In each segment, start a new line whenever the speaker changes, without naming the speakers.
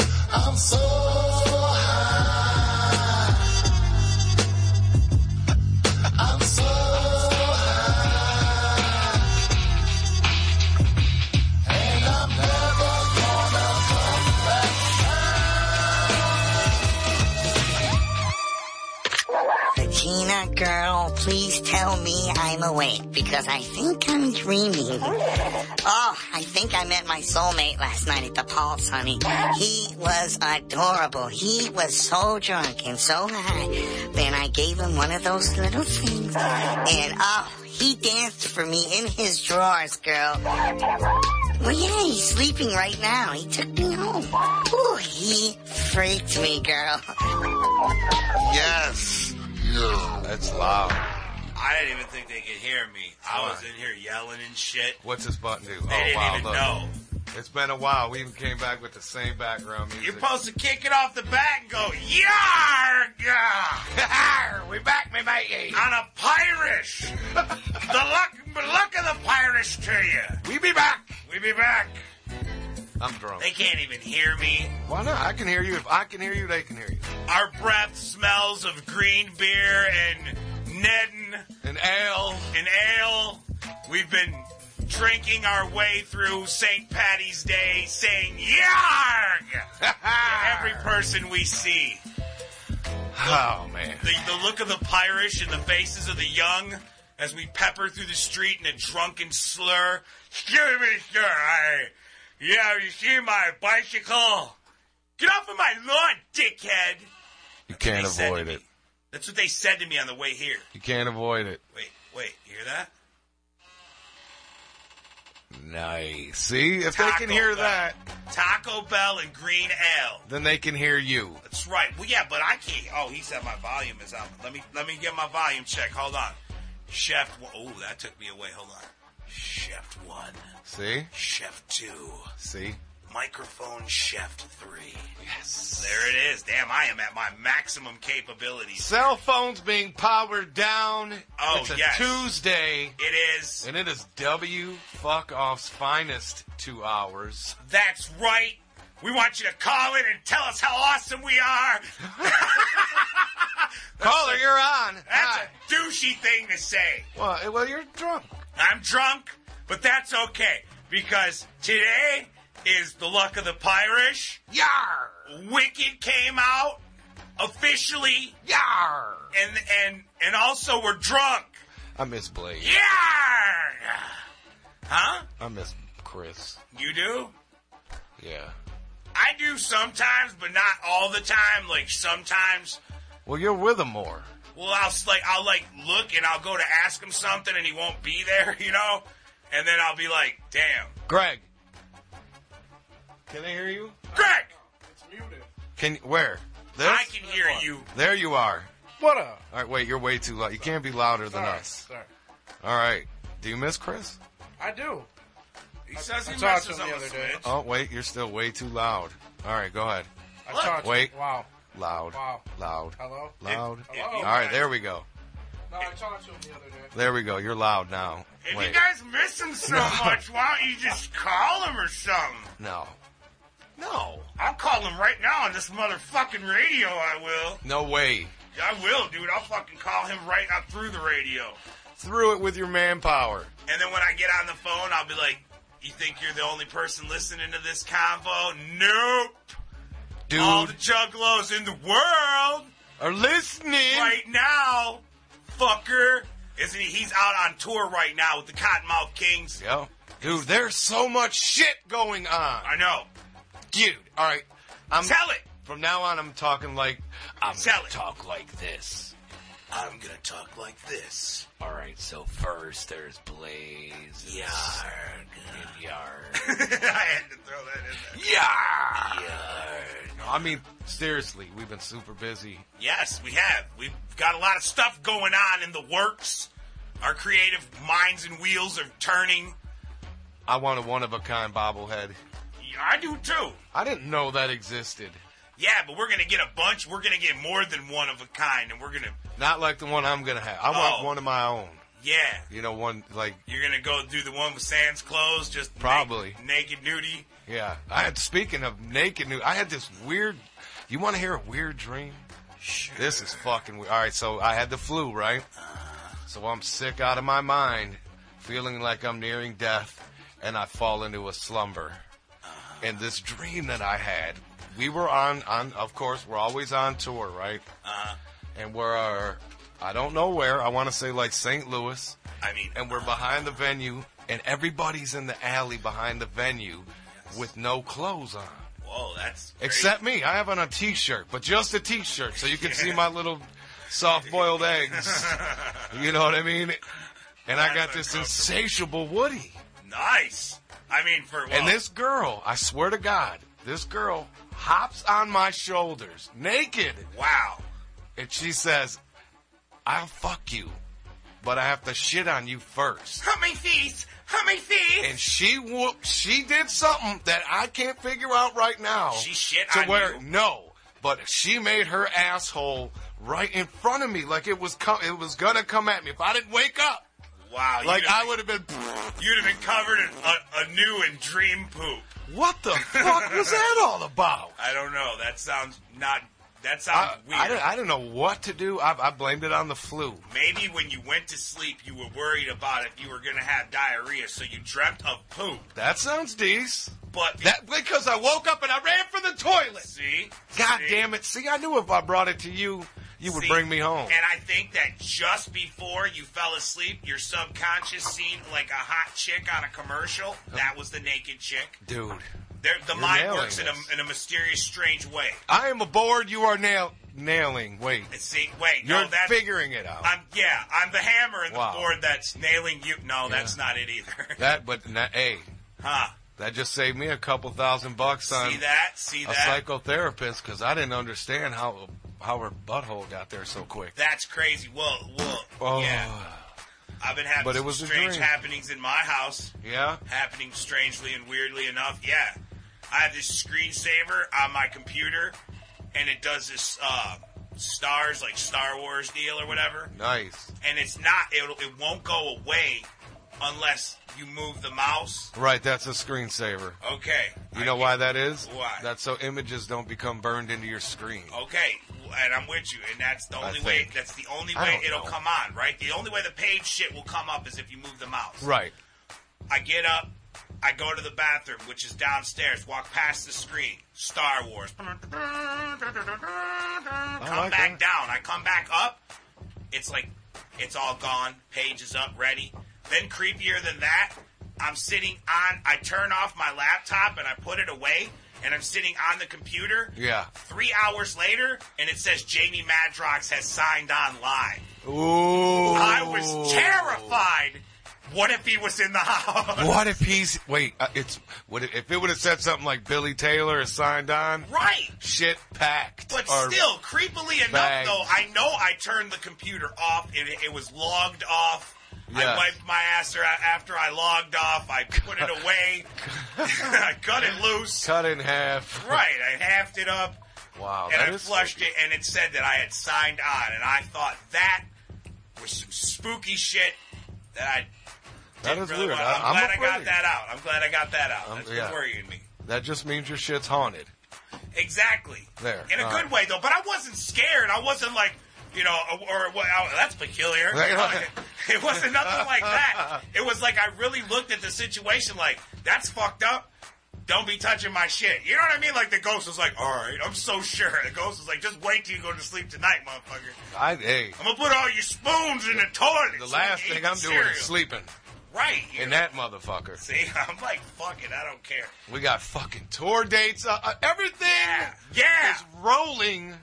So high. I'm so high. And I'm never gonna come back
Regina girl, please tell me I'm awake because I think I'm dreaming. Oh, I think I met my soulmate last night at the Pulse, honey. He was adorable. He was so drunk and so high. Then I gave him one of those little things. And oh, he danced for me in his drawers, girl. Well, yeah, he's sleeping right now. He took me home. Ooh, he freaked me, girl.
Yes. Yeah. That's loud.
I didn't even think they could hear me. I was in here yelling and shit.
What's this button do? Oh,
They didn't
wow.
even
look.
know.
It's been a while. We even came back with the same background music.
You're supposed to kick it off the bat and go, Yarg!
we back, me matey.
On a Pirish! the luck, luck of the Pirish to you!
We be back.
We be back!
I'm drunk.
They can't even hear me.
Why not? I can hear you. If I can hear you, they can hear you.
Our breath smells of green beer and Nedden
An ale.
and ale. We've been drinking our way through St. Patty's Day saying, Yarg! to every person we see.
Oh man.
The, the look of the Pirish and the faces of the young as we pepper through the street in a drunken slur. Excuse me, sir. I, yeah, you see my bicycle? Get off of my lawn, dickhead.
You
They
can't
said to
avoid
me-
it.
That's what they said to me on the way here.
You can't avoid it.
Wait, wait, you hear that?
Nice. See, if they
Taco
can hear
Bell.
that,
Taco Bell and Green Ale.
then they can hear you.
That's right. Well, yeah, but I can't. Oh, he said my volume is out. Let me let me get my volume check. Hold on, Chef. Oh, that took me away. Hold on. Chef one,
See?
Chef two,
See?
microphone Chef three.
Yes.
There it is. Damn, I am at my maximum capabilities.
Cell phones being powered down.
Oh,
it's a
yes.
Tuesday,
It is.
and it is W fuck off's finest two hours.
That's right. We want you to call in and tell us how awesome we are.
Caller, you're on.
That's
Hi.
a douchey thing to say.
Well, eh, well, you're drunk.
I'm drunk, but that's okay because today is the luck of the Pirish.
Yar!
Wicked came out officially,
Yar!
and and and also we're drunk.
I miss Blade.
Yeah, huh?
I miss Chris.
You do?
Yeah.
I do sometimes, but not all the time. Like sometimes,
Well, you're with him more.
well, I'll s- like I'll like look and I'll go to ask him something, and he won't be there, you know. And then I'll be like, damn,
Greg. Can they hear you?
Greg,
Can where? This?
I can hear you.
There you are.
What up?
All right, wait, you're way too loud. You can't be louder than
Sorry,
us.
sorry.
All right. Do you miss Chris?
I do.
He says he
I talked
misses
to him
on
the
the
other day.
switch.
Oh, wait, you're still way too loud. All right, go ahead.
I
Look.
talked.
Wait.
Wow.
Loud.
Wow.
Loud.
Hello.
Loud.
If you
Hello?
All right, there we go.
No, I talked to him the other day.
There we go. You're loud now.
If you
Wait.
guys miss him so much, why don't you just call him or something?
No.
No. I'll call him right now on this motherfucking radio, I will.
No way.
I will, dude. I'll fucking call him right up through the radio.
Through it with your manpower.
And then when I get on the phone, I'll be like, you think you're the only person listening to this convo? Nope.
Dude,
All the juggalos in the world
are listening.
right now, fucker. Isn't he? He's out on tour right now with the Cottonmouth Kings.
Yo. Dude, there's so much shit going on.
I know.
Dude, all right. I'm
Tell it.
From now on, I'm talking like I'm
Tell
gonna
it.
talk like this.
I'm gonna talk like this.
All right, so first there's Blaze.
Yeah.
And Yard.
I had to throw that in there.
Yeah. I mean, seriously, we've been super busy.
Yes, we have. We've got a lot of stuff going on in the works. Our creative minds and wheels are turning.
I want a one of a kind bobblehead.
Yeah, I do too.
I didn't know that existed.
Yeah, but we're gonna get a bunch. We're gonna get more than one of a kind, and we're gonna
Not like the one I'm gonna have. I want
Oh.
one of my own.
Yeah.
You know, one like
You're gonna go do the one with Sans clothes, just na-
Probably.
naked nudie.
yeah. I had speaking of naked nude, I had this weird. You want to hear a weird dream? This is fucking weird. All right, so I had the flu, right? So I'm sick out of my mind, feeling like I'm nearing death, and I fall into a slumber. And this dream that I had, we were on, on of course, we're always on tour, right?
Uh,
And we're, I don't know where, I want to say like St. Louis.
I mean, uh-huh.
and we're behind the venue, and everybody's in the alley behind the venue with no clothes on.
whoa, that's great.
Except me. I have on a t shirt, but just a t shirt, so you can see my little soft boiled eggs. You know what I mean? And I got this insatiable Woody.
nice. I mean, for well,
And this girl, I swear to God, this girl hops on my shoulders naked,
wow,
and she says, I'll fuck you, but I have to shit on you first.
hummy feet, hummy feet.
and she wo- she did something that I can't figure out right now.
She shit
to
on
where
you?
no, but she made her asshole right in front of me, like it was co- it was gonna come at me if I didn't wake up.
wow,
Like
you'd
I
have,
would have been.
you'd have been covered in a, a new and dream poop.
What the fuck was that all about?
I don't know. That sounds not. That
I,
sounds
I,
weird.
didn't, I didn't know what to do. I, I blamed it on the flu.
Maybe when you went to sleep, you were worried about if you were gonna have diarrhea, so you dreamt of poop.
That sounds decent.
But
That because I woke up and I ran for the toilet.
see,
God
See?
damn it! See, I knew if I brought it to you, you would
See,
bring me home.
And I think that just before you fell asleep, your subconscious seen like a hot chick on a commercial. That was the naked chick.
Dude,
There, the
You're
mind
nailing
works in
this.
a, in a mysterious, strange way.
I am aboard. You are nail nailing. Wait,
And See, wait,
you're
no, that's
figuring it out.
I'm yeah, I'm the hammer in the
Wow.
board that's nailing you. No, that's not it either.
that, but na- hey,
huh?
that just saved me a couple thousand bucks on
See that? See
a
that?
psychotherapist because I didn't understand how how her butthole got there so quick.
That's crazy. Whoa, whoa,
Oh,
yeah. I've been having
But it
some
was a
strange
dream.
happenings in my house.
yeah.
happening strangely and weirdly enough. Yeah, I have this screensaver on my computer, and it does this uh, stars like Star Wars deal or whatever.
Nice.
And it's not it'll, it won't go away unless you move the mouse.
Right, that's a screensaver.
Okay,
You know why that is?
Why?
That's so images don't become burned into your screen.
Okay, and I'm with you, and that's the
I
only way.
think.
That's the only
I
way
don't
it'll
know.
come on, right? The only way the page shit will come up is if you move the mouse.
Right.
I get up, I go to the bathroom, which is downstairs, walk past the screen, Star Wars. Come
like
back
that.
down. I come back up, it's like, it's all gone, page is up, ready. Then, creepier than that, I'm sitting on, I turn off my laptop and I put it away, and I'm sitting on the computer.
Yeah.
Three hours later, and it says Jamie Madrox has signed on live.
Ooh.
I
I
was terrified. What if he was in the house?
What if he's wait? Uh, it's what if- if it would have said something like Billy Taylor is signed on?
Right.
shit packed.
But
or-
still, creepily enough,
bags.
though, I know I turned the computer off. It, it was logged off. I
Yes.
wiped my ass ar- after I logged off. I put it away. I cut it loose.
cut in half.
Right. I halved it up.
Wow,
and
that
I
is
flushed
spooky.
it, and it said that I had signed on. And I thought that was some spooky shit that I
That
didn't
is
really
weird.
want.
I,
I'm, glad
am
I got that out. I'm glad I got that out.
Um,
That's
yeah.
what's worrying me.
That just means your shit's haunted.
Exactly.
There. Uh,
In a
All
good
right.
way, though. But I wasn't scared. I wasn't like, you know, or, or well, that's peculiar.
Right.
it wasn't nothing like that. It was like I really looked at the situation like, that's fucked up. Don't be touching my shit. You know what I mean? Like the ghost was like, all right, I'm so sure. The ghost was like, just wait till you go to sleep tonight, motherfucker.
I hey,
I'm gonna put all your spoons in the toilet.
the
so
last
you can
thing
eat
I'm
the
doing
cereal."
is sleeping
Right. you
in
know?
that motherfucker.
See, I'm like, fuck it, I don't care.
We got fucking tour dates. Uh, uh, everything
Yeah. Yeah.
is rolling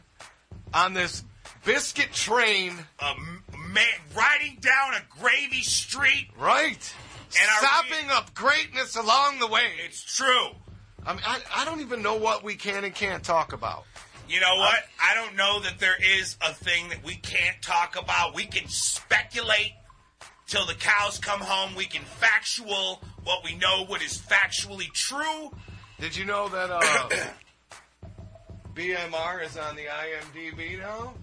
on this biscuit train,
a m- man riding down a gravy street.
right?
And I
Sopping up greatness along the way.
It's true.
I, mean, I, I don't even know what we can and can't talk about.
You know what?
Uh,
I don't know that there is a thing that we can't talk about. We can speculate till the cows come home. We can factual what we know, what is factually true.
Did you know that uh, BMR is on the IMDb now?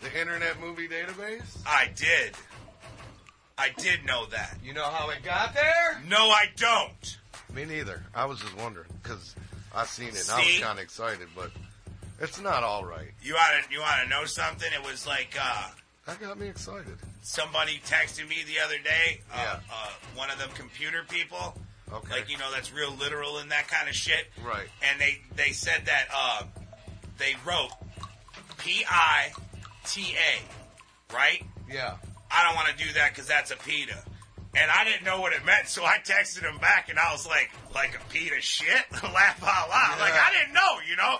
The Internet Movie Database?
I did. I did know that.
You know how it got there?
No, I don't.
Me neither. I was just wondering because I seen it. and I
See?
was kind of excited, but it's not all right.
You wanna you wanna know something? It was like uh,
That got me excited.
somebody texted me the other day. Uh,
Yeah.
uh, one of them computer people.
Okay.
Like you know, that's real literal and that kind of shit.
Right.
And they they said that uh, they wrote P I T A, right?
Yeah.
I don't want to do that because that's a pita. And I didn't know what it meant, so I texted him back, and I was like, like a pita shit? Laugh out loud. Like,
Yeah.
I didn't know, you know?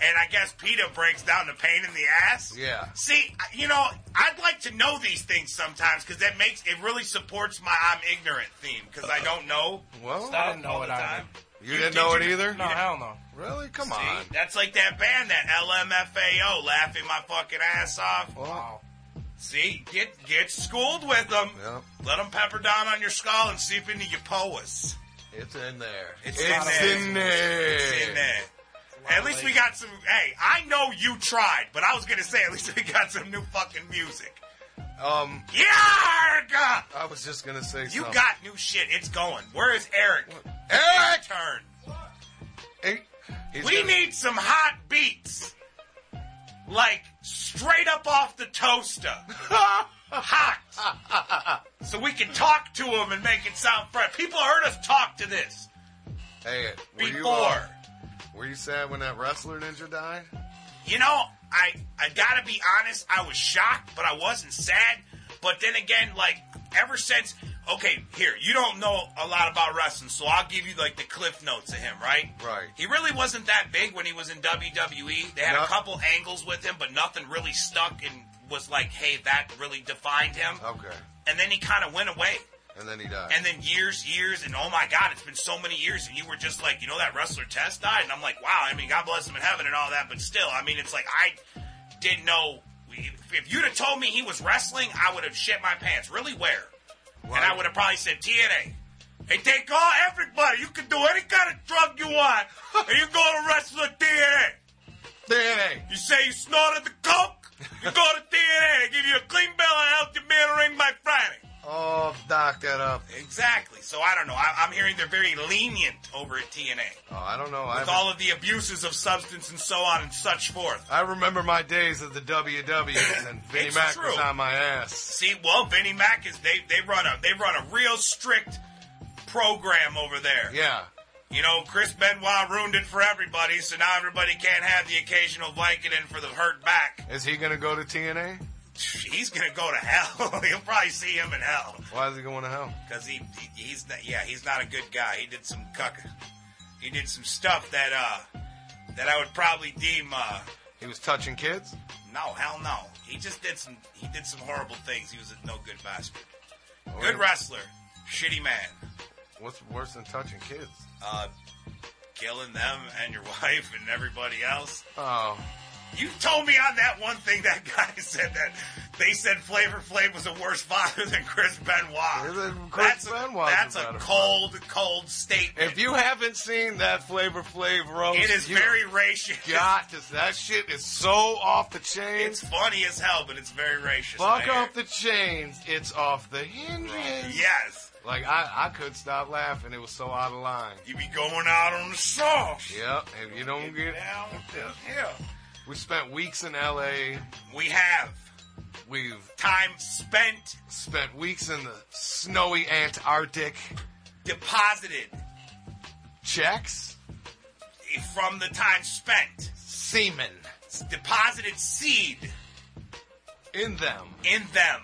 And I guess pita breaks down to pain in the ass.
Yeah.
See, I- you know, I'd like to know these things sometimes because that makes, it really supports my I'm ignorant theme because I don't know.
Well,
I didn't
all
know it
the
either.
time.
you,
you
didn't
did
know
you-
it either.
No, hell no.
Really? Come
See?
on.
That's like that band, that LMFAO, laughing my fucking ass off.
Well,
See, get get schooled with them.
yeah,
Let them pepper down on your skull and seep into your pores.
it's in there.
It's
it's
in
in there.
It's in there. At least we got some. Hey, I know you tried, but I was gonna say at least we got some new fucking music.
Um,
Yarg!
I was just gonna say
Ah. You
something.
got new shit. It's going. Where is Eric?
Eric.
Your turn.
Hey, he's
We
gonna-
need some hot beats, like straight up off the toaster, hot, so we can talk to them and make it sound fresh. People heard us talk to this
Hey, were
before.
you, uh, were you sad when that wrestler ninja died?
You know, I I gotta be honest. I was shocked, but I wasn't sad. But then again, like ever since, okay, here you don't know a lot about wrestling, so I'll give you like the cliff notes of him, right?
Right.
He really wasn't that big when he was in WWE. They had
No.
a couple angles with him, but nothing really stuck and was like, hey, that really defined him.
Okay,
And then he kind of went away.
and then he died.
And then years, years, and oh my God, it's been so many years, and you were just like, you know, that wrestler Test died, and I'm like, wow, I mean, God bless him in heaven and all that, but still, I mean, it's like I didn't know. If, if you'd have told me he was wrestling, I would have shit my pants. Really, where? And I would have probably said TNA. Hey, take all everybody. You can do any kind of drug you want, and you go to wrestler TNA.
DNA.
You say you snorted the coke, you go to TNA. They give you a clean bill and healthy man ring by Friday.
Oh, doc that up.
Exactly. So I don't know. I, I'm hearing they're very lenient over at TNA
Oh, I don't know. I
with
haven't-
all of the abuses of substance and so on and such forth.
I remember my days at the WWs and Vinnie
It's
Mac
true.
was on my ass.
See, well, Vinnie Mac is they they run a they run a real strict program over there.
Yeah.
You know, Chris Benoit ruined it for everybody, so now everybody can't have the occasional Vicodin for the hurt back.
Is he gonna go to TNA?
He's gonna go to hell. You'll probably see him in hell
Why is he going to hell?
because he, he he's not, yeah he's not a good guy. He did some cuck, he did some stuff that uh that I would probably deem uh
He was touching kids?
No, hell no. He just did some. He did some horrible things. He was a no good bastard.
Or
Good wrestler, shitty man,
What's worse than touching kids?
uh, killing them and your wife and everybody else.
Oh.
You told me on that one thing that guy said that they said Flavor Flav was a worse father than Chris Benoit.
Is it Chris
that's
Benoit's
a, that's
a
a
better
cold, cold statement.
If you haven't seen that Flavor Flav roast,
it is
Oh, you
very racist.
got to. That shit is so off the chains.
It's funny as hell, but it's very racist.
Fuck
I hear.
off the chains. It's off the hinges.
Yes,
Like I, I could stop laughing. It was so out of line.
you be going out on the
Oh,
sauce.
Yep. And you don't get.
down with the hill.
We spent weeks in L.A.
We have
We've
time spent
spent weeks in the snowy Antarctic.
deposited
Checks,
from the time spent.
semen
It's deposited seed
in them.
in them.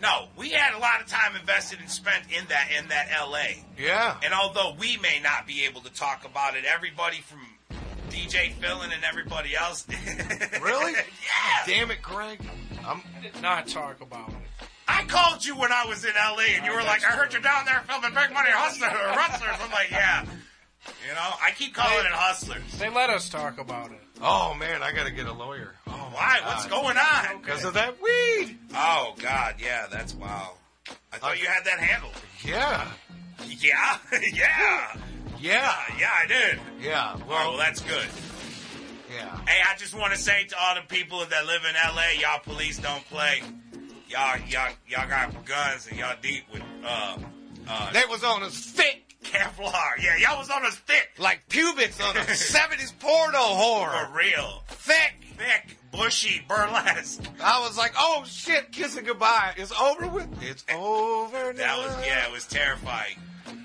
No, we had a lot of time invested and spent in that in that LA.
Yeah.
And although we may not be able to talk about it, everybody from DJ Fillin and everybody else
Really?
yeah.
Damn it, Greg.
Uh,
I'm.
I did not talk about it.
I called you when I was in LA, and you were like, "I heard you're down there filming Big Money Hustler or Rustlers." I'm like, "Yeah." You know, I keep calling it Hustlers.
They let us talk about it.
Oh man, I gotta get a lawyer. Oh,
Why? What's going on?
because of that weed.
Uh, Oh God, yeah, that's wow. I thought you had that handled.
Yeah.
Yeah, yeah,
Yeah.
yeah. I did.
Yeah.
Oh,
Well.
well, that's good.
yeah.
Hey, I just want to say to all the people that live in LA, y'all police don't play. y'all, y'all, y'all got guns and y'all deep with uh, uh,
They was on us thick,
Kevlar. Yeah, y'all was on us thick
like pubics on a 70s porno
for
whore.
real.
Thick.
Thick, bushy, burlesque.
I was like, oh shit, kissing goodbye. It's over with. It's over now.
That was yeah, it was terrifying.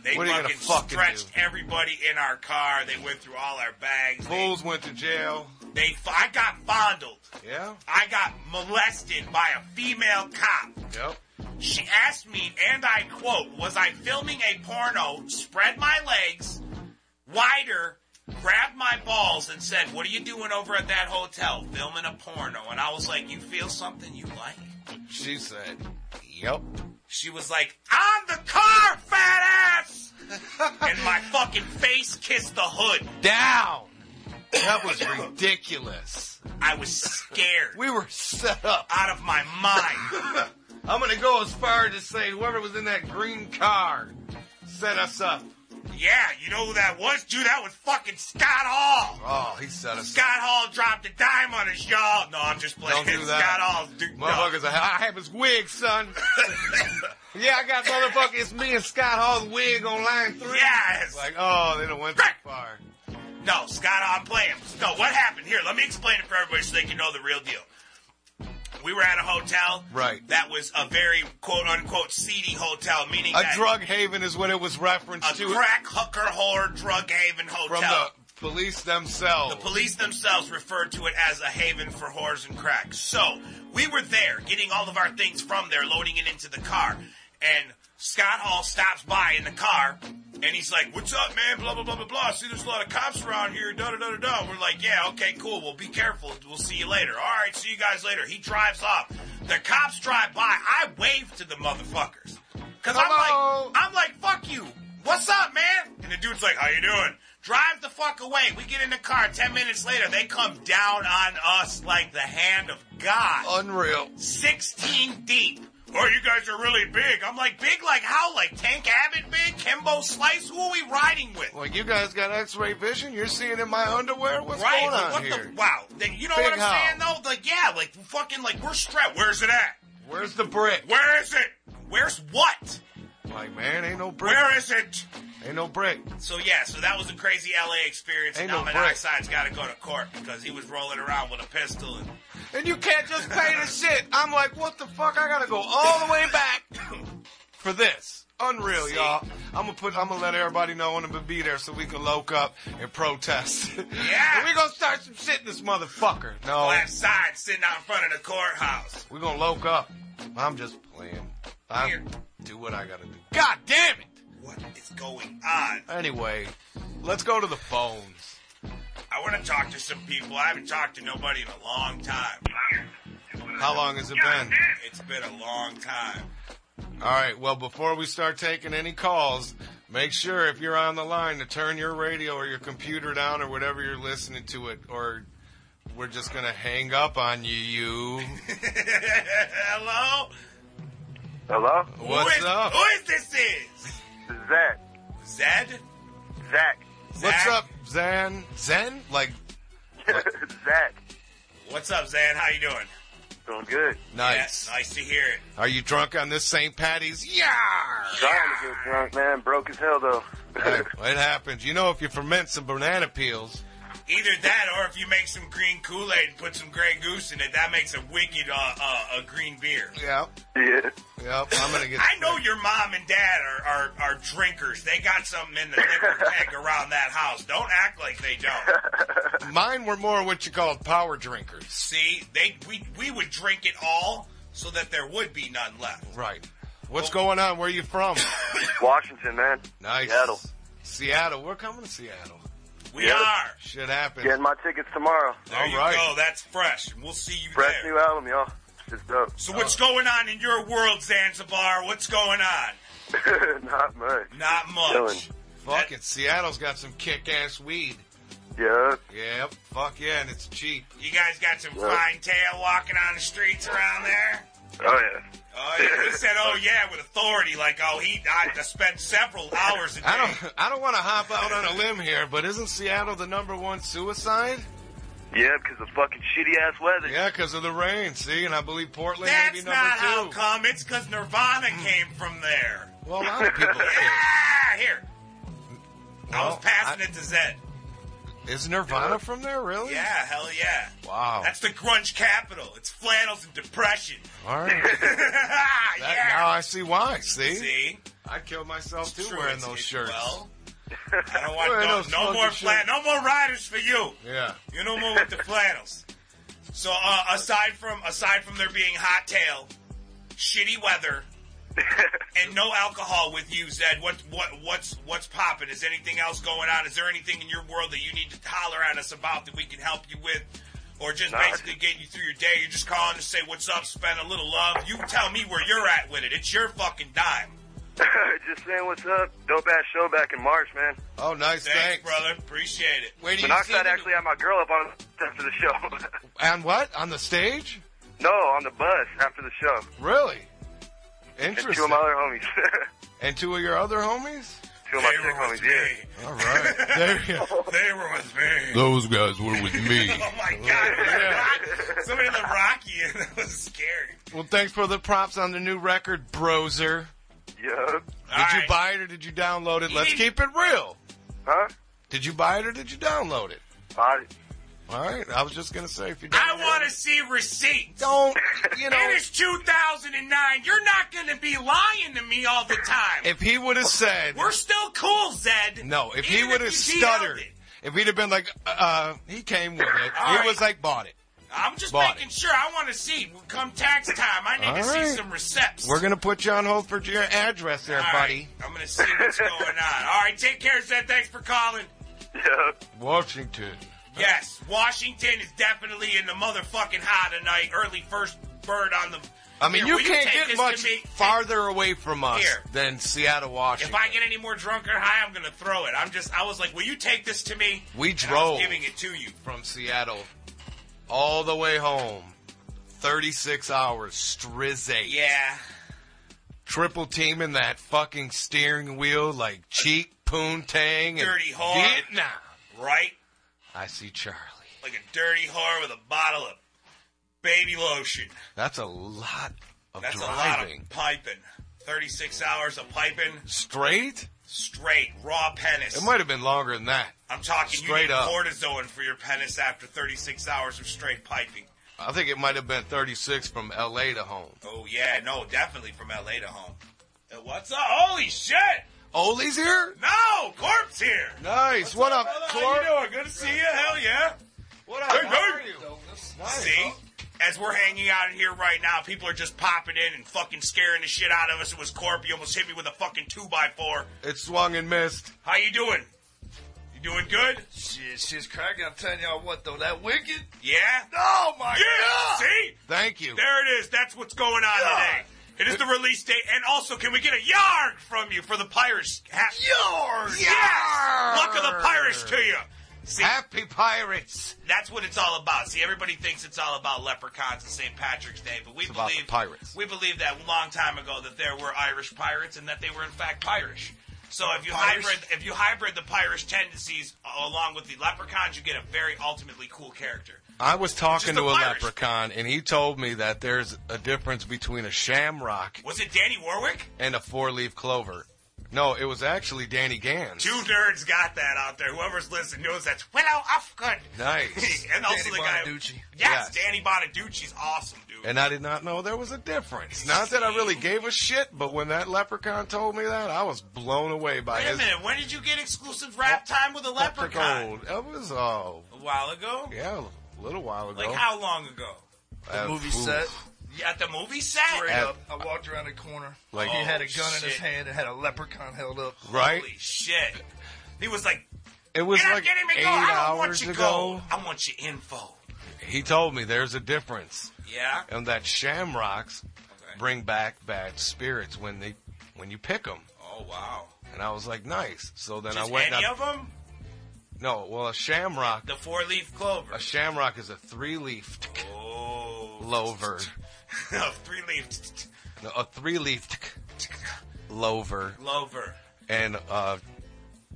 They
What are you gonna
fucking
fucking
stretched
do?
everybody in our car. They went through all our bags. They,
Fools went to jail.
they, I got fondled.
Yeah.
I got molested by a female cop.
Yep.
She asked me, and I quote, was I filming a porno, spread my legs wider, grabbed my balls, and said, What are you doing over at that hotel filming a porno? And I was like, You feel something you like?
She said, yep.
She was like, On the car, fat ass! and my fucking face kissed the hood.
Down. That was ridiculous.
I was scared
We were set up.
out of my mind.
I'm gonna go as far as to say whoever was in that green car set us up.
yeah, you know who that was, dude? That was fucking Scott Hall.
Oh, he set us
Scott Hall dropped a dime on us, y'all. No, I'm just playing.
Don't do that.
Scott Hall's dude.
up.
no.
Motherfuckers, I I have his wig, son. yeah, I got motherfucker. It's me and Scott Hall's wig on line three.
Yes.
Like, oh, they don't went too far.
No, Scott Hall, I'm playing. No, what happened? Here, let me explain it for everybody so they can know the real deal. We were at a hotel.
Right.
That was a very quote unquote seedy hotel, meaning
A
that
drug haven is what it was referenced
a
to
crack hooker whore drug haven
from
hotel.
the police themselves.
The police themselves referred to it as a haven for whores and crack. So we were there, getting all of our things from there, loading it into the car. And Scott Hall stops by in the car, and he's like, "What's up, man? Blah blah blah blah blah. See, there's a lot of cops around here. Da da da da da." We're like, "Yeah, okay, cool. Well, be careful. We'll see you later. All right, see you guys later." He drives off. The cops drive by. I wave to the motherfuckers because I'm
Hello.
like, I'm like, fuck you. What's up, man? And the dude's like, how you doing? Drive the fuck away. We get in the car. Ten minutes later, they come down on us like the hand of God.
Unreal.
16 deep. Oh, you guys are really big. I'm like, big like how? Like Tank Abbott big? Kimbo Slice? Who are we riding with?
Well, you guys got X-ray vision. You're seeing in my underwear. What's
right?
going
like,
on
what
here?
the? Wow. Then you know
Big
what I'm
how.
saying, though? Like, yeah, like, fucking, like, we're strapped. Where's it at?
Where's the brick?
Where is it? Where's what?
Like, man, ain't no brick.
Where is it?
Ain't no brick.
So yeah, so that was a crazy LA experience. and
Ain't
now
no break.
Monoxide's got to go to court because he was rolling around with a pistol. And
And you can't just pay the shit. I'm like, what the fuck? I gotta go all the way back for this. Unreal,
See?
y'all. I'm gonna put. I'm gonna let everybody know when I'm gonna be there so we can loke up and protest.
Yeah.
and we gonna start some shit in this motherfucker. No,
left side sitting out in front of the courthouse.
we gonna loke up. I'm just playing. I
Here.
do what I gotta do. God damn it.
What is going on?
Anyway, let's go to the phones.
I want to talk to some people. I haven't talked to nobody in a long time.
How long has it been?
It's been a long time.
All right. Well, before we start taking any calls, make sure if you're on the line to turn your radio or your computer down or whatever you're listening to it, or we're just gonna hang up on you. You.
Hello.
Hello?
who
What's
is,
up?
Who is this? Is
Zach.
Zed?
Zach.
What's
Zach?
up, Zan? Zen? Like
Zach.
What's up, Zed? How you doing?
Doing good.
nice.
Yeah, nice to hear it.
Are you drunk on this St. Patty's? Yeah.
Trying to get drunk, man. Broke as hell, though.
Hey, It happens. You know, if you ferment some banana peels,
Either that, or if you make some green Kool Aid and put some Grey Goose in it, that makes a wicked uh, uh, a green beer.
yeah,
yeah.
yeah, I'm gonna get.
I know your mom and dad are, are, are drinkers. They got something in the liquor keg around that house. Don't act like they don't.
Mine were more what you called power drinkers.
See, they we we would drink it all so that there would be none left.
Right. What's going on? Where you from?
Washington, man.
nice.
Seattle.
Seattle. We're coming to Seattle.
We
Yeah.
are.
Shit happens.
Getting my tickets tomorrow.
There
All
you
right.
go. That's fresh. And we'll see you
Fresh
there.
new album, y'all. It's dope.
So what's going on in your world, Zanzibar? What's going on?
Not much.
Not much.
Chilling.
Fuck it. Seattle's got some kick ass weed.
Yeah.
Yep. Fuck yeah, and it's cheap.
You guys got some
Yeah.
fine tail walking on the streets around there?
Oh, yeah.
Oh, yeah. He said, oh, yeah, with authority. Like, oh, he I, I spent several hours a day.
I don't I don't wanna hop out on a limb here, but isn't Seattle the number one suicide?
Yeah, because of fucking shitty ass weather.
Yeah, because of the rain. See, and I believe Portland may
That's
be
not
number two.
how come. It's because Nirvana came from there.
Well, a lot of people.
Ah, here. I was
Well,
passing it to Zed.
Is Nirvana from there, really?
Yeah, hell yeah.
Wow.
That's the grunge capital. It's flannels and depression.
All right.
Ah,
That-
yeah.
Now I see why. See?
See?
I killed myself too
True,
wearing
it's-
those
it's
shirts.
Well, I don't
Wearing
want
those
no, no
funky
more flan,
shirts.
no more riders for you.
Yeah.
You're no more with the flannels. So uh, aside from aside from there being hot tail, shitty weather, and no alcohol with you, Zed, what what what's what's popping? Is anything else going on? Is there anything in your world that you need to holler at us about that we can help you with? Or just
Nah.
basically get you through your day. You're just calling to say what's up, spend a little love. You tell me where you're at with it. It's your fucking dime.
Just saying what's up. Dope ass show back in March, man.
Oh, nice.
Thanks,
Thanks.
brother. Appreciate it.
Where do you see
Monoxide
the-
actually had my girl up on after the show.
On what? On the stage?
no, on the bus after the show.
Really?
And two
Interesting.
of my other homies.
And two of your other homies?
two of my sick homies, yeah.
All right. there you go.
They were with me.
Those guys were with me.
Oh my god! Somebody in the Rocky, and that was scary.
well, thanks for the props on the new record, Broser.
Yup.
Did you buy it or did you download it? Let's
need-
keep it real.
Huh?
Did you buy it or did you download it?
I,
All right. I was just going to say if you
I
download
want
it-
to see receipts.
Don't, you
It
know.
is 2009. You're not going to be lying to me all the time.
If he would have said.
We're still cool, Zed.
No, if he
Even
would
you
have
DL'd
stuttered,
it.
if he'd have been like, uh, he came with it.
All
he
right.
was like, bought it.
I'm just
Bought
making sure. I want to see. Come tax time, I need
All
to see
right.
some receipts.
We're gonna put you on hold for your address, there,
All right,
buddy.
I'm going to see what's going on. All right, take care, Zed. Thanks for calling.
yup.
Washington.
Yes, Washington is definitely in the motherfucking high tonight. Early first bird on the.
I mean,
Here,
you
will
can't
take
get
this
much
to me?
farther away from us
Here.
than Seattle,
If
Washington.
I get any more drunk or high, I'm gonna throw it. I'm just. I was like, will you take this to me?
we
And I was
drove
giving it to you.
from Seattle all the way home, 36 hours, strizzy.
Yeah.
Triple teaming that fucking steering wheel like cheek, poontang, and
Dirty whore.
Vietnam.
Right.
I see Charlie.
Like a dirty whore with a bottle of baby lotion.
That's a lot of
That's
driving.
a lot of piping. Thirty-six hours of piping,
Straight?
straight raw penis.
It might have been longer than that.
I'm talking. you
Straight
need
up.
cortisone for your penis after thirty-six hours of straight piping.
I think it might have been 36 from LA to home.
Oh yeah, no, definitely from LA to home. Uh, What's up? Holy shit!
Ollie's here?
No, Corp's here.
Nice. what up,
Brother,
Corp?
How you doing? Good to see you. Hell yeah.
What up?
Hey,
How
hey.
are you? Nice.
See, as we're hanging out in here right now, people are just popping in and fucking scaring the shit out of us. It was Corp. You almost hit me with a fucking two by four.
It swung and missed.
How you doing? You doing good?
Shit, shit's cracking. I'm telling y'all what though, that wicked.
Yeah.
Oh my
Yeah. See,
Thank you.
there it is. That's what's going on today. It is the release date, and also, can we get a yard from you for the Pirates? hat?
Yours!
Yes! Luck of the Pirates to you. See,
Happy Pirates.
that's what it's all about. See, everybody thinks it's all about leprechauns and St. Patrick's Day, but we
It's about the
believe
pirates.
We believe that a long time ago that there were Irish pirates and that they were in fact Irish. So if you
Pirates?
hybrid if you hybrid the Pirish tendencies along with the leprechauns, you get a very ultimately cool character.
I was talking
Just a
to a
pirate.
leprechaun, and he told me that there's a difference between a shamrock
Was it Danny Warwick?
and a four-leaf clover. No, it was actually Danny Gans.
Two nerds got that out there. Whoever's listening knows that's Willow Offgood.
Nice.
and also
Danny
the guy.
Bonaducci.
Yes,
Yes.
Danny Bonaducci's awesome, dude.
And I did not know there was a difference. Not that I really gave a shit, but when that leprechaun told me that, I Oh, was blown away by
Wait a
his
minute, when did you get exclusive rap time with a leprechaun?
leprechaun. That was oh
A while ago?
yeah, a little while ago.
Like how long ago?
Uh,
movie
oof.
set.
You At the movie set?
Straight
Ab-
up. I walked around the corner.
Like-
he had a
Oh,
gun in his
shit.
hand and had a leprechaun held up.
Right?
Holy shit. He was like,
It was
"You're not
like
getting me
eight
go. I don't want
hours
you go.
ago.
I want your info.
He told me there's a difference,
Yeah?
and that shamrocks
Okay.
bring back bad spirits when they when you pick them.
Oh, wow.
And I was like, nice. So then
Just
I went. and
any
I-
of them?
no, well, a shamrock.
The four leaf clover.
A shamrock is a three-leafed
oh.
clover.
three leaf
No, a three-leafed clover.
clover.
and uh,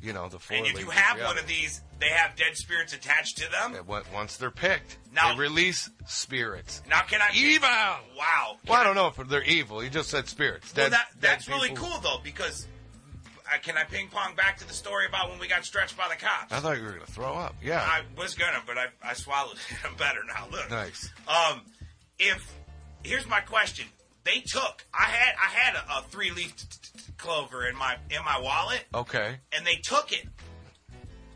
you know the four.
And if
leaves
you
is
have
the
one
other.
of these, they have dead spirits attached to them.
That on- Once they're picked,
Now-
they release spirits.
Now, can I?
Evil!
Wow.
Well, I don't know if they're evil. He just said spirits.
Well,
Dead-
that,
dead
that's really
people.
cool though because I, can I ping pong back to the story about when we got stretched by the cops?
I thought you were gonna throw up. Yeah.
I was gonna, but I, I swallowed it. I'm better now. Look.
nice.
Um, if here's my question, they took I had I had a, a three leaf t- t- t- clover in my in my wallet,
Okay.
and they took it.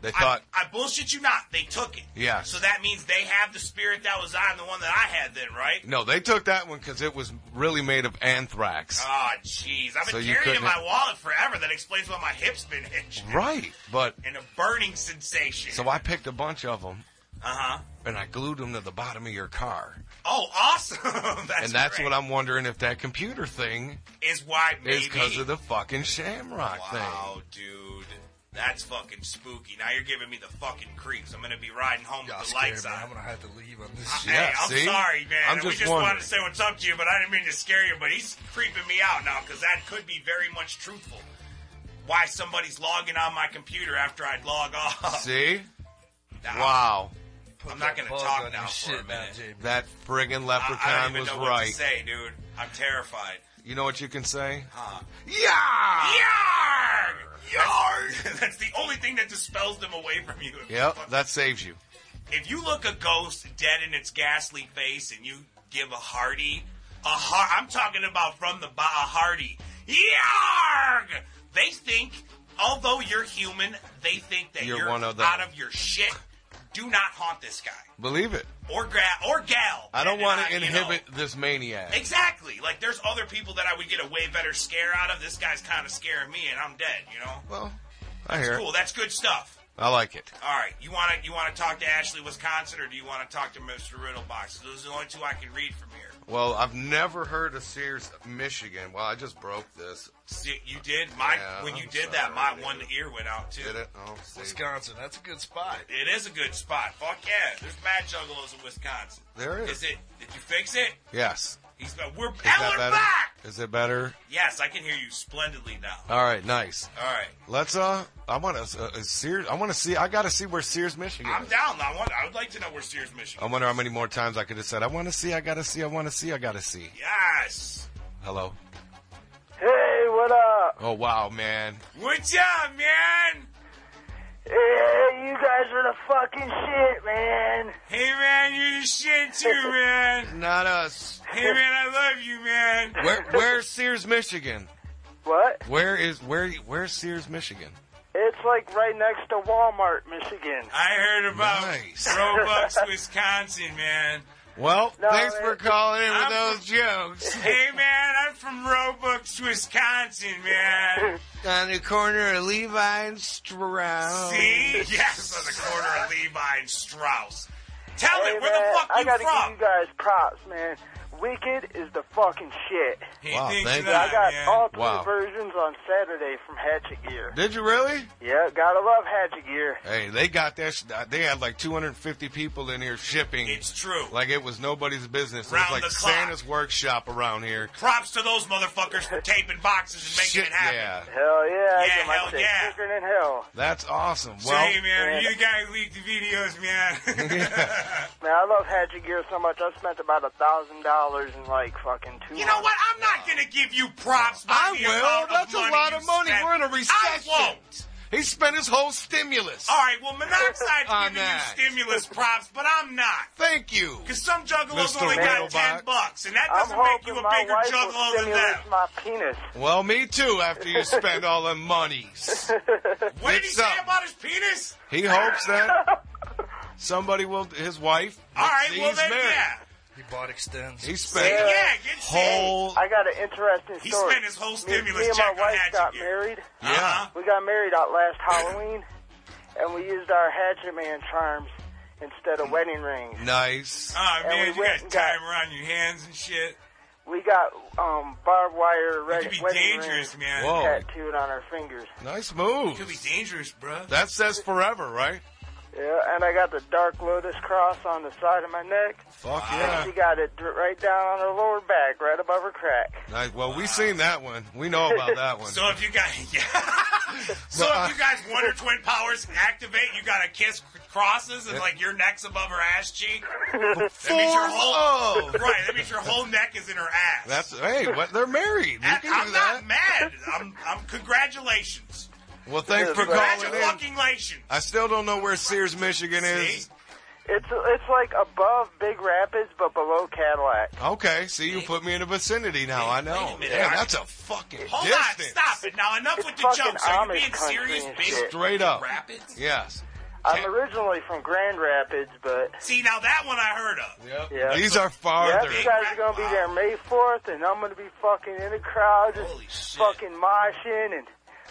They thought.
I, I bullshit you not. They took it.
Yeah.
So that means they have the spirit that was on the one that I had then, right?
no, they took that one because it was really made of anthrax.
Oh, jeez. I've
So
been
you
carrying it in
couldn't-
my wallet forever. That explains why my hips been hitched.
right, but
And a burning sensation.
so I picked a bunch of them
Uh-huh.
and I glued them to the bottom of your car.
Oh, awesome. that's
and that's
great.
what I'm wondering if that computer thing
Is why maybe...
is because of the fucking shamrock
Wow, dude. That's fucking spooky. Now you're giving me the fucking creeps. I'm gonna be riding home
Y'all
with the
scared
lights
me.
on.
I'm gonna have to leave on this
Uh,
shit.
Yeah,
hey, I'm
see?
sorry, man.
I'm
we
just
just wanted
wondering.
to say what's up to you, but I didn't mean to scare you. But he's creeping me out now because that could be very much truthful. Why somebody's logging on my computer after I'd log off?
thing. See?
Nah,
Wow.
Put
I'm not
that
gonna
bug
talk
on
now
your
for a
shit now,
minute.
JB.
That
I,
friggin'
I don't
leprechaun
even
was
know what to
right.
say, dude. I'm terrified.
You know what you can say?
Huh.
Yeah!
Yarg! Yarg! That's the only thing that dispels them away from you.
Yep, that saves you.
if you look a ghost dead in its ghastly face and you give a hearty, a heart, I'm talking about from the bo- a hearty, yarg! They think, although you're human, they think that
You're
you're,
one of them.
out of your shit. Do not haunt this guy
Believe it.
or gra- or gal.
I don't
And
want
I-
to
you know,
inhibit this maniac.
Exactly. Like there's other people that I would get a way better scare out of. This guy's kind of scaring me, and I'm dead. You know.
Well, I hear. it.
Cool. That's good stuff.
I like it.
All right, you want to you want to talk to Ashley, Wisconsin, or do you want to talk to Mr. Riddlebox? Those are the only two I can read from here.
Well, I've never heard of Sears, Michigan. Well, I just broke this.
See, you did my
Yeah,
when you
I'm
did that, my
sorry, dude.
one ear went out too.
Did it? Oh, see.
Wisconsin, that's a good spot.
It is a good spot. Fuck yeah, there's mad juggalos in Wisconsin.
There is.
Is it? Did you fix it?
Yes.
He's been, we're
Is that
Ellen
better?
back.
Is it better?
Yes, I can hear you splendidly now.
All right, nice.
All right,
Let's uh, I want to uh, Sears. I want to see. I got to see where Sears, Michigan.
I'm
is.
down. I want. I would like to know where Sears, Michigan.
I wonder how many more times I could have said. I want to see. I got to see. I want to see. I got to see.
Yes.
Hello.
Hey, what up?
Oh wow, man.
What's up, man?
Hey, you guys are the fucking shit, man.
Hey, man, you're the shit too, man.
Not
uh,
us.
Hey, man, I love you, man.
Where, where's Sears, Michigan?
What?
Where is where? Where's Sears, Michigan?
It's like right next to Walmart, Michigan.
I heard about
Nice.
Robux, Wisconsin, man.
Well,
No,
thanks
it-
for calling in with
I'm-
those jokes.
Hey, man, I'm from Robux, Wisconsin, man.
On the corner of Levi and
Oh.
Stroud.
See? Yes, on the corner of Levi and Strauss. Tell
Hey,
it, where
man,
the fuck
I
you
gotta
from?
give you guys props, man. Wicked is the fucking shit.
He
Wow,
thinks
thank
not,
you.
I got
man.
all three
Wow.
versions on Saturday from Hatchet Gear.
Did you really?
Yeah, gotta love Hatchet Gear.
Hey, they got that. Sh- they had like 250 people in here shipping.
It's true.
like it was nobody's business. It was
Round
like
the clock.
Santa's workshop around here.
Props to those motherfuckers for taping boxes and making
Shit,
it happen.
yeah.
Hell yeah, I
Yeah,
get my
hell
shit
yeah.
quicker than hell.
That's awesome.
So,
Well,
hey, man,
Yeah.
you guys leaked the videos, man.
Man, I love Hatchet Gear so much. I spent about a thousand dollars in like fucking two.
You know what? I'm not gonna give you props. by
I
the
will.
amount
That's a
money
lot
you
of money.
spent.
We're in a
I
recession.
won't.
he spent his whole stimulus.
All right. Well, monoxide's
On
giving you
that.
stimulus props, but I'm not.
Thank you.
Because some juggalos
Mr.
only got
Riddlebox.
ten bucks, and that
I'm
doesn't make you
hoping
a
my
bigger
wife will
juggalo than
stimulate
them.
my penis.
Well, me too. After you spend all the monies,
What did he
Mix
say
up.
about his penis?
he hopes that somebody will. His wife.
All right. Well
he's
then,
married.
yeah,
He bought extends.
He spent
Yeah.
yeah. Get
whole.
I got an interesting
He
story.
spent his whole
me,
stimulus
me and
check
my
on
wife
Hatchet
got
Gear.
married.
Yeah.
Uh-huh.
We got married out last Halloween, and we used our Hatchet Man charms instead of wedding rings.
Nice.
Oh
And we
man, you
went
got
and got-
time around your hands and shit.
We got um, barbed wire
It
red
could be
wedding
dangerous,
rings
man.
Whoa.
tattooed on our fingers.
Nice move.
It could be dangerous, bruh.
That says forever, right?
Yeah, and I got the Dark Lotus cross on the side of my neck.
Fuck
And
yeah.
she got it dr- right down on her lower back, right above her crack.
Nice. Well, we seen that one. We know about that one.
So if you guys, yeah. so
Well, uh,
if you guys Wonder Twin powers activate, you gotta kiss c- crosses and like your neck's above her ass cheek. That means your whole
Four-oh.
right. That means your whole neck is in her ass.
That's hey, what they're married. You
That-
can do
I'm
that.
not mad. I'm, I'm congratulations.
Well, thanks for calling in.
Congratulations.
I still don't know where Sears, Michigan is.
It's it's like above Big Rapids, but below Cadillac.
Okay, see, you put me in the vicinity now. I know.
a minute.
Yeah, that's a fucking
Hold on,
distance.
stop it. Now enough with the
fucking
jokes. Are you
Amish
being
country
serious,
and
bitch?
shit.
Straight up.
Rapids?
Yes.
I'm originally from Grand Rapids, but
See, now that one I heard of.
yeah.
These are
Yep,
farther.
you guys are gonna be there May 4th, and I'm gonna be fucking in the crowd, just
Holy shit.
fucking moshing and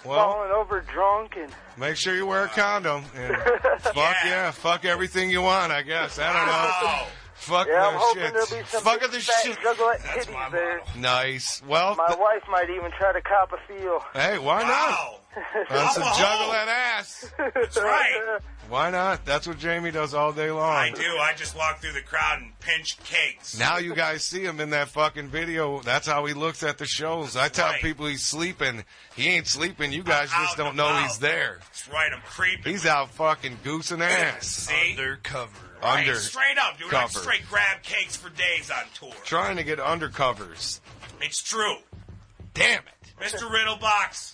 Well,
falling over drunk and
make sure you wear a condom. And fuck yeah. fuck everything you want. I guess I don't know.
Wow.
Fuck
yeah, I'm
those
hoping there'll
shits.
be some
Fuck
big
other
fat
shit.
juggalette
That's my
titties there.
motto.
Nice. Well,
My
th-
wife might even try to cop a feel.
hey, why not?
Wow.
That's a
Wow.
juggle that ass.
That's
right.
Why not? That's what Jamie does all day long.
I do. I just walk through the crowd and pinch cakes.
Now you guys see him in that fucking video. That's how he looks at the shows. I tell
Right.
people he's sleeping. He ain't sleeping. You guys
I'm
just
out
don't
and
know
about.
he's there.
That's right. I'm creeping.
He's out fucking goosing ass.
See?
Undercover.
Right,
Under.
straight up, dude. I
cover.
straight grab cakes for days on tour.
Trying to get undercovers.
It's true.
Damn it.
Mr. Riddlebox.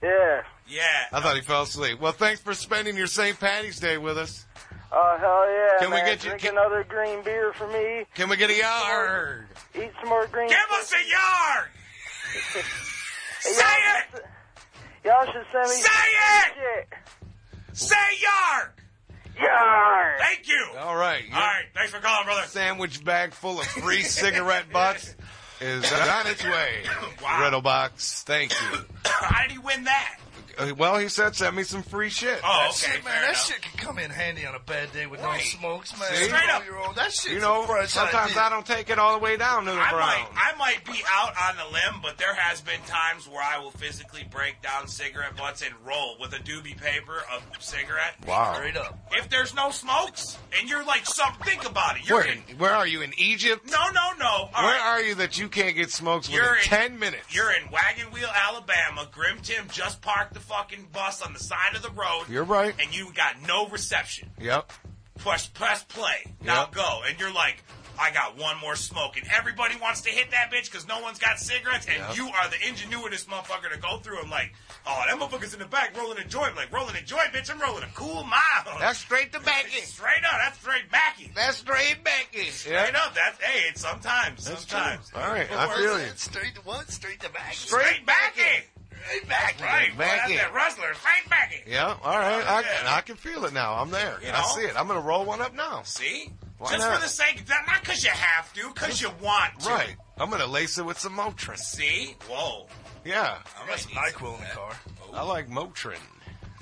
Yeah.
Yeah.
I thought he fell asleep. Well, thanks for spending your St. Patty's Day with us.
Oh hell yeah!
Can we
man.
get you-
Drink
can-
another green beer for me.
Can we get a yard?
Eat some more green.
Give us a yard!
Hey,
Say
y'all
it!
should- Y'all should send me.
Say it!
Shit.
Say yard!
Yarr.
Thank you!
All right.
All right. Thanks for calling, brother.
sandwich bag full of free cigarette butts is on its way.
Wow.
Riddle box, thank you.
How did he win that?
Uh, Well, he said send me some free shit.
Oh,
Shit,
okay.
man,
fair
that
enough.
shit can come in handy on a bad day with
Right.
no smokes, man.
See?
Straight up.
Your own. That shit,
you know,
fresh
sometimes
idea.
I don't take it all the way down to the
I
ground.
might, I might be out on the limb, but there has been times where I will physically break down cigarette butts and roll with a doobie paper of cigarette.
wow.
Straight up.
If there's no smokes, and you're like, some think about it. You're
Where,
in.
where are you in Egypt?
No, no, no. All
where
right.
are you that you can't get smokes within
You're in-
ten minutes?
You're in Wagon Wheel, Alabama. Grim Tim just parked the fucking bus on the side of the road,
You're right.
and you got no reception.
Yep.
Press, press play. Now
Yep.
go, and you're like. I got one more smoke, and everybody wants to hit that bitch because no one's got cigarettes, and
Yep.
you are the ingenuitous motherfucker to go through. I'm like, oh, that motherfucker's in the back rolling a joint. like, rolling a joint, bitch. I'm rolling a cool mile.
That's straight to back
straight up. That's straight Mackie.
That's straight back in.
Straight up. That's hey. It's sometimes. sometimes.
All right, I feel you.
Straight to what? Straight to back.
Straight backing.
Straight back.
Right,
Back
back
in.
that wrestler, straight back in.
Yeah, all right.
Oh, Yeah.
I, I can feel it now. I'm there.
You
I
know?
see it. I'm going to roll one up now.
See?
Why
Just
not?
for the sake, not because you have to, because you want to.
Right. I'm going to lace it with some Motrin.
See? Whoa.
Yeah.
I
Got some NyQuil in the car.
I like Motrin.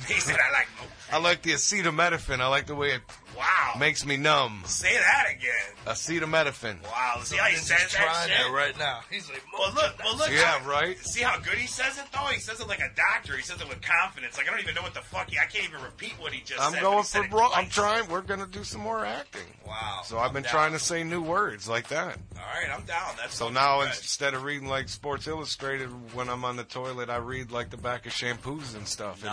He said, Oh. I like,
I like the acetaminophen. I like the way it
wow.
makes me numb.
Say that again.
Acetaminophen.
Wow. See how he
He's
says
just
that
trying
shit?
that right now. He's like,
Well, look, well, look.
Yeah,
how-
right?
See how good he says it, though? He says it like a doctor. He says it with confidence. Like, I don't even know what the fuck he, I can't even repeat what he just
I'm
said. but
going
he said
for
it
bro. I'm
twice.
trying. We're going to do some more acting.
Wow.
So I've been
I'm
trying
down.
to say new words like that.
All right, I'm down. That's
So
fucking
now
good.
instead of reading like Sports Illustrated when I'm on the toilet, I read like the back of shampoos and stuff and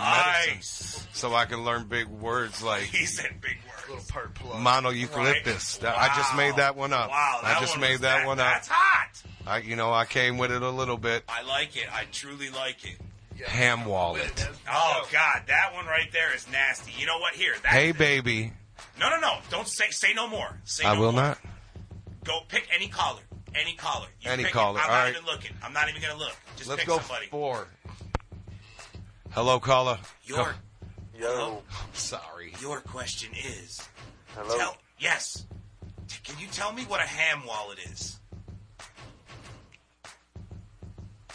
Nice.
medicines. So I can learn big words like
He said big words.
little part plug.
mono eucalyptus.
Right.
I just made that one up.
Wow, that
I just
one
made
was
that, one up.
That's hot.
I, you know, I came with it a little bit.
I like it. I truly like it.
Ham wallet.
Oh God, that one right there is nasty. You know what? Here, that,
Hey, baby.
no, no, no. Don't say say no more. Say
I
no
will
more.
not.
Go pick any collar. Any collar. You
Any
pick it.
collar.
I'm
All
not
right.
even looking. I'm not even gonna look. Just
Let's
pick
go
somebody.
four. Hello, caller.
Your
Yo.
Sorry.
your question is
Hello.
tell yes. T- Can you tell me what a ham wallet is?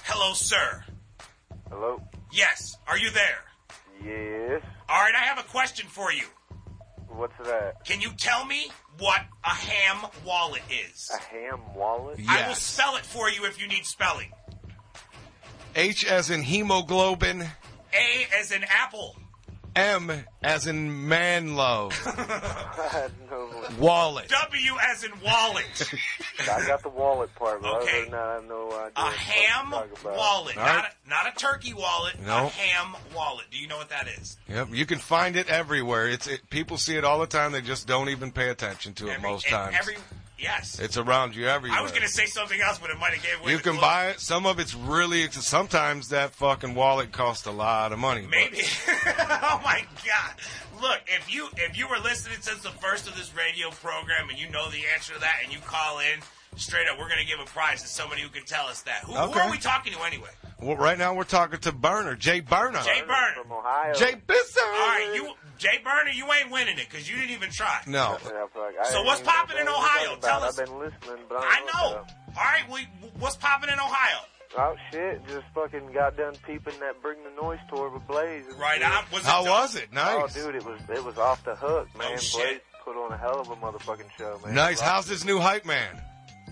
Hello, sir.
Hello.
Yes. Are you there?
Yes.
All right. I have a question for you.
What's that?
Can you tell me what a ham wallet is?
A ham wallet?
I will
Yes.
spell it for you if you need spelling.
H as in hemoglobin,
A as in apple.
M as in man love.
no,
Wallet.
W as in wallet.
I got the wallet part, but
Okay.
other than that, I have no idea.
A
what
ham
you're talking about.
wallet,
All
not
right.
a, not a turkey wallet.
No.
A ham wallet. Do you know what that is?
Yep, you can find it everywhere. It's it, people see it all the time. They just don't even pay attention to it
Every-
most
and
times.
Every yes.
it's around you everywhere.
I was gonna say something else, but it might have gave away.
you
the
can
clue.
buy it. Some of it's really. ex- Sometimes that fucking wallet costs a lot of money. but-
Maybe. oh my God! Look, if you if you were listening since the first of this radio program and you know the answer to that and you call in straight up, we're gonna give a prize to somebody who can tell us that. Who, who
Okay.
are we talking to anyway?
Well, right now we're talking to Burner, Jay Burner,
Jay
From
Burner.
Ohio.
Jay Bisson.
All right, you Jay Burner, you ain't winning it because you didn't even try.
No,
Yeah, fuck, I
So
don't
what's
even know
popping in
what you're
Ohio?
talking about.
Tell us.
I've been listening, but I
I
don't
know. All right, we, what's popping in Ohio?
Oh shit! Just fucking got done peeping that Bring the Noise tour with Blaze. It was
Right
good.
on. Was it
how
done?
was it?
Oh,
Nice,
dude, it was it was off the hook, man. Blaze
shit.
put on a hell of a motherfucking show, man.
nice.
Rock-
How's this new hype man?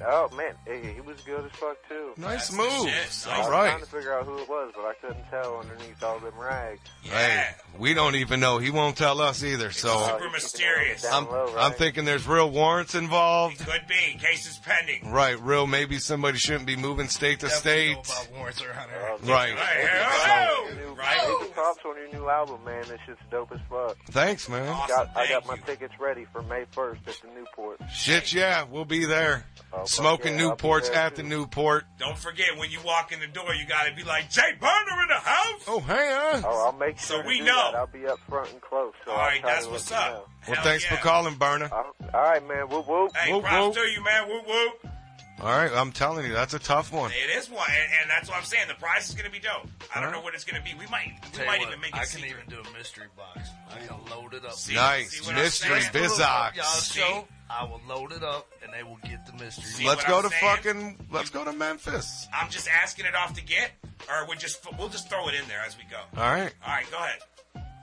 Oh man, hey, he was good as fuck too.
That's
Nice
the
move.
shit.
All
I was
right.
trying to figure out who it was, but I couldn't tell underneath all them rags.
Yeah.
Hey, we don't even know. He won't tell us either. So
Oh,
Super
he's
mysterious.
down
I'm,
low, right?
I'm thinking there's real warrants involved.
Could be. Case is pending.
Right, real. Maybe somebody shouldn't be moving state to
Definitely know
state.
about warrants around here.
Oh, dude,
Right.
Right. hello.
New-
Right.
Props on your new album, man. This shit's dope as fuck.
Thanks, man.
Awesome.
Got, I
Thank
got my
you.
tickets ready for May 1st at the Newport.
Shit, yeah, we'll be there.
Oh, fuck
Smoking
yeah, I'll be
Newports
there,
at the
too.
Newport.
Don't forget when you walk in the door, you gotta be like Jay Burner in the house.
Oh, hey, uh.
Oh, I'll make
So
sure. to
we
do
know.
That. I'll be up front and close. So
All
I'll
right,
try
that's
to
what's
let you
up.
Well,
Hell
thanks
yeah.
for calling, Burner.
know. I'll- All right, man. Whoop whoop.
Hey,
Whoop,
props
whoop.
to you, man. Whoop whoop.
All right, I'm telling you, that's a tough one.
It is one, and, and that's what I'm saying. The prize is gonna be dope. I don't know what it's gonna be. We might, we
Tell you
might
what,
even make it
I can
secret.
even do a mystery box. I can load it up.
See?
Nice.
what I'm
Mystery
saying?
Y'all
Bizox.
show. I will load it up, and they will get the mystery.
See?
Let's
what
go
I'm
to
saying?
fucking, let's go to Memphis.
I'm just asking it off to get, or we just we'll just throw it in there as we go.
All right.
All right, go ahead.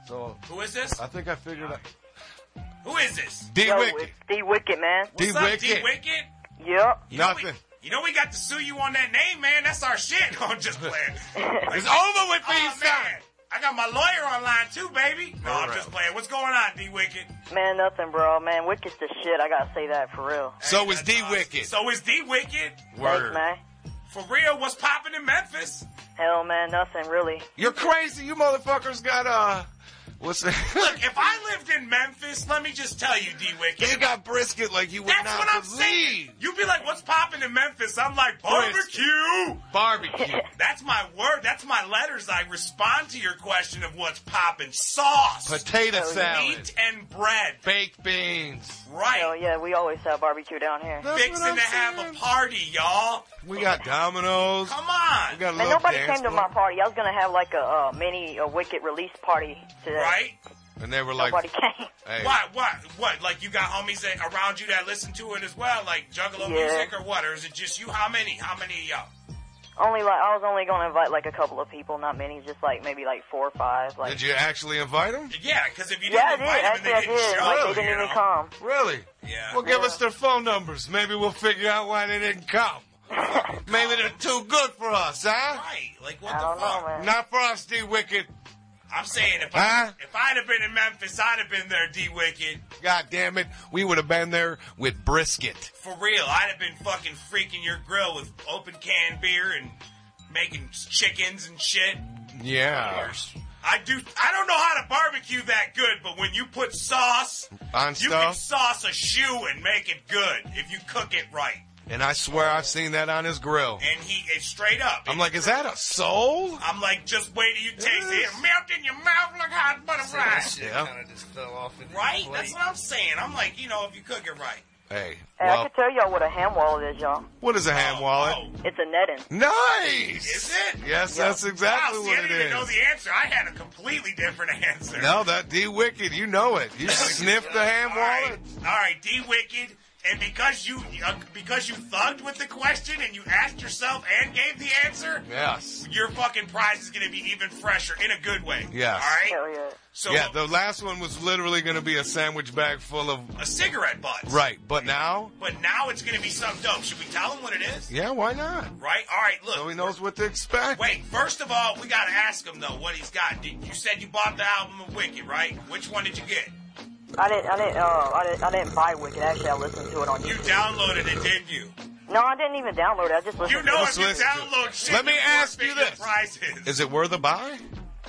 So,
Who is this?
I think I figured out.
Who is this?
D
Yo,
Wicked.
it's D Wicked, man.
D
What's up, D
Wicked.
Wicked?
Yep.
You know we-
Nothing.
you know we got to sue you on that name, man. That's our shit. No, I'm just playing.
It's over with me,
oh, man. I got my lawyer online too, baby. No, I'm
Alright.
just playing. What's going on, D Wicked?
Man, nothing, bro. Man, Wicked's the shit. I gotta say that for real.
So
Hey,
is
that's
D
awesome.
Wicked.
So is D Wicked.
Thanks, man.
For real, what's popping in Memphis?
Hell, man, nothing really.
You're crazy. You motherfuckers got, uh, what's that?
Look, if I lived in Memphis, let me just tell you, D Wicked.
they got brisket like you would
that's
not
what I'm
believe.
saying. You'd be like, what's popping in Memphis? I'm like, barbecue.
Barbecue.
That's my word. That's my letters. I respond to your question of what's popping. Sauce.
potato salad,
Meat and bread.
baked beans.
Right.
Hell Oh, yeah, we always have barbecue down here.
That's
Fixing
what I'm
to have a
saying.
party, y'all.
We got Domino's.
Come
We
on.
got a
Man,
little
nobody
dance
came to my
floor.
party. I was gonna have like a uh, mini uh, Wicked release party today.
Right?
And they were like,
Nobody came.
"Hey,
What? What? What? Like you got homies that, around you that listen to it as well, like Juggalo
Yeah.
music or what? Or is it just you? How many? How many uh, of y'all?
Only like I was only gonna invite like a couple of people, not many, just like maybe like four or five. Like
did you actually invite them?
Yeah, because if you didn't
yeah, I did.
invite them,
Actually, I
they didn't
did.
show.
Like
you
they didn't
know?
even come.
Really?
Yeah.
Well, give us their phone numbers. Maybe we'll figure out why they didn't come. Maybe they're too good for us, huh?
Right. Like what
I
the
don't
fuck?
know, man.
Not for us, D Wicked.
I'm saying if
Huh?
I if I'd have been in Memphis, I'd have been there, D Wicked.
God damn it, we would have been there with brisket.
For real, I'd have been fucking freaking your grill with open can beer and making chickens and shit.
Yeah,
I do. I don't know how to barbecue that good, but when you put sauce,
on
you can
stuff.
sauce a shoe and make it good if you cook it right.
And I swear I've seen that on his grill.
And he is straight up.
I'm like, is that a soul?
I'm like, just wait till you taste it.
Yes.
Melt in your mouth like hot
So that
butterflies.
shit
Yeah.
kind of just fell off. in the
Right?
plate.
That's what I'm saying. I'm like, you know, if you cook it right.
Hey,
Hey, I
well,
could tell y'all what a ham wallet is, y'all.
what is a ham
Oh,
wallet?
oh,
It's a netting.
Nice.
Is it?
Yes, that's exactly
wow, see, I
what it
didn't even know
is.
the answer. I had a completely different answer.
No, that D Wicked, you know it. You sniffed the ham
All right.
wallet.
All right, D Wicked. And because you uh, because you thugged with the question and you asked yourself and gave the answer,
Yes.
your fucking prize is going to be even fresher in a good way.
Yes.
All right. So
yeah, the last one was literally going to be a sandwich bag full of.
a cigarette butt.
Right, but now?
But now it's going to be something dope. Should we tell him what it is?
Yeah, why not?
Right. All right. Look.
So he knows what to expect.
Wait, first of all, we gotta ask him though what he's got. Did, you said you bought the album of Wicked, right? Which one did you get?
I didn't. I didn't. Uh, I didn't. I didn't buy Wicked. Actually, I listened to it on.
You downloaded it, didn't you?
No, I didn't even download it. I just listened.
You
to
know
it.
if you download shit,
Let me ask
forfeit
you
your
this.
Prizes.
Is it worth a buy?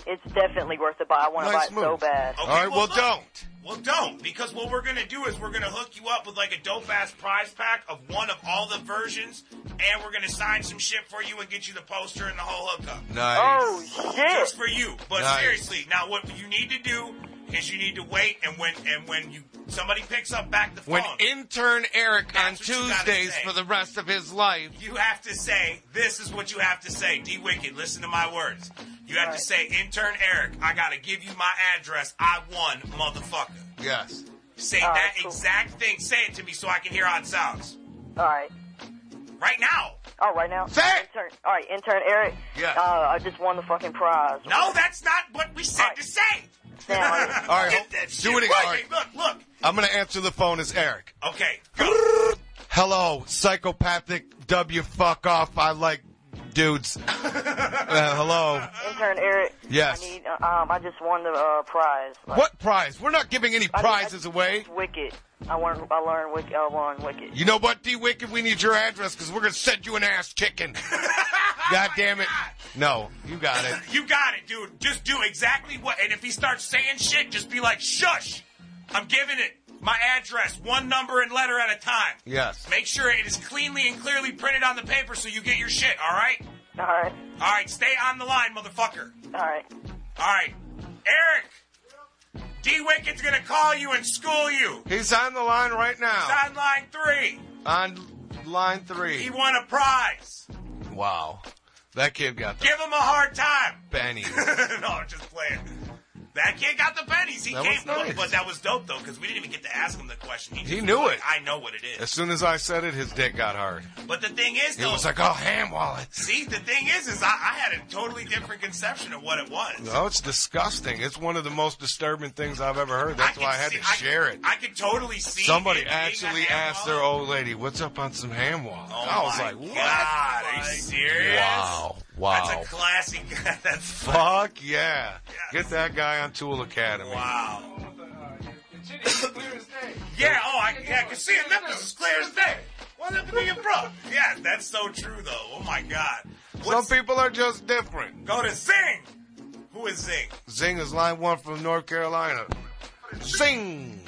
It's definitely worth the buy. I want to
Nice
buy it
move.
so bad.
All right, well,
look.
don't.
Well, don't, because what we're gonna do is we're gonna hook you up with like a dope ass prize pack of one of all the versions, and we're gonna sign some shit for you and get you the poster and the whole hookup.
Nice.
Oh shit!
Just for you. But
Nice.
seriously, now what you need to do is you need to wait, and when and when you somebody picks up back the phone,
When intern Eric on
That's what you gotta
Tuesdays
say.
for the rest of his life.
you have to say, this is what you have to say. D Wicked, listen to my words. You have to say, intern Eric, I gotta give you my address. I won, motherfucker.
Yes.
Say
All
that
right, cool.
exact thing. Say it to me so I can hear how it sounds.
All right.
Right now.
All right now.
Say it.
Intern, all right, intern Eric.
Yes.
Uh, I just won the fucking prize.
No, that's not what we said to say.
Damn, I-
All right,
Get
hold-
that
do
shit
it again.
right.
All right.
Look, look.
I'm going to answer the phone as Eric.
Okay. Go.
Hello, psychopathic W fuck off. I like dudes. Uh, hello.
intern Eric.
Yes.
I need. uh, Um, I just won the uh, prize. Like,
What prize? We're not giving any
I- I-
prizes away.
it's Wicked. I learned. I learned. Wicked. I learned Wicked.
You know what, D Wicked? We need your address because we're going to send you an ass kicking. God damn it. No, you got it.
You got it, dude. Just do exactly what. And if he starts saying shit, just be like, shush. I'm giving it my address, one number and letter at a time.
Yes.
Make sure it is cleanly and clearly printed on the paper so you get your shit, all right?
All right.
All right, stay on the line, motherfucker.
All right.
All right. Eric, D Wicked's going to call you and school you.
He's on the line right
He's
now.
on line three.
On line three.
He won a prize.
Wow. That kid got the
Give him a hard time.
pennies.
no, I'm just playing. That kid got the pennies. He
That
came
was
through,
nice.
but that was dope though because we didn't even get to ask him the question.
He
just
knew
was like,
it.
I know what it is.
As soon as I said it, his dick got hard.
But the thing is,
He
though,
was like, oh, ham wallets.
see, the thing is, is I, I had a totally different conception of what it was.
No, Oh, it's disgusting. It's one of the most disturbing things I've ever heard. That's
could
why I had
see-
to
I could-
share it.
I could totally see
Somebody
it being a
actually
ham
asked their
wallet.
old lady, what's up on some ham wallets?
Oh
I was
my
like, what?
God, are you serious?
Wow. Wow.
That's a classic. That's
Fuck yeah.
Yes.
Get that guy on Tool Academy.
wow.
The, uh, your titty is clear as day.
Yeah. Oh, I, yeah, I can see it. Memphis is clear as day. What happened to your bro? Yeah, that's so true though. Oh my God. What's-
Some people are just different.
Go to Zing. Who is Zing?
Zing is line one from North Carolina. Zing.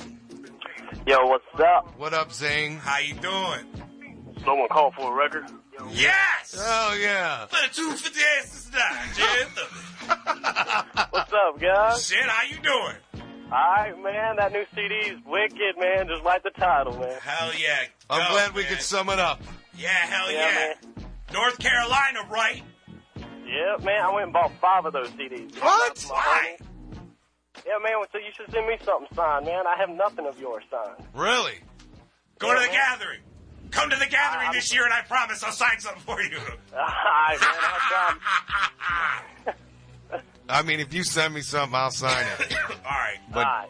Yo, what's up?
What up, Zing?
How you doing?
Someone called for a record.
Yes.
Oh,
Uh,
yeah.
For the two for the asses die, Jim.
What's up, guys?
Shit, how you doing?
Alright, man, that new CD's wicked, man. Just like the title, man.
Hell yeah.
I'm
Go,
glad we
man.
could sum it up.
Yeah, hell yeah.
Yeah,
North Carolina, right?
Yep, man, I went and bought five of those CDs.
What?
My
Why?
homie. Yeah, man, so you should send me something signed, man. I have nothing of yours signed.
Really?
Go to the
Yeah, man.
gathering. Come to the gathering
I'm-
this year, and I promise I'll sign something for you.
Alright, man, I'll try.
I mean, if you send me something, I'll sign it.
All right.
Alright.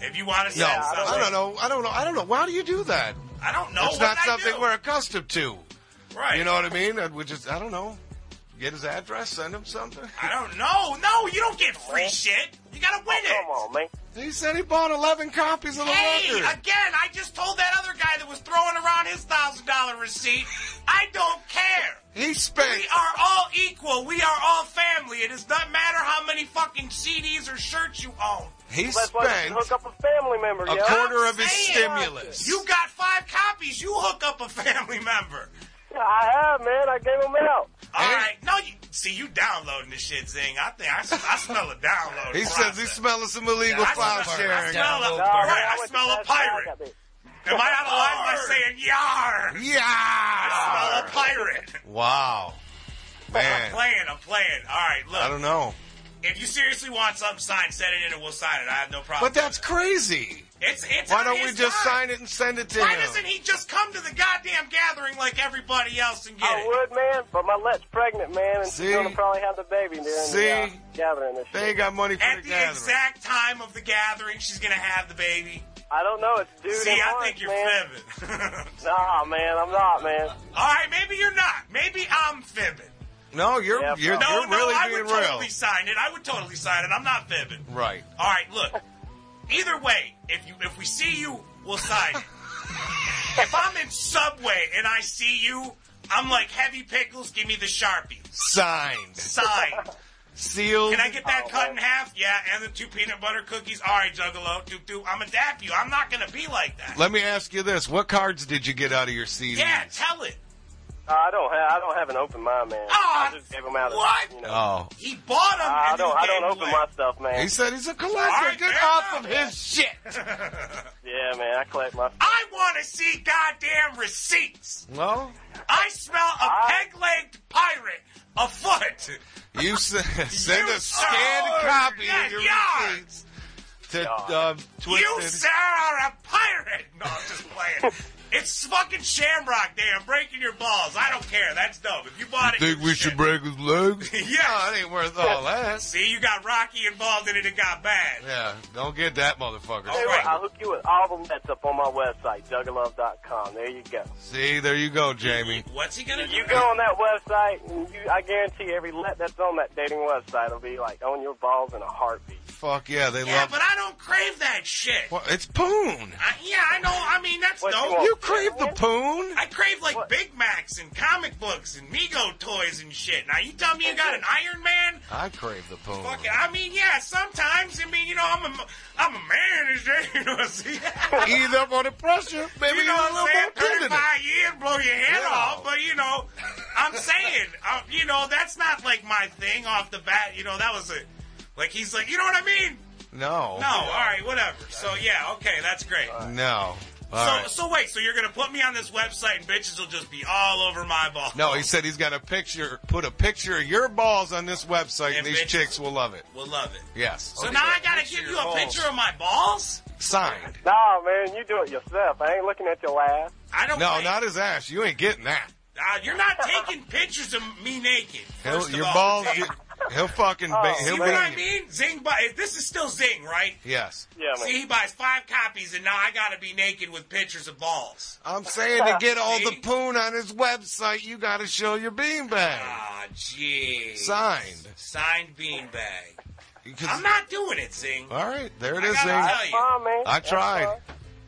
If you want to
No,
sign something,
I don't know. I don't know. I don't know. Why do you do that?
I don't know.
it's
what
not
I
something
do.
we're accustomed to.
right.
You know what I mean? And We just, I don't know. Get his address, send him something.
I don't know. No, you don't get free shit. You gotta win it.
Come on, man.
He said he bought 11 copies of the
Hey,
record.
again, I just told that other guy that was throwing around his thousand dollar receipt. I don't care.
He spent.
We are all equal. We are all family. It does not matter how many fucking CDs or shirts you own.
He
That's why you should
spent
hook up a family member,
a
yo.
quarter of his
saying.
stimulus.
You got five copies. You hook up a family member.
Yeah, I have, man. I gave them out.
All
Hey.
right. No, you see, you downloading this shit, Zing. I think I, I smell a download.
He says he's
process.
smelling some illegal
I smell,
file
I
sharing.
smell a,
No, man,
right, I
went
smell
to
a
Best Buy, I
pirate.
got this.
Am I out of line by saying yar? Smell
Yeah.
a pirate.
Wow.
I'm
Man,
playing. I'm playing. All right, look.
I don't know.
If you seriously want something signed, send it in and we'll sign it. I have no problem.
But that's crazy.
It's it's.
Why
on
don't we
his
just
dime.
sign it and send it to
Why
him?
doesn't he just come to the goddamn gathering like everybody else and get
I
it?
would, man, but my let's pregnant, man, and
See?
she's gonna probably have the baby during
See?
the uh, gathering this
They
year.
ain't got money for
At
the
the
gathering.
exact time of the gathering, she's gonna have the baby.
I don't know. It's dude
See,
and
I
lunch,
think you're
man.
fibbing.
Nah, man, I'm not, man.
All right, maybe you're not. Maybe I'm fibbing.
No, you're
no,
you're, you're
no,
really
I
being
would
real.
totally sign it. I would totally sign it. I'm not fibbing.
Right.
All right, look. Either way, if you if we see you, we'll sign it. if I'm in Subway and I see you, I'm like heavy pickles. Give me the sharpie.
Signed.
Sign.
Sealed.
Can I get that cut in half? Yeah, and the two peanut butter cookies. All right, Juggalo. Doop doop. I'm gonna dap you. I'm not gonna be like that.
Let me ask you this: What cards did you get out of your CD?
Yeah, tell it.
Uh, I don't have. I don't have an open mind, man.
Ah,
I just gave him out. as,
what?
you know,
Oh,
He bought them.
I
and
don't.
you
I don't
gave
open
away.
my stuff, man.
he said he's a collector.
All right,
get
fair
off
enough.
of his shit.
Yeah, man. I collect my.
I want to see goddamn receipts.
Well,
I smell a peg-legged pirate afoot.
you s- send
You
a scanned
sir.
copy
Yeah,
of your
yeah.
receipts to um, Twisted.
You, sir, are a pirate. No, I'm just playing. it's fucking Shamrock Day. I'm breaking your balls. I don't care. That's dope. If you bought it,
Think we should break his legs?
yeah.
That ain't worth all that.
See, you got Rocky involved in it. It got bad.
Yeah, don't get that motherfucker.
Tell you what, I'll hook you with all the nets up on my website, juggalove.com. There you go.
See, there you go, Jamie.
What's he gonna do?
You go on that website, and you, I guarantee every let that's on that dating website will be like on your balls in a heartbeat.
Fuck yeah, they
yeah,
love.
but I don't crave that shit.
Well, it's poon.
I, yeah, I know. I mean, that's
What
dope.
you want?
You crave the poon.
I crave like Big Macs and comic books and Mego toys and shit. Now you tell me you got an Iron Man?
I crave the poon.
Fuck it. I mean, yeah, sometimes. I mean, you know, I'm a, I'm a manager. You know what I'm saying?
Ease up on the pressure, baby.
You know what I'm
got a little
saying?
more kid in it.
35 years, blow your head
Yeah.
off. But, you know, I'm saying, uh, you know, that's not like my thing off the bat. You know, that was it. Like, he's like, you know what I mean?
No.
No, all right, whatever. So, yeah, okay, that's great.
No. All
so,
right.
so wait, so you're going to put me on this website and bitches will just be all over my ball.
No, he said he's got a picture. Put a picture of your balls on this website, and
And
these
bitches.
chicks will love it.
We'll love it.
Yes,
So now I gotta give you a picture of my balls?
signed.
Nah, man, you do it yourself. I ain't looking at your ass.
I don't.
No,
like-
not his ass. You ain't getting that.
Uh, you're not taking pictures of me naked.
He'll,
First of
your
all.
balls.
Zing.
He'll fucking. Ba-
Oh,
he'll
See what I
bang you.
mean? Zing. Buy. This is still Zing, right?
Yes.
Yeah, man.
See, he buys five copies, and now I gotta be naked with pictures of balls.
I'm saying to get all the
See?
poon on his website, you got to show your beanbag
Ah, jeez.
signed.
Signed beanbag.
'Cause-
I'm not doing it, Zing.
all right, there it
I
is.
gotta
Zane.
tell you.
Fine, man.
I
That's
tried.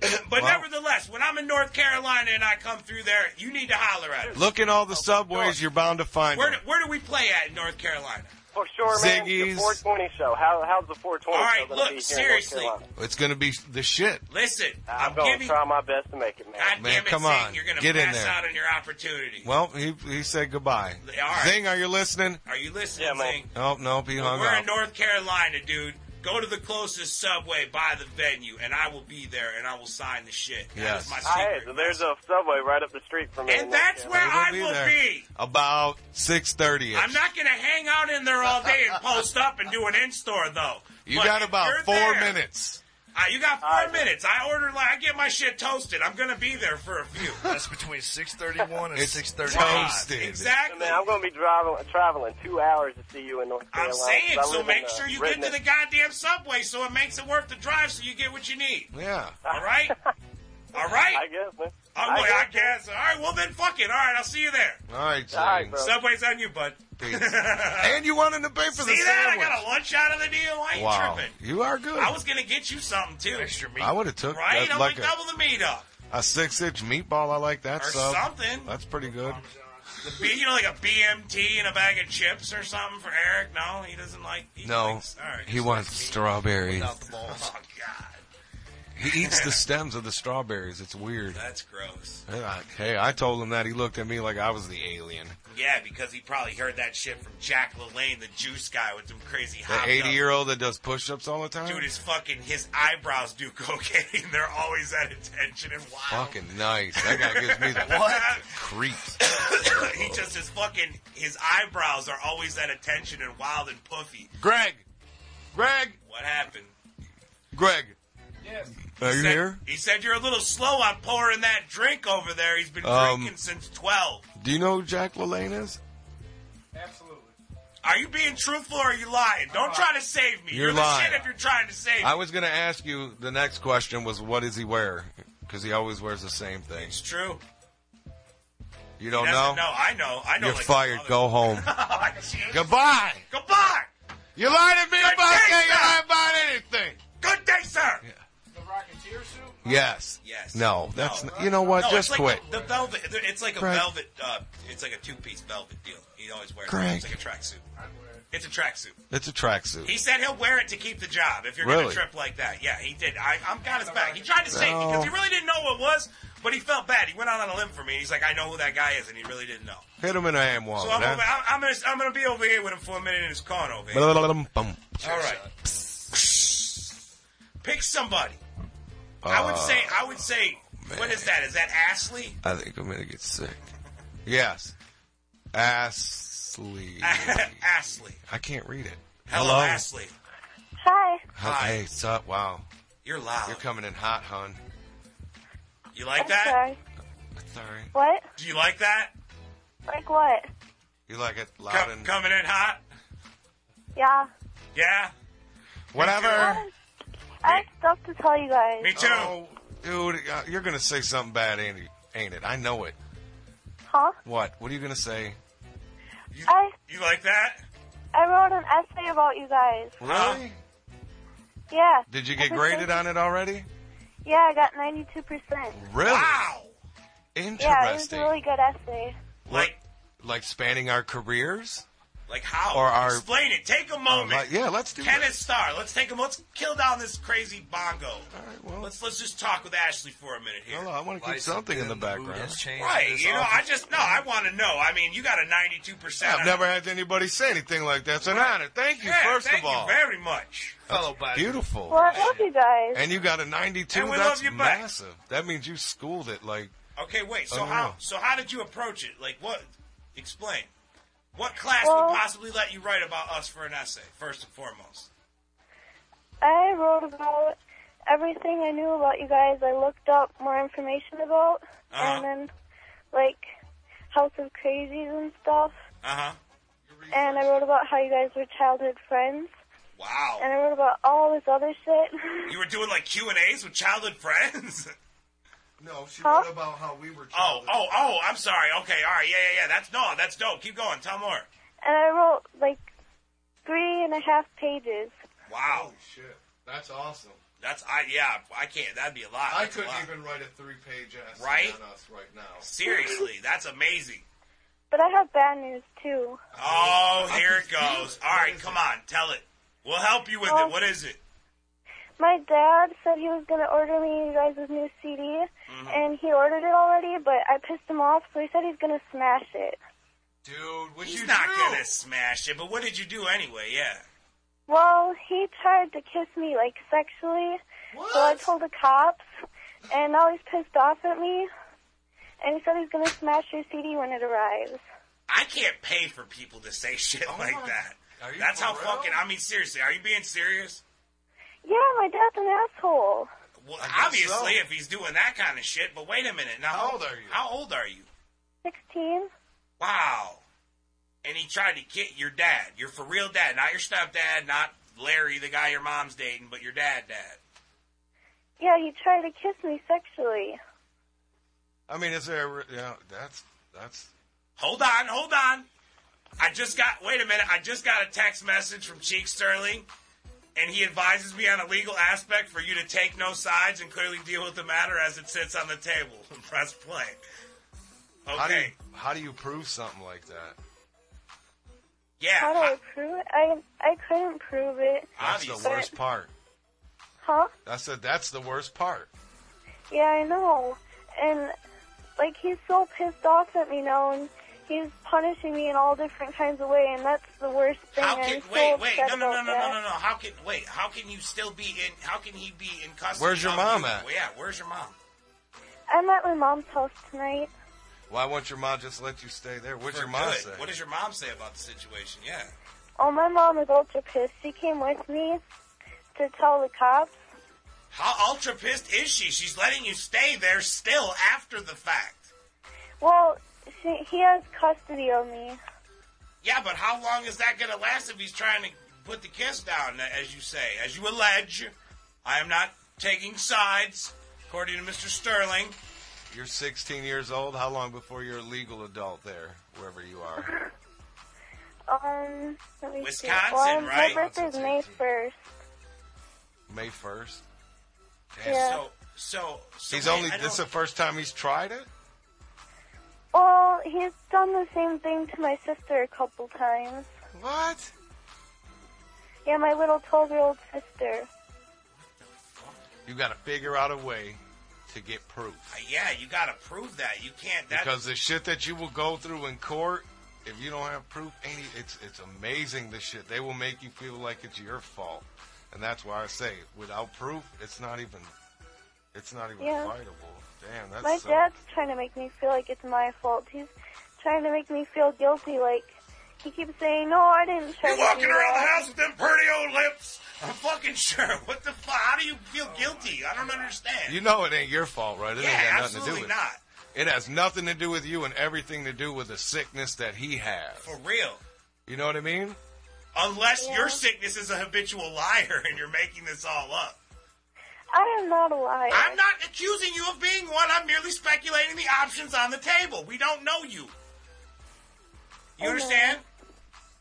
But
Well-
nevertheless, when I'm in North Carolina and I come through there, you need to holler at us.
Look in all the subways. You're bound to find
Where do,
them.
where do we play at in North Carolina?
For Oh, sure, man.
Ziggy's.
The 420 show. How, how's the 420
All right,
show gonna
look,
be here
seriously.
In North Carolina?
It's going to be the shit.
Listen,
I'm,
I'm,
gonna
giving.
try my best to make it, man.
God
Man,
damn it,
come
Zing,
on.
you're gonna
Get in
pass
there.
out on your opportunity.
Well, he he said goodbye.
All right.
Zing, are you listening?
Are you listening,
Yeah, man.
Zing?
Oh no, he hung
We're
up.
in North Carolina, dude. Go to the closest subway by the venue, and I will be there, and I will sign the shit. That
Yes.
is my
Hey,
secret.
there's a subway right up the street from me. in
and
North
that's
Carolina.
where
We're gonna
I will
there
be.
about six thirty.
I'm not going to hang out in there all day and post up and do an in store though.
You
But
got
if
about
you're
four
there-
minutes.
Uh, you got four
All right.
minutes. I order like I get my shit toasted. I'm going to be there for a few.
That's between 631 and
It's
635.
toasted.
Exactly.
Man, I'm going to be driving, traveling two hours to see you in North
I'm
Carolina. 'cause
saying,
I
so
live in,
make
uh,
sure you get to
Redneck.
the goddamn subway so it makes it worth the drive so you get what you need.
Yeah.
All right? All
I
right?
guess, man.
I'm like, I guess. All right, well then, fuck it. All right, I'll see you there.
All right, Zing.
All right, bro.
Subway's on you, bud.
Peace. and you wanted to pay for the
see that? I
sandwich.
got a lunch out of the deal. I ain't
wow,
tripping.
you are good.
I was gonna get you something too.
Extra meat.
I would have took
Right?
uh,
I'm like
like a,
double the meat up
a six-inch meatball. I like that
or
sub.
something.
That's pretty good.
The B, you know, like a BMT and a bag of chips or something for Eric. No, he doesn't like. He
No,
likes- all right,
he
just
wants
likes meat.
strawberries.
Without the balls.
Oh God,
He eats the stems of the strawberries. It's weird.
that's gross.
And I- Hey, I told him that. He looked at me like I was the alien.
Yeah, because he probably heard that shit from Jack LaLanne, the juice guy with them crazy
The
hot
eighty-year-old that does push-ups all the time.
Dude is fucking his eyebrows do cocaine. They're always at attention and wild.
Fucking nice. That guy gives me the
What?
creeps.
he just is fucking his eyebrows are always at attention and wild and puffy.
Greg, Greg,
What happened?
Greg.
Yes.
Are you
said,
here?
He said you're a little slow on pouring that drink over there. He's been
Um,
drinking since 12.
Do you know who Jack LaLanne is?
Absolutely. Are you being truthful or are you lying? Don't
I'm
try to save me.
You're
the
lying.
shit if you're trying to save me.
I was going to ask you. The next question was, what does he wear? Because he always wears the same thing.
It's true.
You don't
He
know?
doesn't know. I know. I know
You're
like
fired. Go home. Goodbye.
Goodbye.
You lied to me
Good
about
day,
that. You
sir.
lied about anything.
Good day, sir.
Yes.
Yes.
No, that's n you know what?
No,
Just
it's
quit.
like The velvet. It's like a
Greg.
velvet. Uh, it's like a two-piece velvet deal. He always wears.
Greg.
It. It's like a tracksuit. It's a tracksuit.
It's a tracksuit.
He said he'll wear it to keep the job if you're
Really?
gonna trip like that. Yeah, he did. I, I'm got his back. He tried to save me
No.
because he really didn't know what it was, but he felt bad. He went out on a limb for me. He's like, I know who that guy is, and he really didn't know.
Hit him in the ham wall.
so I'm, over, I'm, I'm gonna I'm gonna be over here with him for a minute in his car over here. All right. Pick somebody. I
Uh,
would say. I would say. What is that? Is that Ashley?
I think I'm gonna get sick. Yes. Ashley.
Ashley.
I can't read it.
Hello, Ashley.
Hi.
Hi. Hey, sup? Wow.
You're loud.
You're coming in hot, hon.
You like
I'm
that?
sorry.
Sorry.
What?
Do you like that?
Like what?
You like it loud
Co-
and
coming in hot?
Yeah.
Yeah.
whatever.
I have stuff to tell you guys.
Me too.
Dude, uh, you're gonna say something bad, ain't you? Ain't it? I know it.
Huh?
What? What are you gonna say?
I
You like that?
I wrote an essay about you guys.
Really?
Yeah.
Did you get
I've been
graded on it already?
thinking- Yeah, I got 92%.
Really?
Wow.
Yeah, it was a
Interesting.
really good essay.
Like,
like spanning our careers?
Like how?
Or our-
Explain it. Take a moment.
like- yeah, let's do
Kenneth Starr. Let's take him. Let's kill down this crazy bongo. All right. Well, let's let's just talk with Ashley for a minute here.
Hello, I want to keep
License
something in the background.
Right. You know, I just no. I want to know. I mean, you got a ninety-two percent.
I've never had anybody say anything like that. It's an honor. Thank you,
Yeah,
first
thank
of all.
you very much.
Hello, buddy. Beautiful.
Well, I love you guys.
And you got a 92.
And we
That's
love you back.
massive. That means you schooled it. Like,
Okay, wait. So
Unreal.
how? So how did you approach it? Like what? Explain. What class
Well-
would possibly let you write about us for an essay? First and foremost.
I wrote about everything I knew about you guys. I looked up more information about,
Uh-huh.
and then like House of Crazies and stuff.
Uh huh.
And I wrote about how you guys were childhood friends.
Wow.
And I wrote about all this other shit.
You were doing like Q and A's with childhood friends.
no, she
Huh?
wrote about how we were.
Oh, oh, oh! I'm sorry. Okay, all right. Yeah, yeah, yeah. That's no, that's dope. Keep going. Tell more.
And I wrote like three and a half pages.
Wow.
shit, that's awesome.
That's I. Yeah, I can't. That'd be a lot.
I
That's a
couldn't
lot.
even write a three-page essay
Right?
on us right now.
Seriously, that's amazing.
But I have bad news too.
Oh, here it goes. All right, come on, tell it. Oh, We'll help you with it. What is it?
My dad said he was gonna order me you guys' new CD,
Mm-hmm.
and he ordered it already, but I pissed him off, so he said he's gonna smash it.
He's not gonna smash it. But what did you do anyway? Yeah.
Well, he tried to kiss me like sexually, so I told the cops, and now he's pissed off at me, and he said he's gonna smash your CD when it arrives.
I can't pay for people to say shit like that. That's how fucking. I mean, seriously, are you being serious?
Yeah, my dad's an asshole.
Well,
guess
obviously,
so.
if he's doing that kind of shit. But wait a minute. Now, how old are you? How old are you?
Sixteen.
Wow. And he tried to get your dad, your for real dad, not your stepdad, not Larry, the guy your mom's dating, but your dad, dad.
Yeah, he tried to kiss me sexually.
I mean, is there? a re- Yeah, that's that's.
Hold on, hold on. I just got, wait a minute, I just got a text message from Cheek Sterling, and he advises me on a legal aspect for you to take no sides and clearly deal with the matter as it sits on the table. Press play.
How do you,
Okay.
how do you prove something like that?
Yeah.
How do I prove it? I I couldn't prove it.
That's the
Obviously.
worst part.
Huh?
I said that's the worst part.
Yeah, I know. And like he's so pissed off at me now, and he's punishing me in all different kinds of way, and that's the worst thing.
How
I'm
can
so
wait wait
upset
no no no
about
no no
that.
no no how can wait how can you still be in how can he be in custody?
Where's your
of
mom
you?
at?
Well, yeah, where's your mom?
I'm at my mom's house tonight.
Why won't your mom just let you stay there? What's
For
your mom
good.
say?
What does your mom say about the situation? Yeah.
Oh, my mom is ultra pissed. She came with me to tell the cops,
How ultra pissed is she? She's letting you stay there still after the fact.
Well, she, he has custody of me.
Yeah, but how long is that going to last if he's trying to put the kiss down, as you say, as you allege? I am not taking sides, according to Mr. Sterling.
You're 16 years old. How long before you're a legal adult there, wherever you are?
Um, let me see.
Wisconsin,
Well,
right?
My birthday's May first.
May 1st.
Damn. Yeah.
So, so, so
he's
wait,
only.
I
This is the
don't-
first time he's tried it.
Well, he's done the same thing to my sister a couple times.
What?
Yeah, my little twelve-year-old sister.
You got to figure out a way to get proof
yeah, you got to prove that. You can't. That,
because the shit that you will go through in court if you don't have proof, ain't it- it's it's amazing. The shit they will make you feel like it's your fault, and that's why I say without proof, it's not even it's not even
Yeah.
fightable. Damn, that's
my
so-
dad's trying to make me feel like it's my fault. He's trying to make me feel guilty. Like he keeps saying, "No, I didn't try
You're
to
walking
do
around the
that."
house with them pretty old lips. I'm fucking sure. What the fuck? How do you feel guilty? I don't understand.
You know it ain't your fault, right? It
Yeah,
ain't got nothing
absolutely
to do with
not.
it. It has nothing to do with you and everything to do with the sickness that he has.
For real.
You know what I mean?
Unless your sickness is a habitual liar and you're making this all up.
I am not a liar.
I'm not accusing you of being one. I'm merely speculating the options on the table. We don't know you. You understand?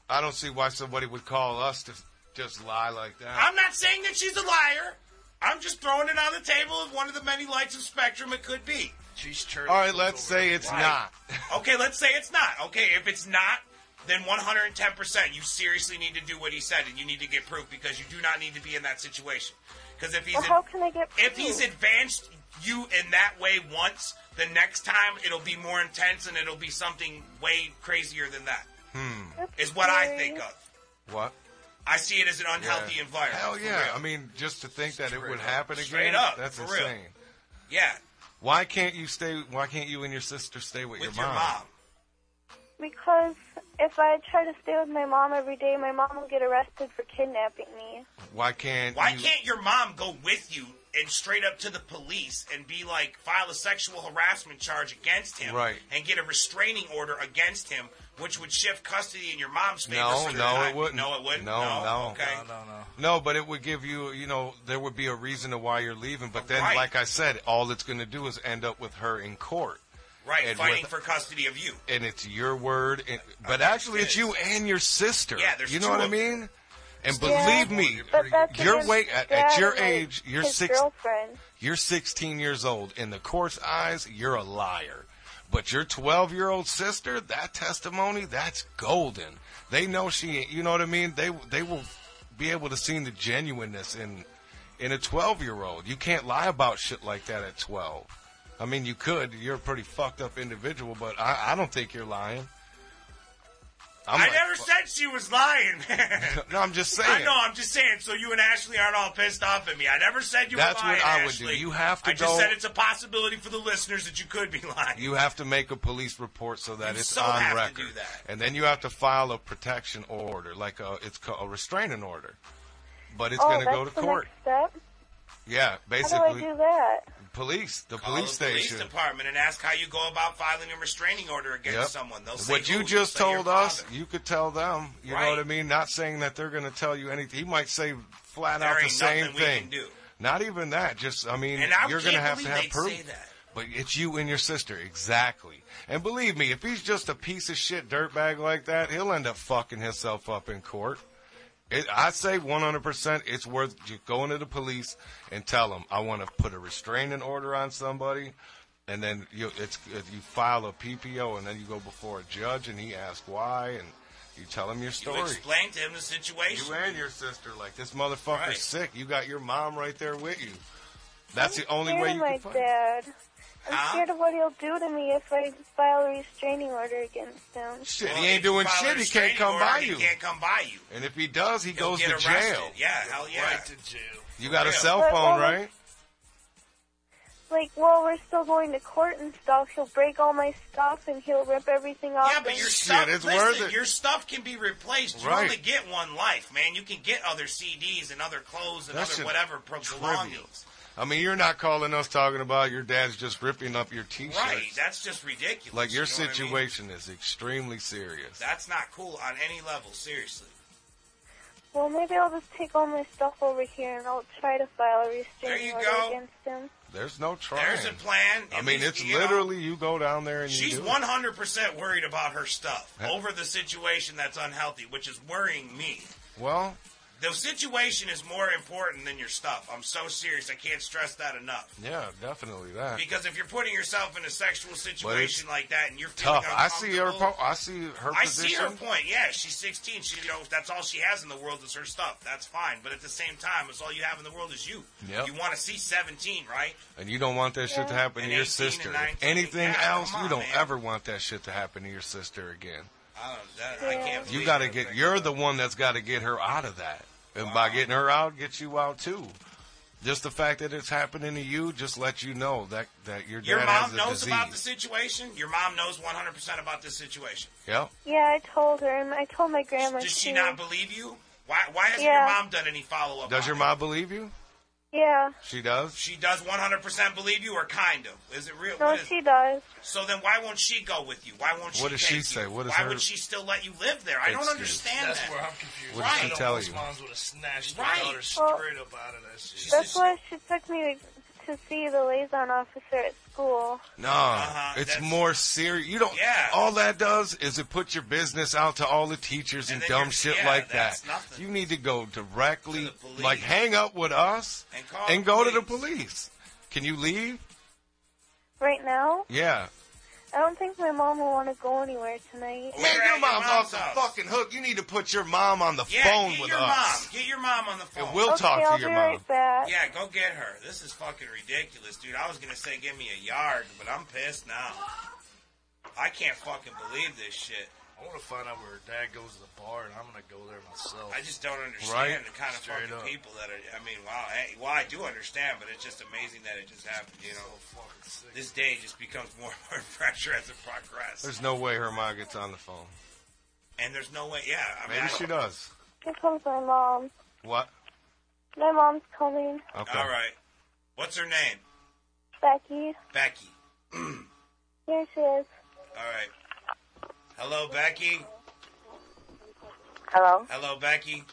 I don't see why somebody would call us to just lie like that.
I'm not saying that she's a liar. I'm just throwing it on the table of one of the many lights of spectrum it could be.
She's turning.
All right, let's say it's not.
okay, let's say it's not. Okay, if it's not, then 110%, you seriously need to do what he said and you need to get proof because you do not need to be in that situation. Because if he's
Well,
in-
how can I get?
if he's advanced you in that way once, the next time it'll be more intense and it'll be something way crazier than that.
Hmm.
Is what I think of.
What?
I see it as an unhealthy
Yeah.
environment.
Hell
for
yeah.
real.
I mean, just to think that it would
up.
happen again.
Straight up,
That's
for real.
insane.
Yeah,
Why can't you stay? Why can't you and your sister stay with,
with your mom.
Because if I try to stay with my mom every day, my mom will get arrested for kidnapping me.
Why can't?
Why
you-
can't your mom go with you and straight up to the police and be like, file a sexual harassment charge against him,
Right.
And get a restraining order against him, which would shift custody in your mom's favor.
No,
so
no,
they're not-
it wouldn't.
No, it wouldn't.
No, no.
Okay.
No, but it would give you, you know, there would be a reason to why you're leaving. But then,
Right.
like I said, all it's going to do is end up with her in court.
Right,
And
fighting
with-
for custody of you.
and it's your word. And, but actually, it's you and your sister.
Yeah, there's
you know
two
what I
of you.
mean. And
Yeah,
believe me,
but that's
you're
against
way at,
dad
at your
and my-
age. You're
his
six.
girlfriend.
You're 16 years old. In the court's eyes, you're a liar. But your 12 year old sister, that testimony, that's golden. They know she. You know what I mean. They they will be able to see the genuineness in in a 12 year old. You can't lie about shit like that at 12. I mean, you could. You're a pretty fucked up individual, but I, I don't think you're lying. I'm
i
like,
never
"Fuck."
said she was lying, man.
No, I'm just saying.
I know. I'm just saying. So you and Ashley aren't all pissed off at me. I never said you
That's
were lying.
what I would do.
Ashley.
You have to
I just
go-
said it's a possibility for the listeners that you could be lying.
You have to make a police report so that
You
it's
so
on
have to
record,
do that.
and then you have to file a protection order, like a it's called a restraining order. But it's
oh,
going to go to
that's the
court.
Next step.
Yeah,
How do I
basically,
do that?
police, the
Call
police
the
station.
police department, and ask how you go about filing a restraining order against
Yep.
someone. They'll say
What
who.
you
They'll
just
say your
told us,
father.
you could tell them. You know what I mean? Not saying that they're going to tell you anything. He might say flat
There
out the
ain't
same
nothing we can
thing.
do.
Not even that. Just I mean,
And I
you're
can't
going to have to
believe
have
they'd
proof.
say that.
But it's you and your sister exactly. And believe me, if he's just a piece of shit dirtbag like that, he'll end up fucking himself up in court. It, I say 100%. It's worth you going to the police and tell them I want to put a restraining order on somebody, and then you it's you file a PPO, and then you go before a judge, and he asks why, and you tell him your story.
You explain to him the situation.
You and your sister, like this motherfucker's
Right.
sick. You got your mom right there with you. That's the only
scared
way
of
you
my
can find.
dad. I'm
Huh?
scared of what he'll do to me if I file a restraining order against him.
Shit,
Well,
he
if
ain't
you
doing
file a
shit. He can't
restraining
come
order,
by
he
you.
can't come by you.
And if he does, he
He'll
goes
get
to
arrested.
jail.
Yeah, hell yeah.
Right to jail.
You got a cell
But
phone,
all the-
right?
Like, while we're still going to court and stuff, he'll break all my stuff and he'll rip everything off.
Yeah, but
and-
your stuff,
it's
listen,
worth it.
your stuff can be replaced. You
Right.
only get one life, man. You can get other CDs and other clothes and
That
other
shit
whatever pro-
trivial.
belongings.
I mean, you're not calling us talking about your dad's just ripping up your t shirt.
Right, that's just ridiculous.
Like, your
you know what I mean?
situation is extremely serious.
That's not cool on any level, seriously.
Well, maybe I'll just take all my stuff over here and I'll try to file a restraining
you
order
go.
against him.
There's no trying.
There's a plan.
I
At
mean,
least,
it's
you know,
literally you go down there and
She's
you do it.
100% worried about her stuff
Yeah.
over the situation that's unhealthy, which is worrying me.
Well,
The situation is more important than your stuff. I'm so serious. I can't stress that enough.
yeah, definitely that.
Because if you're putting yourself in a sexual situation like that and you're feeling
Tough. I see her. Po- I see her
I
position.
see her point. Yeah, she's 16. She, you know, that's all she has in the world is her stuff. That's fine. But at the same time, it's all you have in the world is you.
Yep.
You want to see 17, right?
And you don't want that shit to happen
And
to your
18 and
sister.
19.
If anything
Yeah,
else,
come
you
on,
don't
man.
ever want that shit to happen to your sister again.
I don't. That, I can't.
You
believe
got to
that.
get. You're the one that's got to get her out of that. And by getting her out, get you out too. Just the fact that it's happening to you just lets you know that that your dad
Your
has
mom
a
knows
disease.
about the situation. Your mom knows 100% about this situation.
Yep.
Yeah, I told her and I told my grandma.
Does she
too.
not believe you? Why, why hasn't
Yeah.
your mom done any follow up?
Does your mom believe you?
Yeah.
She does.
She does 100% believe you, or kind of? Is it real?
No,
what is,
she does.
so then why won't she go with you? Why won't she?
What does she
take
say?
You?
What is
why
her-
would she still let you live there? I don't
Excuse.
understand
That's
that.
where I'm confused.
What did she
I know
tell
most
you?
moms would have snatched their
Right.
daughter
Well,
straight up out of that shit.
That's why she took me to, to see the liaison officer at school.
No,
Uh-huh,
it's more serious. You don't.
Yeah.
All that does is it puts your business out to all the teachers and,
then
dumb
you're-
shit
yeah,
like
that's
that. You need to go directly, like, hang up with us
And call the
go to the police. Can you leave?
Right now,
Yeah.
I don't think my mom will want to go anywhere tonight.
Man, your mom's off the fucking hook. You need to put your mom on the
Yeah,
phone
get
with
your
us.
mom. Get your mom on the phone.
And we'll Okay, talk to I'll your be right mom. back.
Yeah, go get her. This is fucking ridiculous, dude. I was gonna say give me a yard, but I'm pissed now. I can't fucking believe this shit.
I want to find out where her dad goes to the bar, and I'm gonna go there myself.
I just don't understand
Right.
the kind of
Straight
fucking
up.
people that are. I mean, wow. Hey, well, I do understand, but it's just amazing that it just happened. You know, this day just becomes more and more pressure as it progresses.
There's no way her mom gets on the phone.
and there's no way. Yeah, I mean,
Maybe
I-
she does.
Here comes my mom.
What?
My mom's coming.
Okay.
All right. What's her name?
Becky.
Becky.
Here she is.
All right. Hello, Becky.
Hello?
Hello, Becky.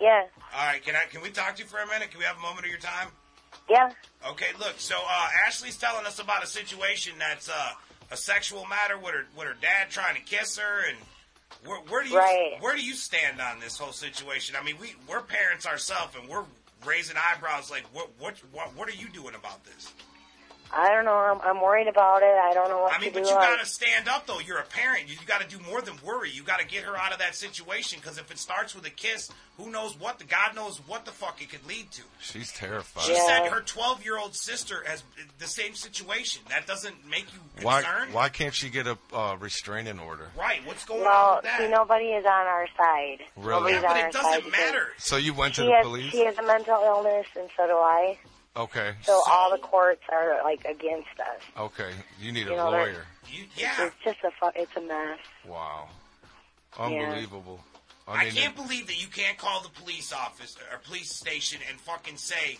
Yes.
All right, can I can we talk to you for a minute? Can we have a moment of your time?
Yeah.
Okay, look. So uh, Ashley's telling us about a situation that's uh, a sexual matter with her with her dad trying to kiss her, and where, where do you
Right.
where do you stand on this whole situation? I mean, we we're parents ourselves, and we're raising eyebrows like what what what what are you doing about this?
I don't know. I'm, I'm worried about it. I don't know what
I mean,
to
but
do.
you
I-
got to stand up, though. You're a parent. You, you got to do more than worry. You got to get her out of that situation because if it starts with a kiss, who knows what the God knows what the fuck it could lead to.
She's terrified.
She said her 12 year old sister has the same situation. That doesn't make you
Why?
concerned,
Why can't she get a uh, restraining order?
right? What's going on
no,
with that?
see, nobody is on our side.
Really?
Nobody's
Yeah,
on
but it
our
doesn't
side because
matter.
So you went to
She
the
has,
police?
she has a mental illness, and so do I.
Okay.
So, all the courts are like against us.
Okay. You need a
You know, there's-
lawyer.
Yeah.
It's just a fu- it's a mess.
Wow.
Yeah.
Unbelievable.
I,
I mean,
can't believe that you can't call the police office or police station and fucking say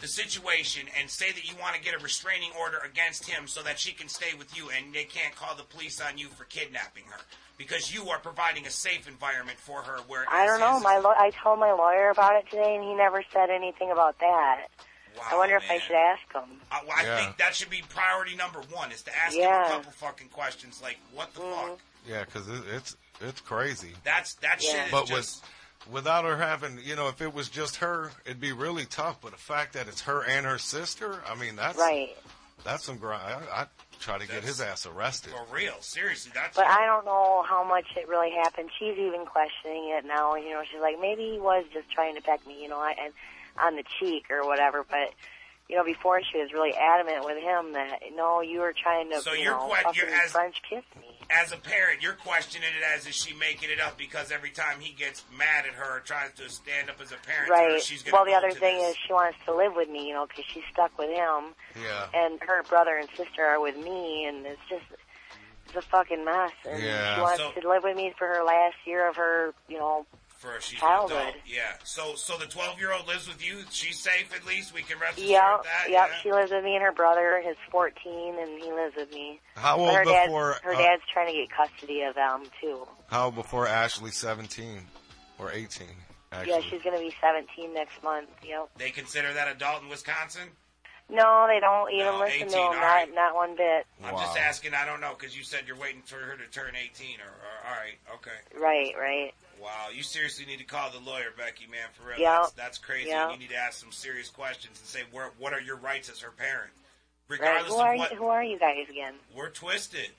the situation and say that you want to get a restraining order against him so that she can stay with you and they can't call the police on you for kidnapping her because you are providing a safe environment for her where
I don't know. My law I told my lawyer about it today, and he never said anything about that. I wonder if I should ask him.
I, well, I
Yeah.
think that should be priority number one is to ask him
Yeah. Mm-hmm.
a couple fucking questions like what the fuck
yeah, because it, it's it's crazy.
that's that shit is
But
just
with without her having, you know, if it was just her, it'd be really tough. But the fact that it's her and her sister, I mean, that's
Right.
That's some grind. I, I try to get his ass arrested.
for real seriously that's
But I don't know how much it really happened. She's even questioning it now. You know, she's like, maybe he was just trying to peck me, you know, I- and on the cheek or whatever. But you know, before she was really adamant with him that no, you were trying to,
So
you
you're
know,
quite-
fucking
you're as-
French kiss me.
as a parent, you're questioning it as is she making it up because every time he gets mad at her or tries to stand up as a parent, to her,
Right.
she's gonna
Well, the
go
other
to
thing
this.
is she wants to live with me, you know, because she's stuck with him,
Yeah.
and her brother and sister are with me, and it's just it's a fucking mess. And
Yeah.
she wants
So-
to live with me for her last year of her, you know,
for she's
Childhood.
an adult. Yeah. So so the twelve year old lives with you. She's safe at least. We can rest assured
Yeah,
of that.
yeah. She lives with me and her brother. His 14, and he lives with me.
How
But
old
her dad-
before,
her
uh,
dad's trying to get custody of them too.
How before Ashley 17 or 18? Actually.
Yeah, she's gonna be 17 next month. Yep.
They consider that adult in Wisconsin.
No, they don't even
No,
listen
18,
to him.
all
Not
right.
not one bit.
I'm just asking. I don't know because you said you're waiting for her to turn 18. Or, or all right, okay.
Right, right.
Wow, you seriously need to call the lawyer, Becky, man, for real.
Yeah.
That's, that's crazy.
Yeah.
You need to ask some serious questions and say, where, what are your rights as her parent?
Right.
Regardless
Who are
of
you,
what,
who are you guys again?
we're twisted.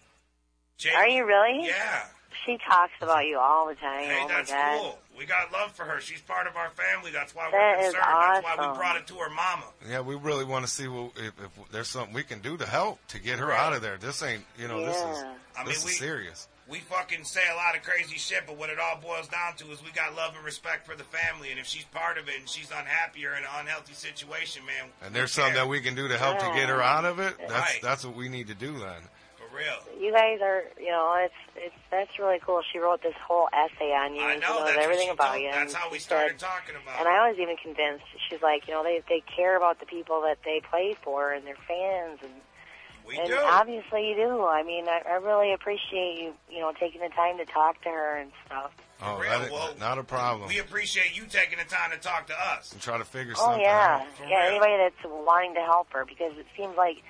Jamie,
Are you really?
Yeah.
She talks about you all the time.
Hey,
oh
that's
my god.
cool. We got love for her. She's part of our family. That's why
That
we're
is
concerned. That's why we
awesome.
brought it to her mama.
Yeah, we really want to see what, if, if there's something we can do to help to get her out of there. This ain't, you know, this is
Yeah. I mean,
this
we-
is serious.
We fucking say a lot of crazy shit, but what it all boils down to is we got love and respect for the family. And if she's part of it and she's unhappy or in an unhealthy situation, man,
And there's something that we can do to help to get her out of it. That's
Right.
that's what we need to do then.
for real.
You guys are, you know, it's it's that's really cool. She wrote this whole essay on you.
I know,
she knows
that's what
everything
she
about
told-
you.
that's
and
how we
she
started
said-
talking about
And
it.
I was even convinced. She's like, you know, they they care about the people that they play for and their fans, and
we
and
do.
obviously you do. I mean, I, I really appreciate you, you know, taking the time to talk to her and stuff.
Oh, that, not a problem.
We appreciate you taking the time to talk to us.
And try to figure
Oh
something
yeah,
out.
yeah. Anybody that's wanting to help her, because it seems like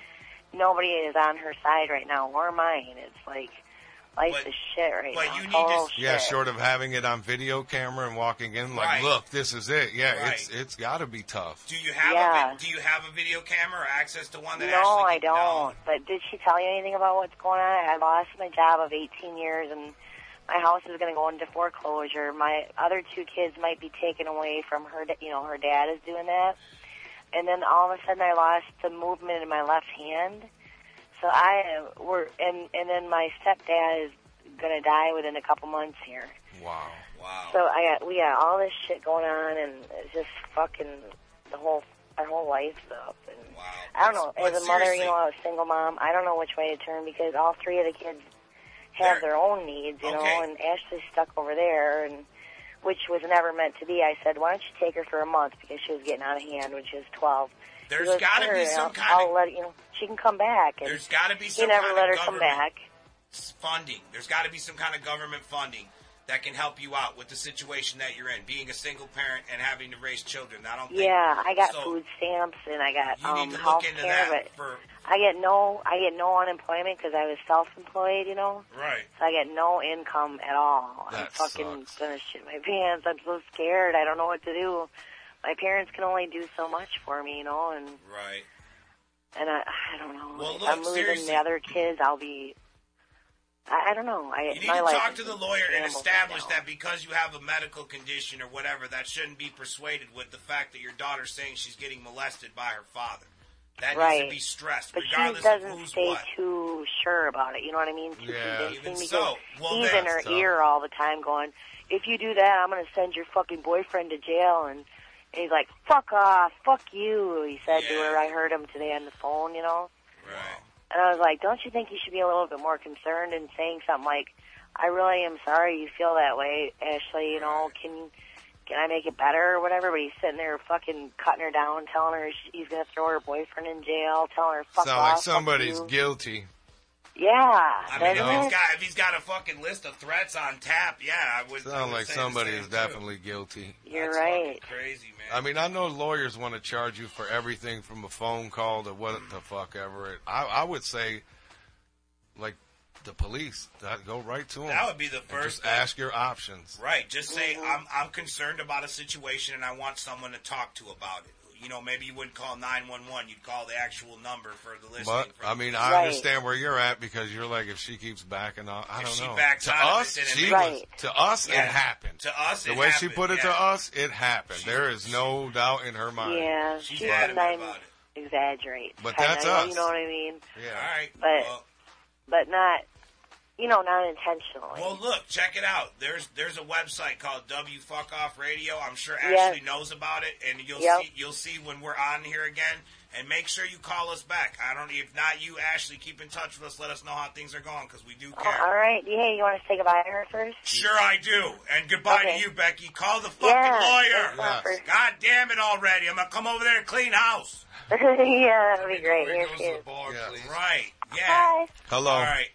nobody is on her side right now, or mine. It's like life is shit right now. Total shit.
Yeah, short of having it on video camera and walking in like,
Right.
look, this is it. Yeah,
Right.
it's it's got to be tough.
Do you have
Yeah.
a vi- do you have a video camera or access to one that
No,
actually
I don't. But did she tell you anything about what's going on? I lost my job of 18 years, and my house is going to go into foreclosure. My other two kids might be taken away from her. da- You know, her dad is doing that. And then all of a sudden, I lost the movement in my left hand. So I am. We're and and then my stepdad is going to die within a couple months here.
Wow.
Wow.
So I got we got all this shit going on, and it's just fucking the whole our whole life's up. And I don't know.
But
as a mother, you
seriously-
know, I was single mom. I don't know which way to turn because all three of the kids have their own needs, you know. And Ashley's stuck over there, and which was never meant to be. I said, why don't you take her for a month because she was getting out of hand when she was twelve.
There's
She goes,
gotta be
"Sure,
some
I'll-
kind
I'll let you know she can come back. And
There's gotta be
He
some
never
kind
let her
of
come
government.
back.
funding. There's got to be some kind of government funding that can help you out with the situation that you're in, being a single parent and having to raise children. I don't think.
Yeah, I got
so
food stamps and I got
You
um,
need to
health
look into
care,
that
but
for
I get no I get no unemployment because I was self-employed, you know.
right.
So I get no income at all. I'm
That
fucking gonna shit my pants. I'm so scared. I don't know what to do. My parents can only do so much for me, you know, and
Right.
and I I don't know.
Well,
if
look,
I'm losing
seriously.
the other kids. I'll be. I, I don't know. I
You need
my
to
life
talk
is
to the
just
lawyer and
scrambled right
establish
now.
that because you have a medical condition or whatever, that shouldn't be persuaded with the fact that your daughter's saying she's getting molested by her father. That needs
Right.
to be stressed,
But she
regardless of
doesn't
who's
stay
what.
too sure about it. You know what I mean? Too
Yeah.
convincing
Even
because
so, well,
he's in
that's
her
tough.
ear all the time, going, "If you do that, I'm going to send your fucking boyfriend to jail." And, and he's like, "Fuck off, fuck you." He said to her. I heard him today on the phone. You know.
Right.
And I was like, "Don't you think you should be a little bit more concerned and saying something like, "I really am sorry you feel that way, Ashley. You know, can." Can I make it better or whatever? But he's sitting there fucking cutting her down, telling her she- he's gonna throw her boyfriend in jail, telling her fuck
Sound
off.
like
fuck
somebody's
you."
guilty.
Yeah.
I mean, if
doesn't it?
he's got if he's got a fucking list of threats on tap, yeah, I would. I
Sound
would
like
say the
somebody
same
is
too.
definitely guilty.
You're right.
Crazy man.
I mean, I know lawyers want to charge you for everything from a phone call to what the fuck ever. It, I, I would say, like the police, that, go right to them.
That would be the first
Just
thing.
ask your options.
Right. Just say
Mm-hmm.
I'm I'm concerned about a situation and I want someone to talk to about it. You know, maybe you wouldn't call nine one one. You'd call the actual number for the listening.
But
for
I
the-
mean, I understand where you're at because you're like, if she keeps backing off, I
If
don't
she
know.
backs
to
out of it,
us,
then it
she
makes-
was, to us,
Yeah.
it happened.
To us,
the
it
way she
happened,
put it to
yeah.
us, it happened. there is no doubt in her mind.
Yeah, she sometimes exaggerates.
But
kinda,
that's
you know-
us.
You know what I mean?
Yeah.
All right.
But
well,
but not, you know, not intentionally.
Well, look, check it out. There's there's a website called W Fuck Off Radio. I'm sure
Yeah.
Ashley knows about it, and you'll
Yep.
see you'll see when we're on here again, And make sure you call us back. I don't. If not you, Ashley, keep in touch with us. Let us know how things are going because we do
Oh,
care.
all right. Yeah, you want to say goodbye to her first?
Sure, I do. And goodbye to you, Becky. Call the fucking
Yeah,
lawyer.
it's not Yes.
God damn it already. I'm going to come over there and clean house.
yeah, that'd be great. Here she is.
Right. Yeah.
Hello.
All right.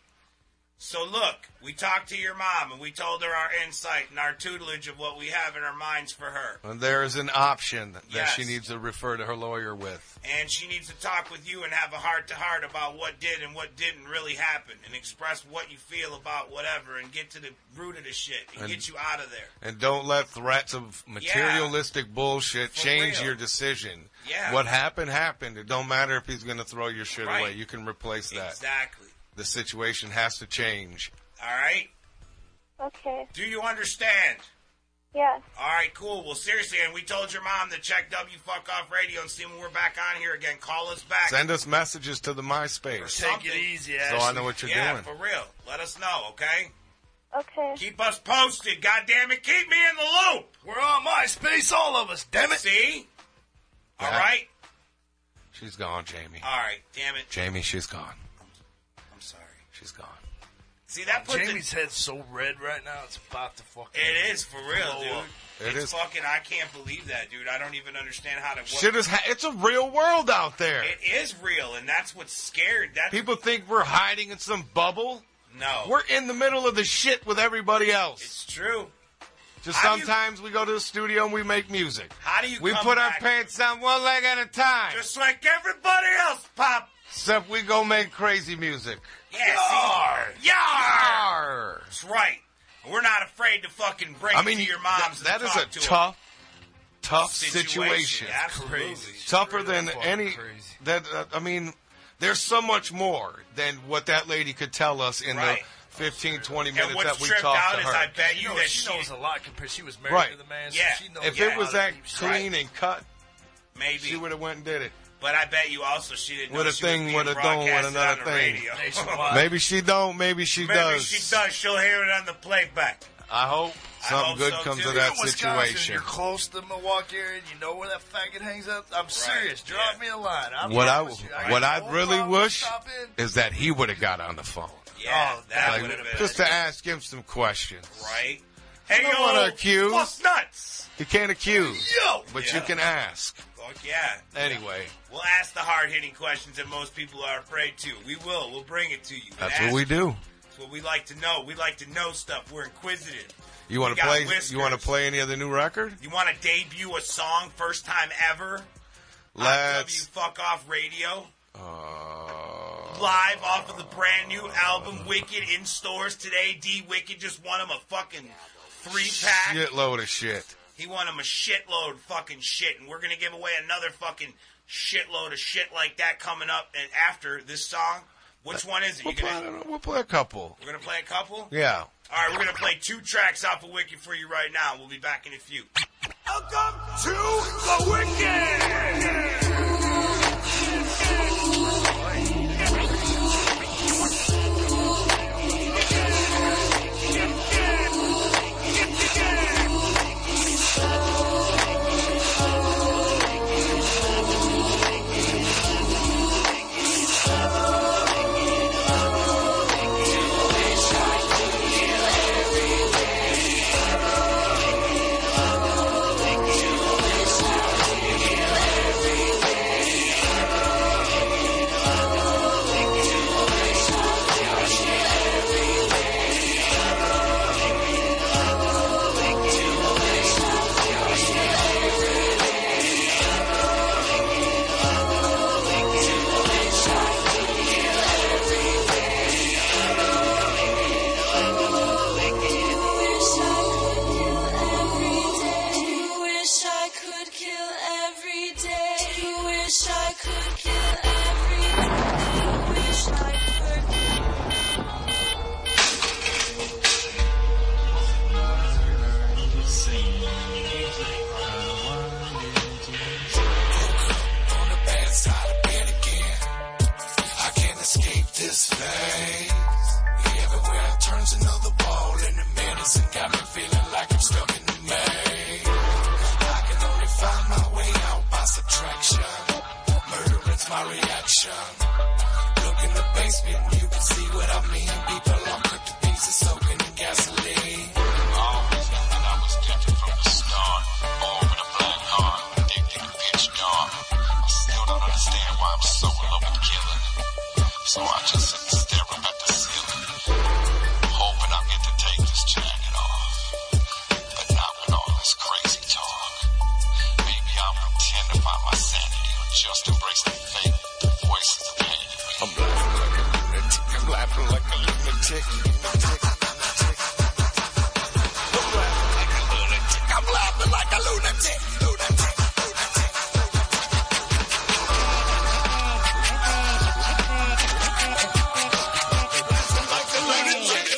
So look, we talked to your mom and we told her our insight and our tutelage of what we have in our minds for her.
Well, there is an option that
Yes.
she needs to refer to her lawyer with.
And she needs to talk with you and have a heart to heart about what did and what didn't really happen and express what you feel about whatever and get to the root of the shit and,
And-
get you out of there.
And don't let threats of materialistic bullshit change your decision.
Yeah.
What happened happened. It don't matter if he's going to throw your shit
Right.
away. You can replace that.
Exactly.
The situation has to change.
All right?
Okay.
Do you understand?
Yes.
All right, cool. Well, seriously, and we told your mom to check W Fuck Off Radio and see when we're back on here again. Call us back.
Send us messages to the MySpace.
Something.
So I know what you're
yeah,
doing.
for real. Let us know, okay?
Okay.
Keep us posted. God damn it, keep me in the loop. We're on MySpace, all of us. Damn it. See? All
Yeah.
right.
She's gone, Jamie.
All right. Damn it.
Jamie, she's gone.
I'm sorry.
She's gone.
See that put
Jamie's head's so red right now. It's about to fucking.
It is for real,
blow
dude.
up.
It
it's
is.
fucking. I can't believe that, dude. I don't even understand how to.
Shit is. Ha- it's a real world out there.
It is real, and that's what's scared. That
People think we're hiding in some bubble.
No.
We're in the middle of the shit with everybody else.
Oh. It's true.
Just
How do you-
sometimes we go to the studio and we make music.
How do you?
We
come
put
back?
our pants on one leg at a time.
Just like everybody else, Pop.
Except we go make crazy music.
Yeah, Yar. See? Yar.
Arr.
That's right. We're not afraid to fucking break
I mean,
it to your moms.
that
and
is
talk
a
to 'em.
tough, tough
Situation,
situation.
absolutely. Crazy.
Tougher
Really
than
fucking
any. That uh, I mean, there's so much more than what that lady could tell us in
Right.
the 15, 20 minutes
And what's
that we
tripped
talked
out
to
is
her.
I bet you
know,
that
she
she knows a lot compared. She was married
right.
to the man,
Yeah.
so she knows.
if
a
it was
lot
that
of deep shit.
clean and cut,
Maybe
she would have went and did it.
But I bet you also she didn't.
With
know
a
she was
thing,
being
with a don't, with
broadcasted
another
on the
thing.
radio.
Maybe she don't. Maybe she
Maybe
does.
she does. She'll hear it on the playback.
I hope something
hope
good
so,
comes
too.
of
You're
that
in Wisconsin,
situation.
You're close to Milwaukee area and you know where that faggot hangs out. I'm serious. Draw me a line. I'm
what I,
promise you, I
what
got
I
no
really
problem
wish
stopping.
is that he would have got on the phone.
Yeah, that
Oh, Like,
would have been
just to ask him some questions.
right. Hey,
don't
yo,
wanna accuse.
fuck nuts.
You can't accuse,
Yo!
but
Yeah.
you can ask.
Fuck yeah.
Anyway,
We'll ask the hard hitting questions that most people are afraid to. We will. We'll bring it to you. And
that's
ask-
what we do.
That's what we like to know. We like to know stuff. We're inquisitive.
You want
We
to
got
play?
whiskers.
You want to play any other new record?
You want to debut a song first time ever?
Let's.
W fuck off radio.
Uh,
Live off of the brand new album Wicked in stores today. D Wicked just won him a fucking three pack.
shitload of shit.
He won him a shitload of fucking shit, and we're gonna give away another fucking shitload of shit like that coming up and after this song. Which one is it? You
We'll
gonna,
play, we'll play a couple.
we're gonna play a couple?
Yeah.
All right, we're gonna play two tracks off of Wicked for you right now. We'll be back in a few. Welcome to the Wicked.
Wish I could kill every day. Wish I could kill every day. Wish I could
On the bad side of bed again. I can't escape this phase. Everywhere I turns another ball in the medicine got me feeling like I'm stuck in the maze. I can only find my way out by subtraction. Murdering
my reaction. Look in the basement, you can see what I mean. People are quick to be so soaking in gasoline. Always knew that I was tempted from the start. Born with a black heart, addicted to pitch dark. I still don't understand why I'm so in love with killing. So I just sit and stare up at the ceiling, hoping I get to take this jacket off. But not with all this crazy talk. Maybe I'll pretend to find my sanity or just embrace the fake voices of hate. I'm laughing like a lunatic. I'm laughing like a lunatic. lunatic. I'm laughing like a lunatic. I'm laughing like a lunatic. Lunatic. Lunatic. Like a lunatic.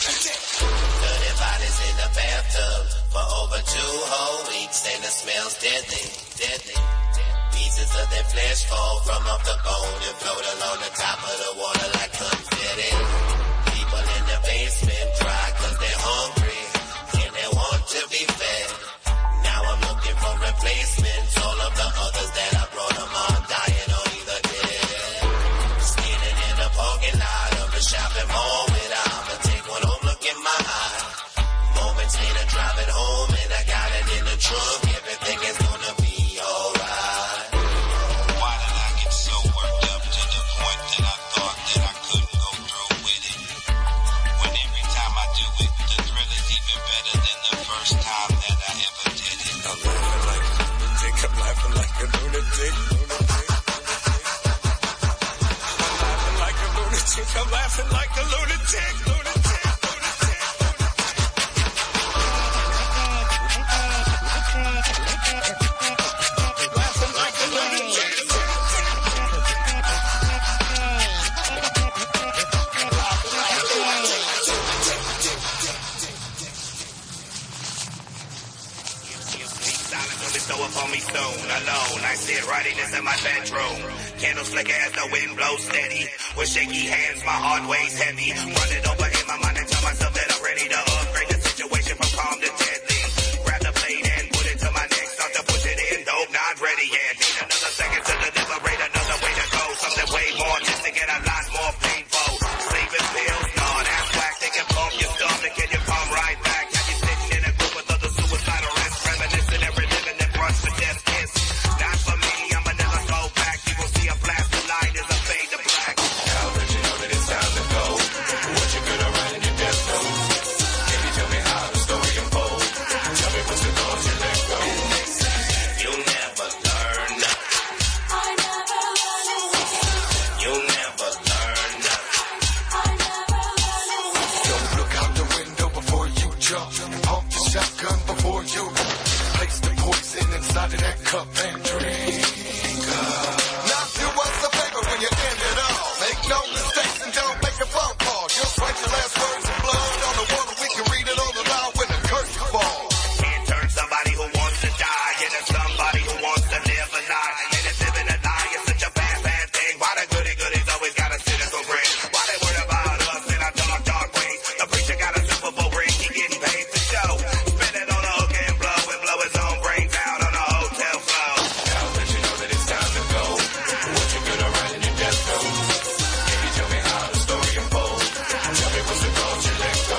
Dirty bodies in the bathtub for over two whole weeks, and the smell's deadly, deadly. Pieces of their flesh fall from off the bone and float along the top of the water like confetti. People in the basement cry cause they're hungry and they want to be fed. Now I'm looking for replacements. All of the others that I brought them are dying or either dead. Standing in the parking lot of a shopping mall with I'ma take one home, look in my eye. Moments later, driving home and I got it in the trunk. Everything is gonna be alright. Why did I get so worked up to the point that I thought that I couldn't go through with it? When every time I do it, the thrill is even better than the first time that I ever did it. I'm laughing like a lunatic. I'm laughing like a lunatic. like a lunatic. I'm laughing like a lunatic. Lunatic. Lunatic. Laughing like a lunatic.
Solid bullets throw up on me soon, alone. I sit writing this in my bedroom. Candles flicker as the wind blows steady. With shaky hands, my heart weighs heavy. Run it over in my mind and tell myself that I'm ready to upgrade the situation from calm to deadly. Grab the blade and put it to my neck. Start to push it in, dope, not ready yet. Need another second to deliberate, another way to go. Something way more just to get a lot more painful. Sleeping pills, not ass whack. They can pump your stuff and get your palm right back. Have you sitting in a group with other suicidal rats, reminiscing and reliving the brush for death kiss. Not for me, I'ma never go back. You will see a blast of light as I fade to black. How did you know that it's time to go? What you gonna write in your death note? Can you tell me how the story unfolds? Tell me what's the cause you let go. You'll never learn nothing. You'll never learn nothing.
Don't look out the window before you jump. Pump the shotgun before you place the poison inside of that cup and drink. up. Now do us a favor when you end it all. Make no mistakes and don't make a phone call. Just write your last words in blood on the water. We can read it on the loud when the curtain falls.
Can't turn somebody who wants to die into somebody who wants to live a lie. And if living a lie is such a bad, bad thing, why the goody goodies always gotta sit us on bread? Why they worry about us in our dark, dark ways? The preacher got a Super Bowl ring, he getting paid for show. Spend it on a hook and blow and blow his own brains out on a hotel floor. Now that you know that it's time to go, what you gonna write in your death note? Can you tell me how the story unfolds? Tell me what's the cause you let go.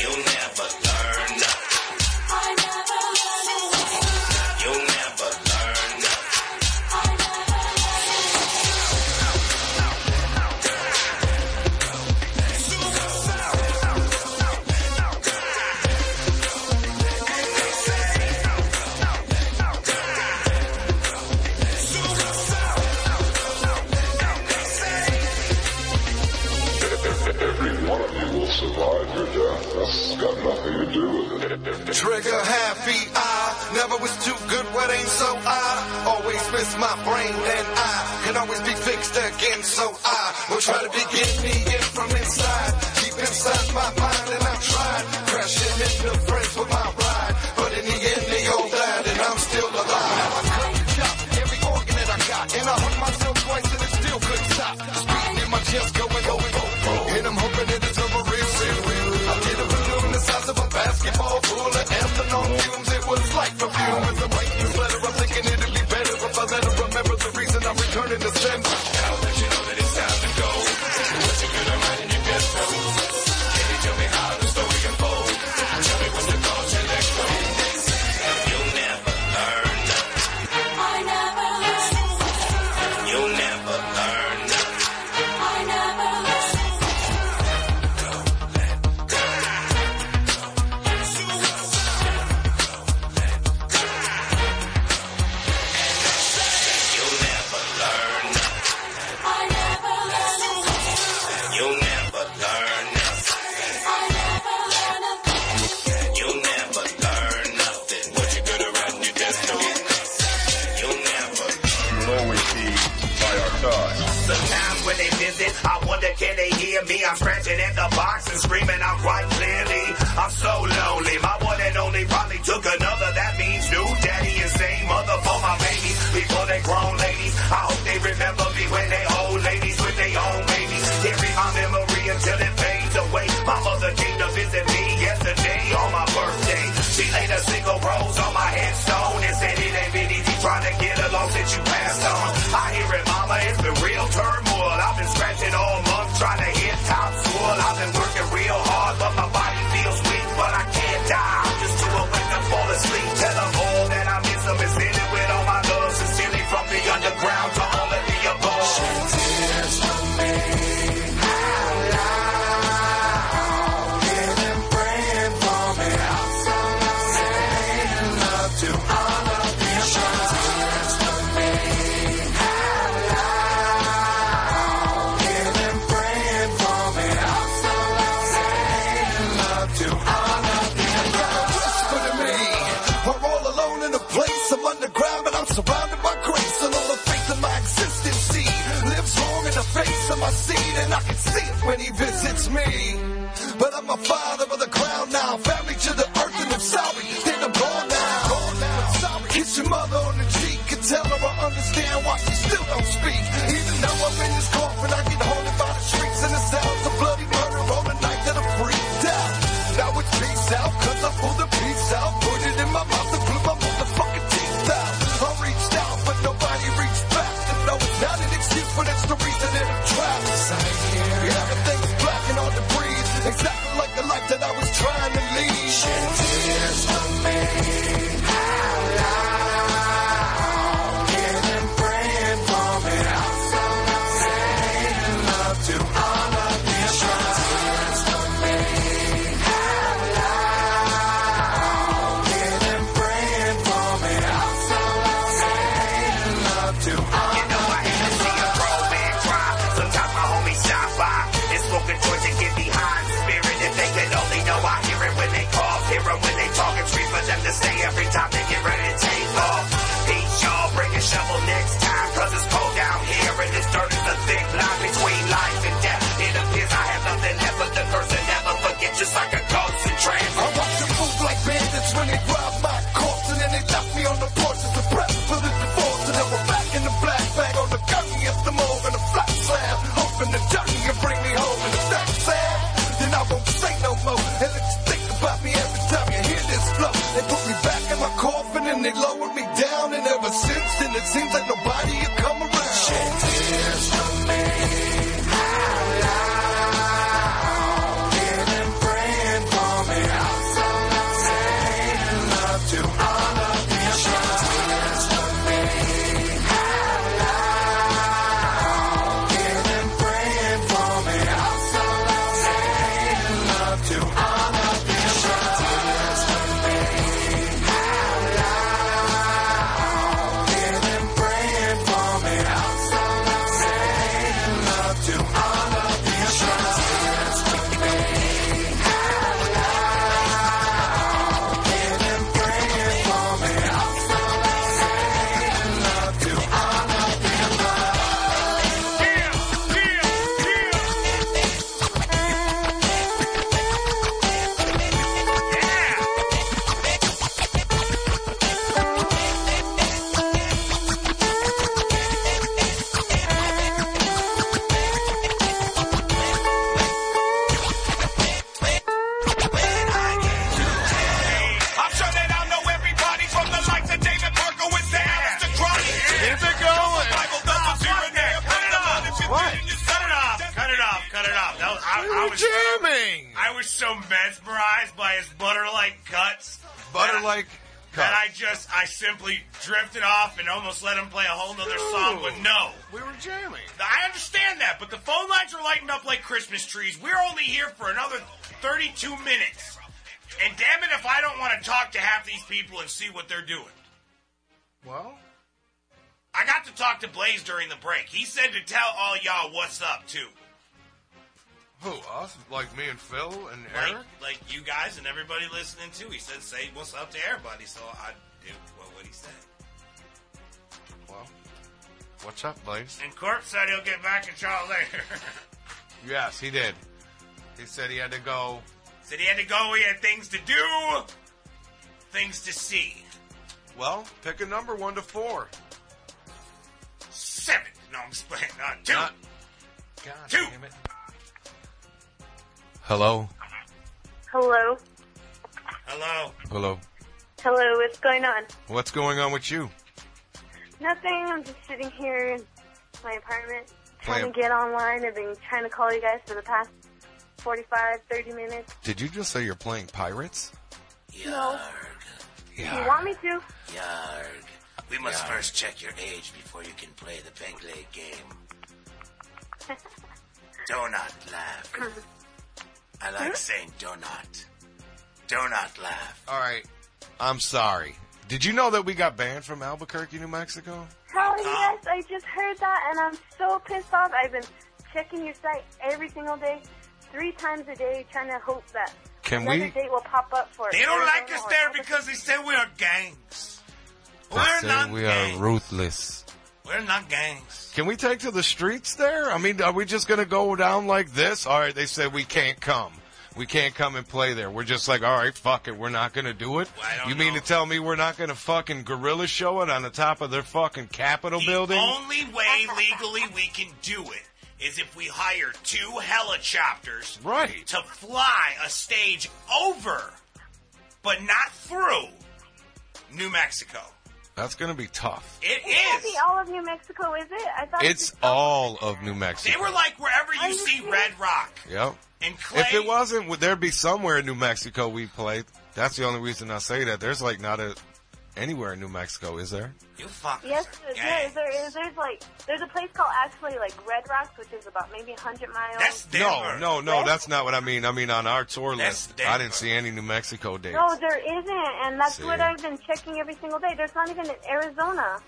You'll never learn nothing. You'll never learn nothing.
Every one of you will survive your death. That's got nothing to do with it.
Trigger happy, I never was too good. What ain't so I always miss my brain, and I can always be fixed again. So I will try to begin me in from inside, deep inside my mind, and I've tried crashing into friends with my ride, but in the end they all died, and I'm still alive. Now I
Sometimes when they visit, I wonder can they hear me? I'm scratching at the box and screaming out quite clearly. I'm so lonely. My one and only probably took another. That means new daddy and same mother for my babies. Before they grown ladies, I hope they remember me when they old ladies with their own babies. Carry my memory until it fades away. My mother came to visit me yesterday on my birthday. She laid a single rose on my headstone and said it ain't been easy trying to get along since you passed on. I hear it, mama, it's been real turmoil. I've been scratching all month trying to hit top school. I've been working real hard, but my body feels weak, but I can't die. I'm just too awake to fall asleep. Tell them all that I miss them and send it with all my love. Sincerely from the underground to all of the above. Shed tears for me. Out loud. Hear them praying for me. I'm so lost. Saying love to all of the above. Shed tears for me. Out loud. Hear them praying for me. I'm so lost. Saying love to all of the above.
whisper to me. We're all alone in a place. I'm underground, but I'm surrounded by grace. And all the faith in my existence, he lives long in the face of my seed. And I can see it when he visits me. But I'm a father of the crown now. Family to the earth, and I'm sorry that I'm gone now. Gone now. Sorry. Kiss your mother on the cheek and tell her I understand why she still don't speak. Even though I'm in this coffin, I get haunted by the streets and the sounds of bloody murder on the night that I freaked out. Now it's peace out, cause I pulled the piece out, put it in my mouth and blew my motherfucking teeth out. I reached out, but nobody reached back. And no, it's not an excuse, but it's the reason that I'm trapped. Yeah, everything's black and hard to breathe. Exactly like the life that I was trying to lead. Shed tears for me. Out loud. Hear them praying for me. I'm so lost. Saying love to all of the above. Tears for me. Out loud. Hear them praying for me. I'm so lost. Saying love to all
You know I hate to see a grown man cry. Sometimes my homies shine by and smoking joints and get behind. Spirit, if they could only know, I hear it when they cough, hear it when they talk. It's free for them to stay every time they get ready to take off. Peace, y'all, bring a shovel next time, cause it's cold down here and this dirt is a thick line between life and death. It appears I have nothing left but the curse and never forget, just like a ghost in trance.
I watch them move like bandits when they grab my corpse and then they left me on the porch as a prep for the divorce. And then we're back in the black bag on the gun at the morgue and the flat slab. Hoping the journey can bring me home and if that's sad, then I won't say no more. And let you think about me every time you hear this flow. They put me back in my coffin and they lowered me down. And ever since then it seems like nobody had come around. Shed tears for me. Out loud. Hear them praying for me. I'm so lost. Saying love to all of the above. Tears for me. Out loud. Hear them praying for me. I'm so lost. Saying love to all of the above. Tears for me. Out loud. Hear them praying for me. I'm so lost. Saying love to all of the above. Tears for me. Out loud. Hear them praying for me. I'm so lost. Saying love to all of the above.
I'm sure that I know everybody from the likes of David Markowitz to Alistair Crowley. Keep it going. Bible does a zero there. Put it on. What?
Cut it off. Cut it off. Cut it off. That was, I,
We
I
were
was
jamming.
I was so mesmerized by his butter-like cuts.
Butter-like
That I
cuts.
just, I simply drifted off and almost let him play a whole nother song, but no.
We were jamming.
I understand that, but the phone lines are lighting up like Christmas trees. We're only here for another 32 minutes. And damn it if I don't want to talk to half these people and see what they're doing.
Well,
I got to talk to Blaze during the break. He said to tell all y'all what's up, too.
who us? Like me and Phil and
Like,
Eric?
like you guys and everybody listening, too. He said, say what's up to everybody. So I did what, what he said.
Well, What's up, Blaze?
And Corp said he'll get back at y'all later.
Yes, he did. He said he had to go.
Said he had to go. He had things to do, things to see.
Well, pick a number one to four.
Seven. No, I'm just playing. Uh, two.
Not-
God damn it.
Hello.
Hello.
Hello.
Hello.
Hello, what's going on?
What's going on with you?
Nothing, I'm just sitting here in my apartment trying
Playing-
to get online. I've been trying to call you guys for the past 45, 30 minutes.
Did you just say you're playing pirates?
No.
Yeah.
You want me to?
Yarg. We must first check your age before you can play the peg leg game.
Do not laugh. I like saying do not. Do not laugh.
All right. I'm sorry. Did you know that we got banned from Albuquerque, New Mexico?
Hell yes, I just heard that and I'm so pissed off. I've been checking your site every single day, three times a day, trying to hope that
Can
another
we-
date will pop up for
They don't like
Arizona
us
or
there because they say we are gangs. We're
They say
not.
we are ruthless.
We're not gangs.
Can we take to the streets there? I mean, are we just going to go down like this? All right, they said we can't come. We can't come and play there. We're just like, all right, fuck it. We're not going to do it. you mean to tell me we're not going to fucking gorilla show it on the top of their fucking Capitol building?
Only way legally we can do it is if we hire two helicopters
Right.
to fly a stage over, but not through New Mexico.
That's going to be tough.
It
It can't be all of New Mexico, is it? I thought
It's all of New Mexico.
They were like wherever you see red rock
Yep.
and clay.
If it wasn't, would there be somewhere in New Mexico we played? That's the only reason I say that. There's like not a anywhere in New Mexico, is there?
You fuck.
Yes, there is. There is. There's like there's a place called actually like Red Rocks, which is about maybe hundred miles.
No, no, no. That's not what I mean. I mean on our tour list, I
Denver.
didn't see any New Mexico dates.
No, there isn't, and that's
See.
what I've been checking every single day. There's not even in Arizona.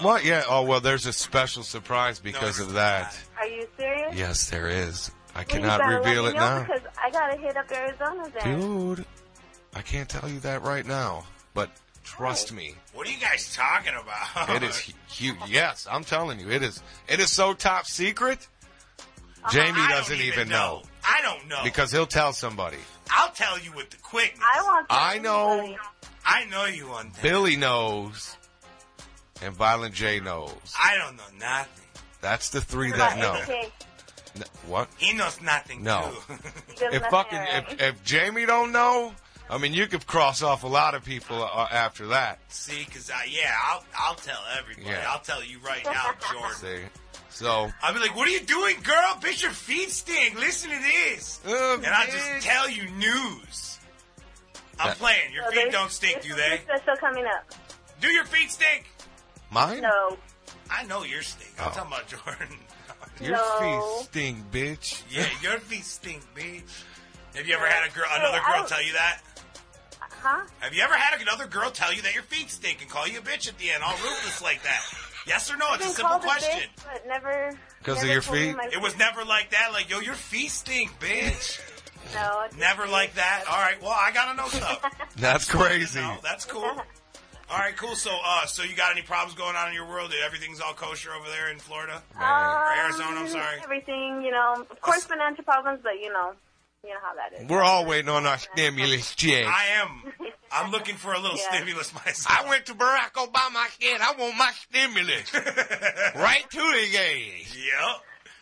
What? Yeah. Oh well, there's a special surprise because of that.
Are you serious?
Yes, there is.
Well,
I
you
cannot
gotta let
reveal
me
it
know
now,
because I gotta hit up Arizona then.
dude. I can't tell you that right now, but
Oh.
trust me,
What are you guys talking about?
it is huge. Yes, I'm telling you, it is. It is so top secret. Jamie
I don't
doesn't
even
even know.
I don't know.
because he'll tell somebody.
I'll tell you with the quickness.
I want.
I know
I know you on that.
Billy knows, and Violent J knows.
I don't know nothing.
That's the three that know. N- What?
He knows nothing.
No.
Too.
If fucking if, if Jamie don't know, I mean you could cross off a lot of people uh, after that.
See, because I yeah, I'll I'll tell everybody.
Yeah.
I'll tell you right now, Jordan.
See, so
I'll be like, "What are you doing, girl? Bitch, your feet stink. Listen to this." and I'll just tell you news. I'm
That-
playing. Your
So
feet
there's-
don't stink, do
there's
they?
something Special coming up.
Do your feet stink?
mine,
No.
I know your stink. I'm
Oh.
talking about Jordan.
your
No.
feet stink, bitch.
Yeah, your feet stink, bitch. Have you ever had a girl,
Hey,
another
I
girl,
was-
tell you that?
Huh?
Have you ever had another girl tell you that your feet stink and call you a bitch at the end, all ruthless like that? Yes or no?
I've
Oh, It's a
been
simple
called
question.
bitch, but never.
'Cause of
never
your
told me
feet?
my-
It was never like that. Like, yo, your feet stink, bitch.
No. it's-
never like that. All right. Well, I gotta know stuff.
That's crazy.
No, that's cool. All right, cool. So, uh, so you got any problems going on in your world? Everything's all kosher over there in Florida or Arizona? I'm
Um,
sorry.
Everything, you know, of course, financial problems, but you know, you know how that is.
We're all waiting on our stimulus check.
I am. I'm looking for a little
Yeah.
stimulus myself.
I went to Barack Obama again. I want my stimulus right to the gays.
Yep.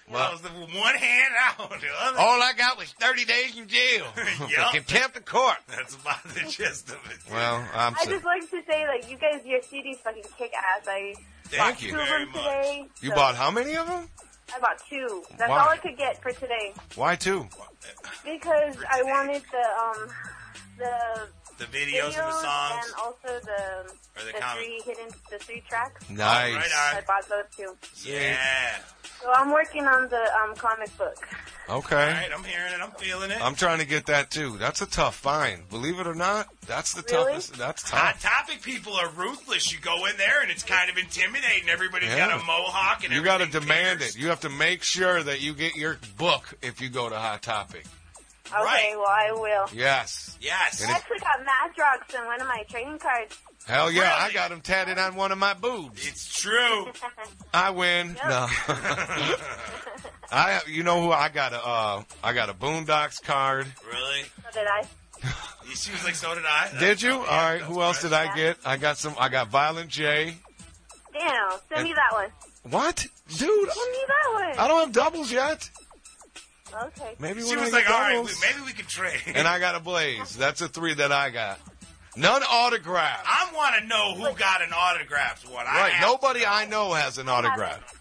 Well-
That was the one hand out. The other.
All I got was 30 days in jail.
Yup.
Contempt of court.
That's about the gist of it.
Well, I'm
I
sorry.
just like to say, like, you guys, your CDs fucking kick ass. I
Thank
bought
you
two of
very
them today.
You
so-
bought how many of them?
I bought two. That's
Why?
all I could get for today
Why two?
because I wanted the um
The
the
videos and the songs.
and also the
Or the
the
comic.
three hidden the three tracks.
Nice.
Right on.
I bought those two.
Yeah.
So I'm working on the um comic book.
All
Okay.
right, I'm hearing it. I'm feeling it.
Uh,
I'm trying to get that too. That's a tough find. Believe it or not, that's the
Really?
toughest. That's
Hot
tough.
topic people are ruthless. You go in there and it's kind of intimidating. Everybody's
Yeah.
got a mohawk and
You got to
everything
demand
caters.
it. You have to make sure that you get your book if you go to Hot Topic.
Okay, well I will.
Yes.
Yes.
I actually got Mad Rocks in one of my trading cards.
Hell yeah, I got him tatted on one of my boobs.
It's true.
I win. No. I you know who I got a uh I got a Boondocks card.
Really?
So did I.
She was like, so did I.
Did you? All right, who else did I get? I got some I got Violent J.
Damn, send me that one.
What? Dude,
Send me that one.
I don't have doubles yet.
Okay.
Maybe
She
when
was
I get
like, all right,
doubles.
we- maybe we can trade.
And I got a blaze. That's a three that I got. None autographed.
I want to know who got an autographed one. I
Right.
have-
Nobody I know has an autograph.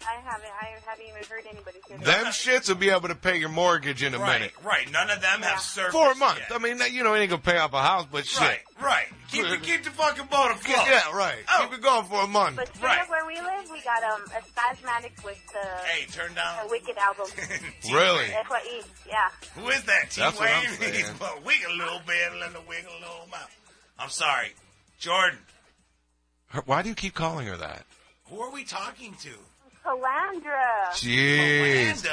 I haven't. I haven't even heard anybody say
Them shits will be able to pay your mortgage in a
right,
minute.
Right. None of them have served.
For a month. I mean, you know, it ain't gonna pay off a house, but shit.
Right. Oh. Right. Keep the, keep the fucking boat afloat.
Yeah, right. Keep it going for a month.
But straight up where we live, we got um, a Spasmatics with the
Hey, turn down.
the Wicked album.
Really?
That's what he. Yeah.
Who is that? T
That's what I'm
Wayne? He's
saying.
gonna wiggle a little bit, let the wiggle a little mouth. I'm sorry, Jordan.
Her- Why do you keep calling her that?
Who are we talking to?
Calandra.
Jeez.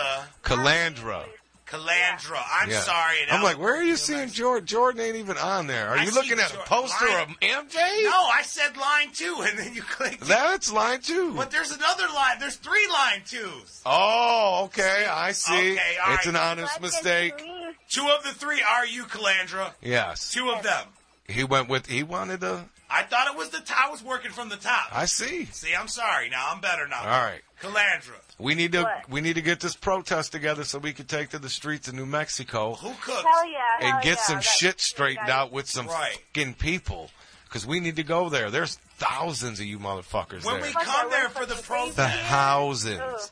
Calandra.
Calandra. I'm
Yeah.
sorry.
I'm like, where are you seeing Jordan? Jordan ain't even on there. Are you looking at a poster of MJ?
No, I said line two, and then you clicked.
That's line two.
But there's another line. There's three line twos.
Oh, okay. I see.
Okay, all
it's
right.
an honest mistake.
Two of the three are you, Calandra.
Yes.
Two of them.
He went with. He wanted a.
I thought it was the top. I was working from the top.
I see.
See, I'm sorry. Now I'm better now.
All right.
Calandra.
We need to.
What?
We need to get this protest together so we can take to the streets of New Mexico
Who
Hell
cooks?
yeah. hell
and get
yeah,
some
that's
shit
good,
straightened
guys.
out with some fucking people because we need to go there. There's thousands of you motherfuckers
When
there.
we come there for the pro,
the thousands.
Ugh.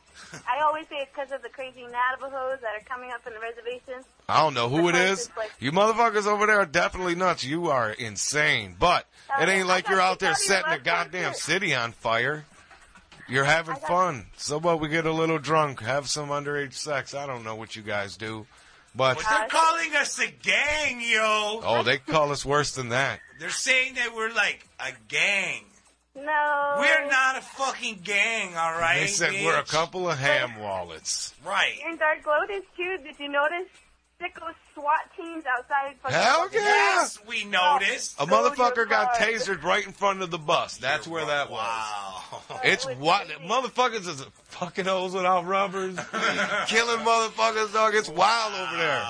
I always say it's because of the crazy Navajos that are coming up in the reservations.
I don't know who it
Sometimes
is.
it's like-
You motherfuckers over there are definitely nuts. You are insane. But it ain't like you're out there setting a goddamn city on fire. You're having fun. So what? We get a little drunk, have some underage sex. I don't know what you guys do, but
but they're calling us a gang, yo.
oh, they call us worse than that.
They're saying that we're like a gang.
No.
We're not a fucking gang, all right?
They said
bitch?
we're a couple of ham wallets.
Right.
And Dark Lotus too. Did you notice? Sicko SWAT teams outside. fucking-
Hell yeah!
Yes, we noticed.
A motherfucker got tasered right in front of the bus. That's where that was. Wow. It's what motherfuckers is fucking hoes without rubbers, killing motherfuckers, dog. It's wild over there.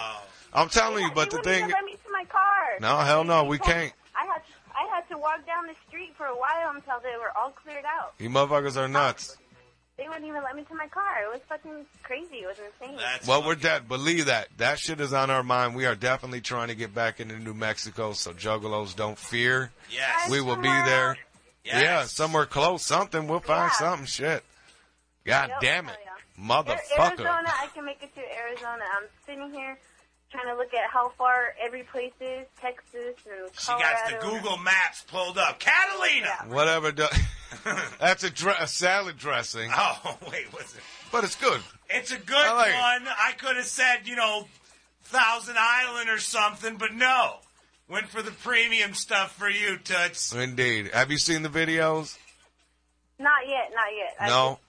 I'm telling you, but
He
the
wouldn't
thing,
even let me to my car.
no, hell no, we can't.
I had I had to walk down the street for a while until they were all cleared out.
You motherfuckers are nuts.
They wouldn't even let me to my car. It was fucking crazy. It was insane.
Well, we're dead. Believe that. That shit is on our mind. We are definitely trying to get back into New Mexico, so juggalos don't fear.
Yes.
We will be there. Yeah, somewhere close, something. We'll find something. Shit. God
Yep,
damn it.
Ar-
Motherfucker.
Arizona, I can make it to Arizona. I'm sitting here trying to look at how far every place is. Texas and
She got the
Colorado.
Google Maps pulled up. Catalina!
Whatever. Do- That's a, dre- a salad dressing.
Oh, wait, what's it?
But it's good.
It's a good
I like it.
one. I could have said, you know, Thousand Island or something, but no. Went for the premium stuff for you, Toots.
Indeed. Have you seen the videos?
Not yet, not yet. I-
No.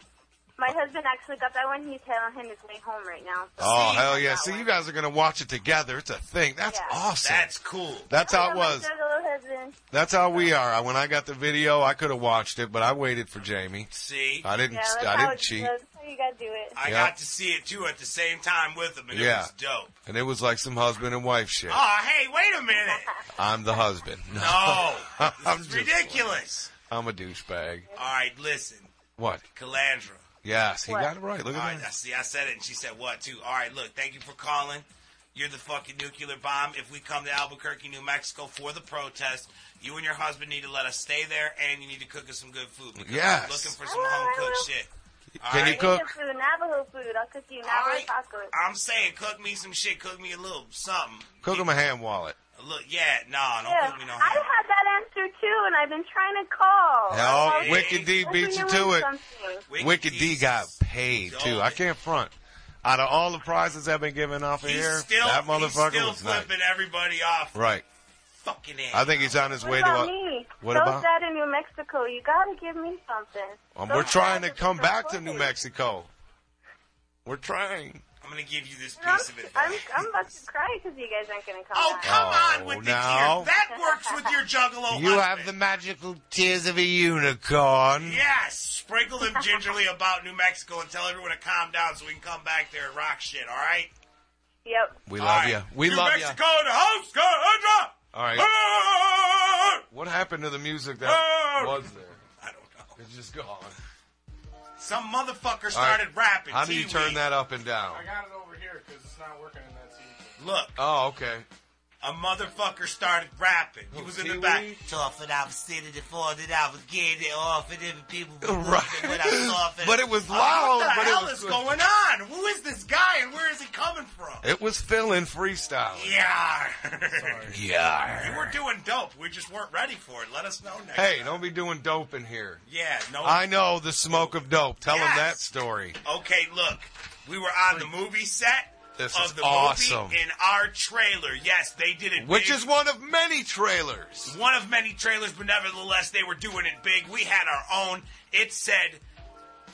my husband actually got that one. He's on his way home right now. So
Oh, hell yeah. See, you guys are going to watch it together. It's a thing. That's
Yeah.
awesome.
That's cool.
That's
I
how it
got
was.
My juggalo husband.
That's how we are. I- When I got the video, I could have watched it, but I waited for Jamie.
See?
I didn't.
Yeah, that's
I
how
didn't
it
cheat.
goes. That's how you gotta do it.
I
Yeah.
got to see it too at the same time with him, and it
Yeah.
was dope.
And it was like some husband and wife shit.
Oh, hey, wait a minute.
I'm the husband.
No.
I'm
It's
just-
ridiculous.
I'm a douchebag.
All right, listen.
What?
Calandra.
Oh, Yes, he got it right. Look
All
at
right, I
that.
see, I said it, and she said what too. All right, look, thank you for calling. You're the fucking nuclear bomb. If we come to Albuquerque, New Mexico for the protest, you and your husband need to let us stay there, and you need to cook us some good food. Because
Yes.
we're looking for some home cooked shit. All
Can you
right?
cook?
Except for the Navajo food. I'll cook you Navajo
right.
tacos.
I'm saying, cook me some shit. Cook me a little something.
Cook him a ham wallet.
A little, yeah, nah, don't
Yeah,
cook me no.
I had that answer too, and I've been trying to call.
Hell,
I was
Wicked D
hoping
beat you to
win
it.
something.
Wicked D got paid too. I can't front. Out of all the prizes I've been giving off of
He's
here,
still,
that motherfucker
he's still
was nice.
flipping everybody off.
Right.
Fucking ass.
I think he's on his
What
way to.
about
a-
me?
What
so
about?
sad in New Mexico. You gotta give me something.
Um,
So
we're
sad
trying to
it's
come
so
back to
close.
New Mexico. We're trying.
I'm gonna give you this
I'm,
piece of advice.
I'm, I'm about to cry because you guys aren't going to come
Oh,
back.
come on
Oh,
with the
now.
gear. That works with your juggalo. husband.
You have the magical tears of a unicorn.
Yes, sprinkle them gingerly about New Mexico and tell everyone to calm down so we can come back there and rock shit. All right?
Yep.
We love you. We
New
love you.
Mexico to host Calandra.
All right.
Ah!
What happened to the music that was there? I don't know. It's just gone.
Some motherfucker
All right.
started rapping.
How do you
Kiwi.
turn that up and down?
I got it over here because it's not working in that seat.
Look,
Oh, okay. Oh,
a motherfucker started rapping. He was in the back.
Thought I was sitting and thought that I was getting it off and then people were
Right.
looking when I thought that
But it was
I mean,
loud.
What the
Oh, but it
hell
was
is going on? Who is this guy and where is he coming from?
It was Phil in freestyle.
Yeah.
Yeah.
You were doing dope. We just weren't ready for it. Let us know next.
Hey, don't be doing dope in here.
Yeah, no.
I know the smoke of dope. Tell him
Yes.
that story.
Okay, look, we were on the movie set
This is
of the
awesome.
movie in our trailer. Yes, they did it,
Which
big.
is one of many trailers.
one of many trailers, but nevertheless, they were doing it big. We had our own. It said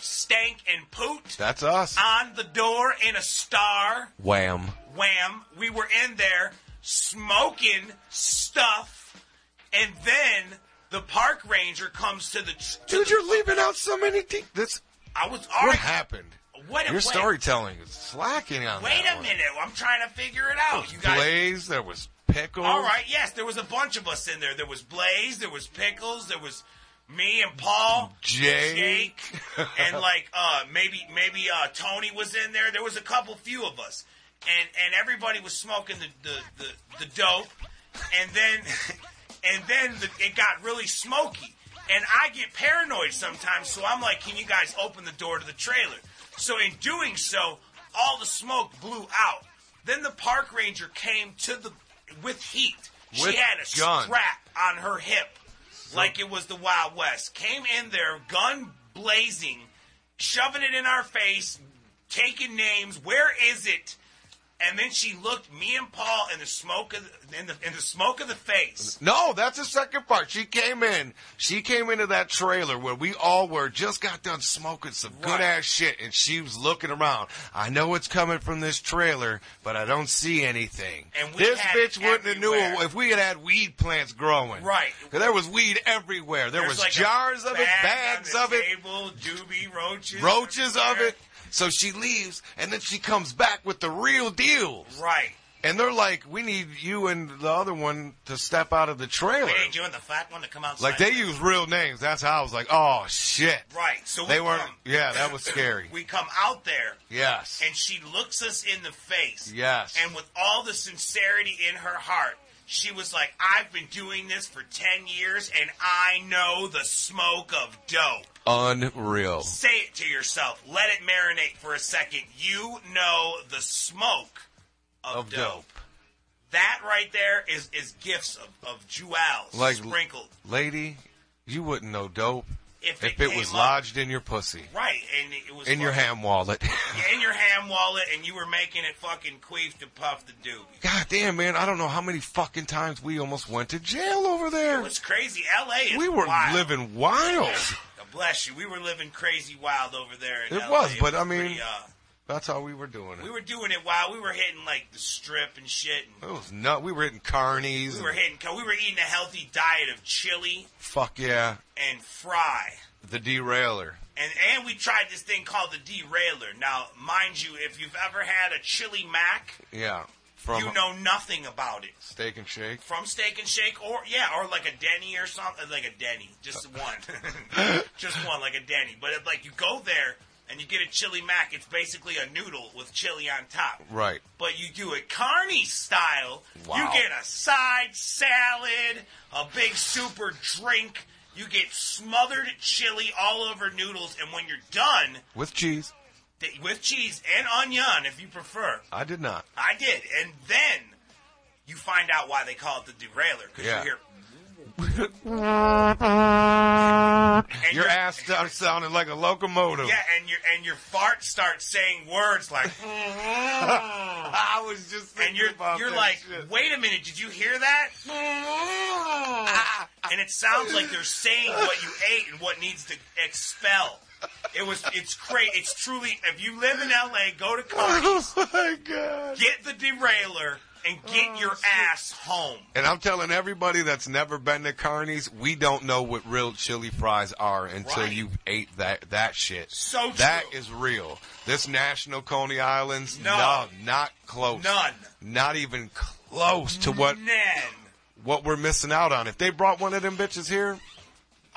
"stank and poot"
That's us.
on the door in a star.
Wham.
Wham! We were in there smoking stuff, and then the park ranger comes to the.
Dude, you're leaving out so many. De- this.
I was
What
already.
happened?
What
Your
wait-
storytelling is slacking on
Wait
that
a
one.
minute! I'm trying to figure it out. You guys
Blaze. There was pickles.
All right, yes, there was a bunch of us in there. There was Blaze, there was Pickles, there was me and Paul,
Jake.
Jake, and like uh, maybe maybe uh, Tony was in there. There was a couple few of us, and and everybody was smoking the the the, the dope, and then and then the, it got really smoky, and I get paranoid sometimes. So I'm like, can you guys open the door to the trailer? So in doing so, all the smoke blew out. Then the park ranger came to the with heat.
With
she had a
gun.
strap on her hip, like it was the Wild West. Came in there, gun blazing, shoving it in our face, taking names. Where is it? And then she looked me and Paul in the smoke of the, in the in the smoke of the face.
No, that's the second part. She came in. She came into that trailer where we all were just got done smoking some good ass shit, and she was looking around. I know it's coming from this trailer, but I don't see anything.
And we
this
had
bitch
it
wouldn't have knew
everywhere.
if we had had weed plants growing.
Right.
'Cause there was weed everywhere. There
There's
was
like a
jars of it,
bag
bags
on
of
the
it,
table, doobie roaches,
roaches of
everywhere.
it. So she leaves, and then she comes back with the real deal.
Right.
And they're like, "We need you and the other one to step out of the trailer."
We ain't doing the fat one to come outside.
Like they use real names. That's how I was like, oh shit.
Right. So
they
we
weren't.
come-
Yeah, that was scary.
We come out there,
Yes.
and she looks us in the face.
Yes.
And with all the sincerity in her heart, she was like, I've been doing this for 10 years, and I know the smoke of dope.
Unreal.
Say it to yourself. Let it marinate for a second. You know the smoke of,
Of
dope.
dope.
That right there is, is gifts of, of jewels
Like
sprinkled.
lady, you wouldn't know dope
If it
it
came
was
up-
lodged in your pussy,
Right, and it was
in your
fucking-
ham wallet.
in your ham wallet, and you were making it fucking queef to puff the doobie.
God damn, man! I don't know how many fucking times we almost went to jail over there.
It was crazy. L.A. is
we were
wild.
living wild.
God bless you. We were living crazy wild over there. In
It
LA.
was, but I mean,
pretty, uh,
that's how we were doing it.
we were doing it wild. We were hitting like the strip and shit. And
it was nut. We were hitting carnies.
we were
and-
hitting. We were eating a healthy diet of chili
fuck yeah,
and fry.
the derailer.
And and we tried this thing called the derailer. Now, mind you, if you've ever had a chili mac,
Yeah, from
you know nothing about it.
steak and shake.
from Steak and Shake, or yeah, or like a Denny or something, like a Denny, just one, just one, like a Denny. But if, like you go there and you get a chili mac, it's basically a noodle with chili on top.
Right.
But you do it carny style.
Wow.
You get a side salad, a big super drink. You get smothered chili all over noodles, and when you're done,
With cheese.
they- with cheese and onion, if you prefer.
I did not.
I did, and then you find out why they call it the derailer because
Yeah.
you hear
Your ass starts sounding like a locomotive.
yeah, and your and your fart starts saying words like.
I was just
and you're
about
you're
that
like,
shit.
wait a minute, did you hear that? and it sounds like they're saying what you ate and what needs to expel. It was. It's great. It's truly. If you live in L.A., go to Cardi's.
Oh my god! Oh,
Get the derailleur and get your ass home.
And I'm telling everybody that's never been to Carney's, we don't know what real chili fries are until
Right.
you've ate that that shit.
So true.
that is real. This National Coney Islands,
No.
not close,
None.
not even close to what
Nan.
what we're missing out on. If they brought one of them bitches here,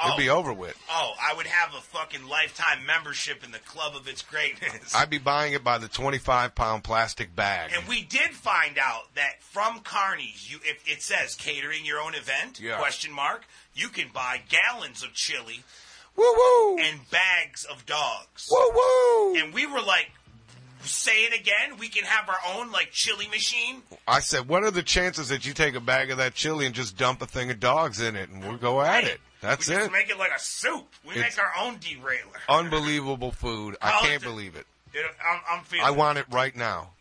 Oh.
it'd be over with.
Oh, I would have a fucking lifetime membership in the club of its greatness.
I'd be buying it by the 25 pound plastic bag.
And we did find out that from Carney's, you if it says catering your own event
Yeah.
question mark, you can buy gallons of chili,
woo woo,
and bags of dogs,
woo woo.
And we were like, say it again. We can have our own like chili machine.
I said, what are the chances that you take a bag of that chili and just dump a thing of dogs in it and we'll go at it? That's
we
it.
Just make it like a soup. We
It's-
make our own derailleur.
Unbelievable food. I
How
can't
is it-
believe it.
It, I'm, I'm feeling.
I want it right now.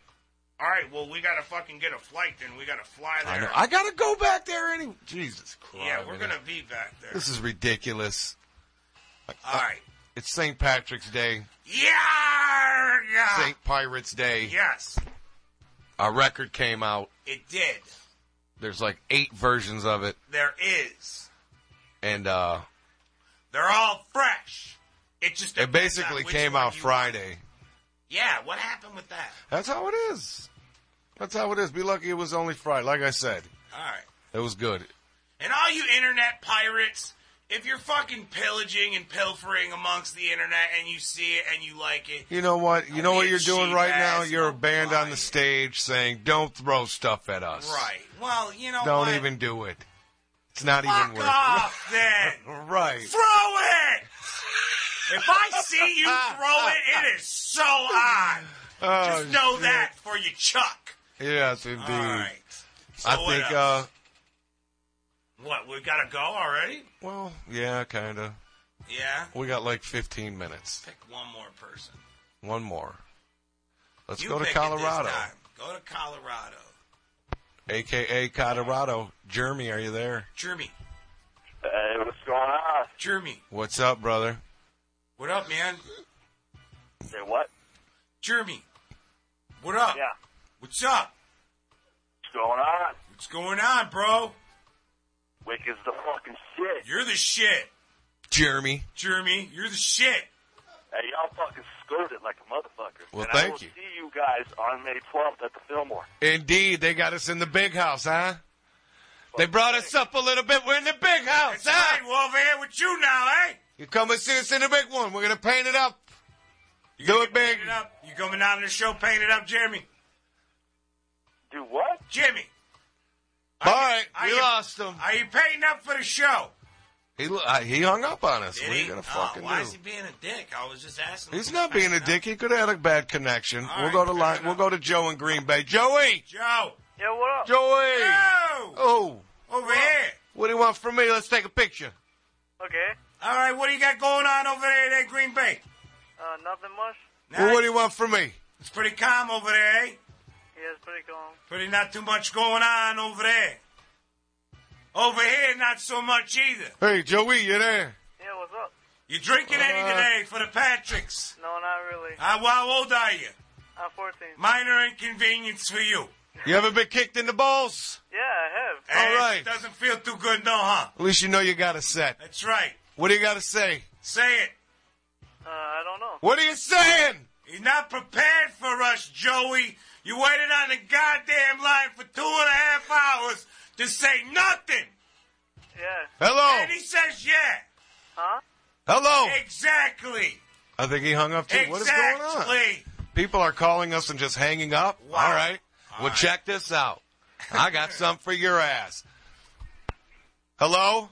All right, well, we gotta fucking get a flight. Then we gotta fly there.
I know. I gotta go back there anyway. Jesus Christ.
yeah, we're
man.
gonna be back there.
This is ridiculous. uh,
All right.
It's St. Patrick's Day,
Yeah, yeah.
St. Pirates Day.
Yes,
Our record came out.
it did.
There's like eight versions of it,
There is.
and uh,
They're all fresh. It just
it
depends on
basically
which
came
one
out
you-
Friday.
Yeah, what happened with that?
That's how it is. That's how it is. Be lucky it was only Friday. Like I said,
All right.
it was good.
And all you internet pirates, if you're fucking pillaging and pilfering amongst the internet and you see it and you like it,
You know what? You know what you're doing
cheap
right now?
ass
You're a band on the stage saying, "Don't throw stuff at us."
right. Well, you know
Don't
what?
even do it. It's not even
Fuck
worth
off then.
it. Right.
throw it! If I see you throw it, it is so on.
Oh,
Just know
shit.
that for you, Chuck.
Yes, indeed.
All right. So
I
what
think.
else?
uh
What, we gotta go already?
Well, yeah, kind of.
Yeah.
We got like 15 minutes.
Pick one more person.
One more. Let's
You
go to
pick it this
Colorado,
time. Go to Colorado.
aka Colorado. Jeremy, are you there?
Jeremy.
Hey, what's going on?
Jeremy.
What's up, brother?
What up, man?
Say what?
Jeremy. What up?
Yeah.
What's up?
What's going on?
What's going on, bro?
Wick is the fucking shit.
You're the shit.
Jeremy.
Jeremy, you're the shit.
Hey, y'all fucking scored it like a motherfucker.
Well,
and I
thank
will
you.
see you guys on May 12th at the Fillmore.
Indeed, they got us in the big house, huh? They brought us up a little bit. We're in the big house, huh?
Hey, we're over here with you now, eh?
You come and see us in the big one. We're gonna paint it up.
You
Do
gonna
it big.
paint it up. You coming out on the show, paint it up, Jeremy.
Do what?
Jimmy.
All right,
Are
we
you-
lost him.
Are you painting up for the show?
He uh, he hung up on us.
Did
What are
he?
you gonna fucking
oh, why
do?
is he being a dick? I was just asking.
He's
him.
not being a dick. He could have had a bad connection.
All
we'll
right,
go to
fair
line. We'll go to Joe in Green Bay. Joey,
Joe.
Yeah, what up?
Joey.
Joe.
Oh,
Over here.
what do you want from me? Let's take a picture.
Okay.
All right, what do you got going on over there at Green Bay?
Uh, nothing much.
Well, what do you want from me?
It's pretty calm over there, eh?
Yeah, it's pretty calm.
Pretty not too much going on over there. Over here, not so much either.
Hey, Joey, you there?
Yeah, what's up?
You drinking any
Uh,
today for the Patricks?
No, not really.
How, how old are you?
I'm 14.
Minor inconvenience for you.
You ever been kicked in the balls?
Yeah, I have.
Eh,
right.
Doesn't feel too good, no, huh?
At least you know you got a set.
That's right.
What do you got to say?
Say it.
Uh, I don't know.
What are you saying?
He's not prepared for us, Joey. You waited on the goddamn line for two and a half hours to say nothing.
Yeah.
Hello.
And he says, yeah.
Huh?
Hello.
Exactly.
I think he hung up too. What is going on?
Exactly.
People are calling us and just hanging up.
Wow.
All right. well, check this out. I got some for your ass. Hello?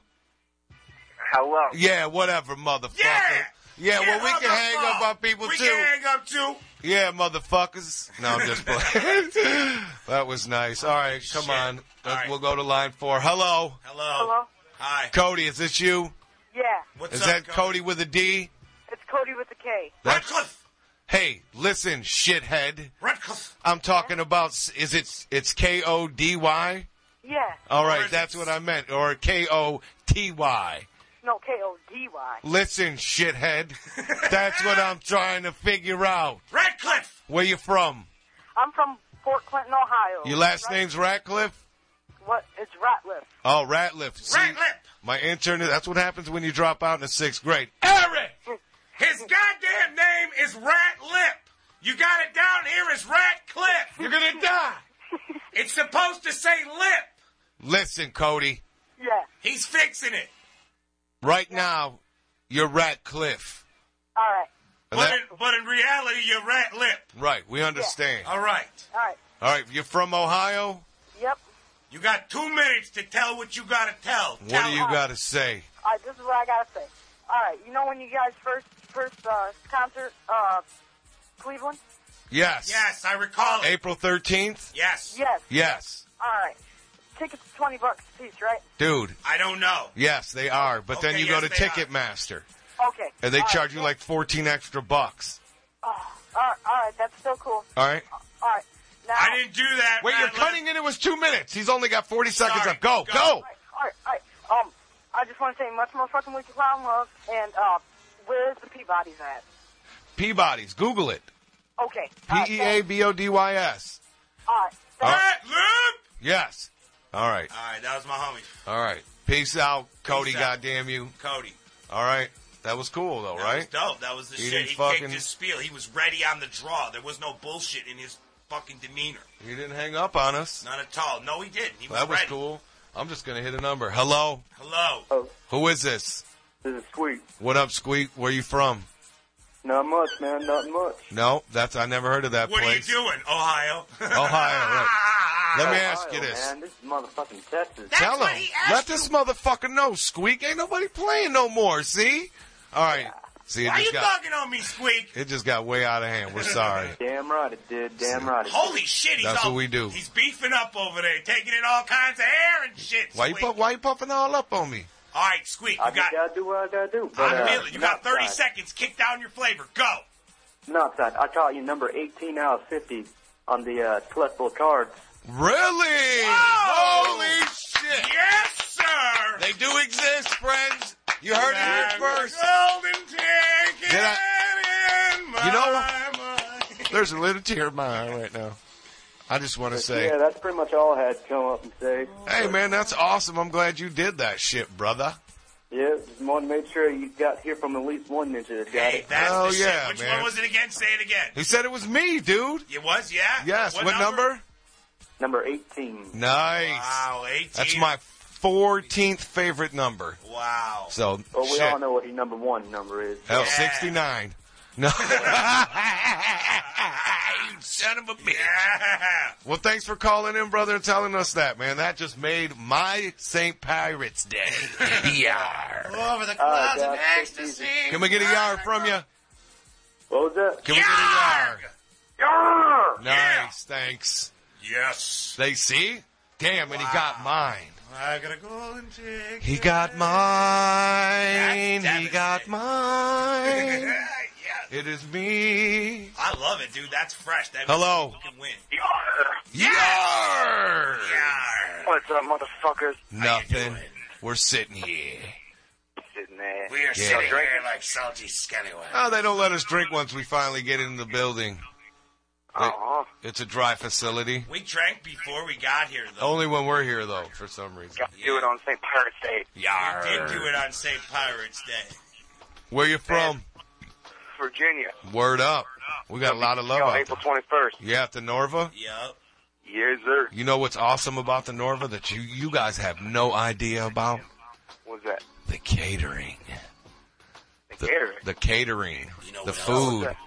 Hello.
Yeah, whatever, motherfucker.
Yeah.
Yeah, well, we can hang up
motherfucker.
on people
we
too.
can hang up too.
Yeah, motherfuckers. No, I'm just playing. that was nice. All right, come on. Let's- We'll go to line four. Hello?
Hello. Hi.
Cody, is this you?
Yeah,
Oh. What's
is
up,
that
Cody?
Cody with a D?
it's Cody with the K.
Redcliffe.
Hey, listen, shithead.
Redcliffe.
I'm talking about. Is it? It's K O D Y.
Yeah,
All right, that's what I meant. Or K O T Y.
no, K O D DUI.
Listen, shithead. That's what I'm trying to figure out.
Radcliffe!
Where you from?
I'm from Fort Clinton, Ohio.
Your last
Right-
name's Ratcliffe?
What? It's Ratliff.
Oh, Ratliff. See, My intern, that's what happens when you drop out in the sixth grade.
Eric! His goddamn name is Rat Lip. You got it down here as Rat Clip. You're gonna die. It's supposed to say lip.
Listen, Cody,
Yeah.
He's fixing it.
right now, you're Ratcliffe.
All right.
And
But
that-
in, but in reality, you're Rat Lip.
right, we understand.
All right.
All right.
All right, you're from Ohio?
Yep.
You got two minutes to tell what you gotta tell.
What do you got to say?
All right. This is what I gotta say. All right. You know when you guys first first uh, concert uh, Cleveland?
Yes.
Yes, I recall it.
April 13th?
Yes.
Yes.
Yes.
All right. Tickets twenty bucks a piece, right?
Dude,
I don't know.
yes, they are. But then
Oh. Okay,
you
yes,
go to
they are.
Ticketmaster,
Okay.
and they
All right.
charge you like 14 extra bucks.
Oh, all right. All right. That's so cool.
All right?
All right. Now.
I didn't do that.
Wait, you're cutting in. It was two minutes. He's only got 40 seconds left. Go, go.
All right, all right. Um, I just want to say much motherfucking with your clown love, and uh, where's the Peabody's at?
Peabody's. Google it.
Okay. all
P E A B O D Y S.
right.
Alright.
Rat Lip!
Yes. All right.
All right, that was my homie,
All right. Peace out, Cody.
out.
Goddamn you.
Cody.
All right. That was cool though,
That
right?
was dope. That was the
He
shit.
didn't
He
fucking-
kicked his spiel. He was ready on the draw. There was no bullshit in his fucking demeanor.
You didn't hang up on us.
Not at all. No, he didn't. He was
that was
ready.
cool. I'm just gonna hit a number. Hello.
Hello.
Who is this?
This is Squeak.
What up, Squeak? Where you from?
Not much, man. Not much.
No, that's I never heard of that
What are you
place.
doing, Ohio?
Ohio. Right. Let me
Ohio,
ask you this.
Man, this is motherfucking Texas.
Tell him. Let this motherfucker know, Squeak. Ain't nobody playing no more. See? All right. See, it
Why are you
just got
talking on me, Squeak?
it just got way out of hand. We're sorry.
Damn right it did. Damn right it
Holy shit, he's
That's
all,
what we do.
He's beefing up over there, taking in all kinds of air and shit.
Why you
Squeak.
pu- why you puffing all up on me?
all right, Squeak, you
I just
got
gotta do what I gotta do. But,
I'm
uh,
feeling. You got 30
Northside.
seconds. Kick down your flavor. Go.
Northside. I caught you number 18 out of 50 on the uh, collectible cards.
Really? Holy shit!
Yes, sir.
They do exist, friends. You heard it here first.
Golden ticket
Did I-
in
You know
my mind.
There's a little tear in my eye right now. I just want to say,
Yeah, that's pretty much all I had to come up and say.
hey man, that's awesome. I'm glad you did that shit, brother.
Yeah, just wanted to make sure you got here from at least one ninja that got
Hey,
it.
that's
Hell
the shit.
yeah,
Which
man.
one was it again? Say it again.
He said it was me, dude.
It was, yeah?
Yes. What, number?
Number 18.
Nice.
Wow, 18.
That's my 14th favorite number.
Wow.
So
But Oh, we
shit.
all know what your number one number is.
Hell,
Yeah.
69. No.
you son of a bitch. Yeah.
Well, thanks for calling in, brother, and telling us that, man. That just made my St. Pirates Day. Yar.
Over
clouds of
the clouds of
God, Oh, take it
ecstasy.
easy.
Can we get a yar from you?
What was that?
Can we get a yar?
Yarr!
Nice, thanks.
Yes.
They see? Damn, and he got mine.
I got a golden ticket.
He got mine.
That's
He got
devastating.
mine.
yeah.
It is me.
I love it, dude. That's fresh. That
Hello.
means you Can win.
Yar!
Yarr!
What's up, motherfuckers?
Nothing. We're sitting here.
Sitting there.
We are
Yeah.
sitting here like salty scallywags.
Oh, they don't let us drink once we finally get in the building. They- It's a dry facility.
We drank before we got here, though.
Only when we're here, though, for some reason.
do it
on St. Pirates Day.
Yar.
We did do it on St. Pirates Day.
Where you from?
Virginia.
Word up. We got a lot of love out there.
21st.
Yeah, at the Norva.
Yup.
Yes, sir.
You know what's awesome about the Norva that you, you guys have no idea about?
What's that?
The catering.
The Gary.
The catering.
You know
The
what else?
food.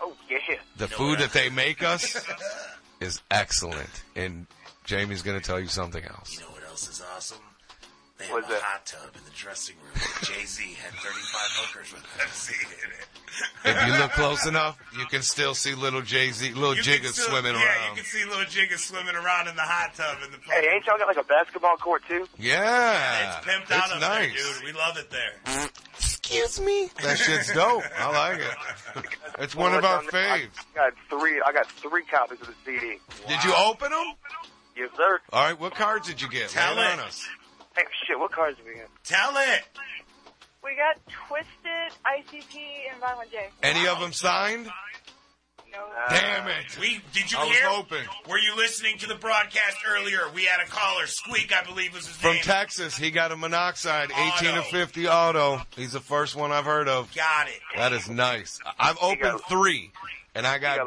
Oh, yeah.
The
know
food
what
that they make us is excellent. And Jamie's going to tell you something else.
You know what else is awesome? They have
What's
a
that?
hot tub in the dressing room. Jay Z had 35 hookers with MC in it.
If you look close enough, you can still see little Jay Z, little
You can
Jigga
still-
swimming
yeah,
around.
you can see little Jigga swimming around in the hot tub in the
Hey,
fucking-
ain't y'all got like a basketball court too?
Yeah,
It's pimped out up
Ah, nice.
there, dude. We love it there.
Excuse me. That shit's dope. I like it. It's one of our faves.
I got three. I got three copies of the CD.
Did you open them?
Yes, sir.
All right. What cards did you get?
Tell
Lay it
it.
on us.
Hey, shit. What cards did we get?
Tell it.
We got Twisted, ICP, and Violent J.
Any of them signed?
No.
Damn it.
We did you
I was
hear?
hoping.
Were you listening to the broadcast earlier? We had a caller, Squeak, I believe was his
From
name.
Texas, he got a monoxide, 18
Auto.
to 50 auto. He's the first one I've heard of.
Got it.
That is nice. I've opened three, and I got,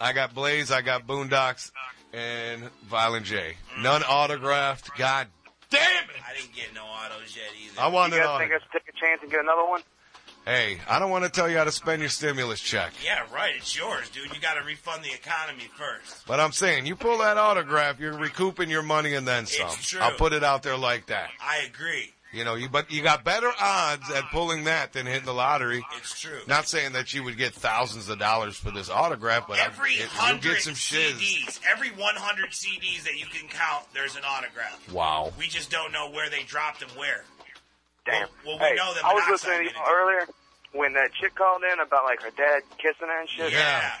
I got Blaze, I got Boondocks, and Violent J. None autographed. God, Damn it!
I didn't get no autos yet either.
I wanted
You guys
on
think
it.
I should take a chance and get another one?
hey, I don't want to tell you how to spend your stimulus check,
Yeah, right. It's yours, dude. You got to refund the economy first.
but I'm saying you pull that autograph, you're recouping your money and then some.
It's true.
I'll put it out there like that.
I agree.
You know, you but you got better odds at pulling that than hitting the lottery.
It's true.
Not saying that you would get thousands of dollars for this autograph, but I-
Every
it- you'll
hundred
get some shiz.
CDs, every 100 CDs that you can count, there's an autograph.
Wow.
We just don't know where they dropped them. Where?
Damn.
Well, we
hey,
know that
I was
Monoxide
listening to
did
you earlier when that chick called in about like her dad kissing her and shit.
Yeah.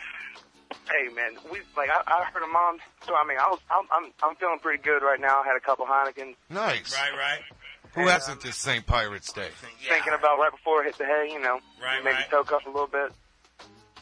Hey man, we like I, I heard a mom. So I mean, I was I'm, I'm I'm feeling pretty good right now. I had a couple Heinekens.
Nice.
Right, right.
Who hasn't this St. Pirates Day?
Thinking about right before it hit the hay, you know,
Right,
maybe
right.
soak up a little bit.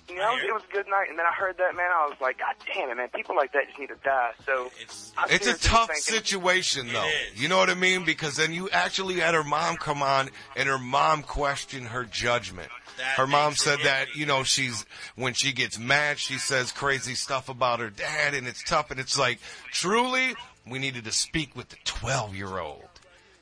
You know, it was a good night, and then I heard that man. I was like, God damn it, man! People like that just need to die. So I'm
It's a
seriously
tough
thinking,
situation, though. You know what I mean? Because then you actually had her mom come on, and her mom questioned her judgment. her mom said that you know she's when she gets mad, she says crazy stuff about her dad, and it's tough. And it's like truly, we needed to speak with the twelve-year-old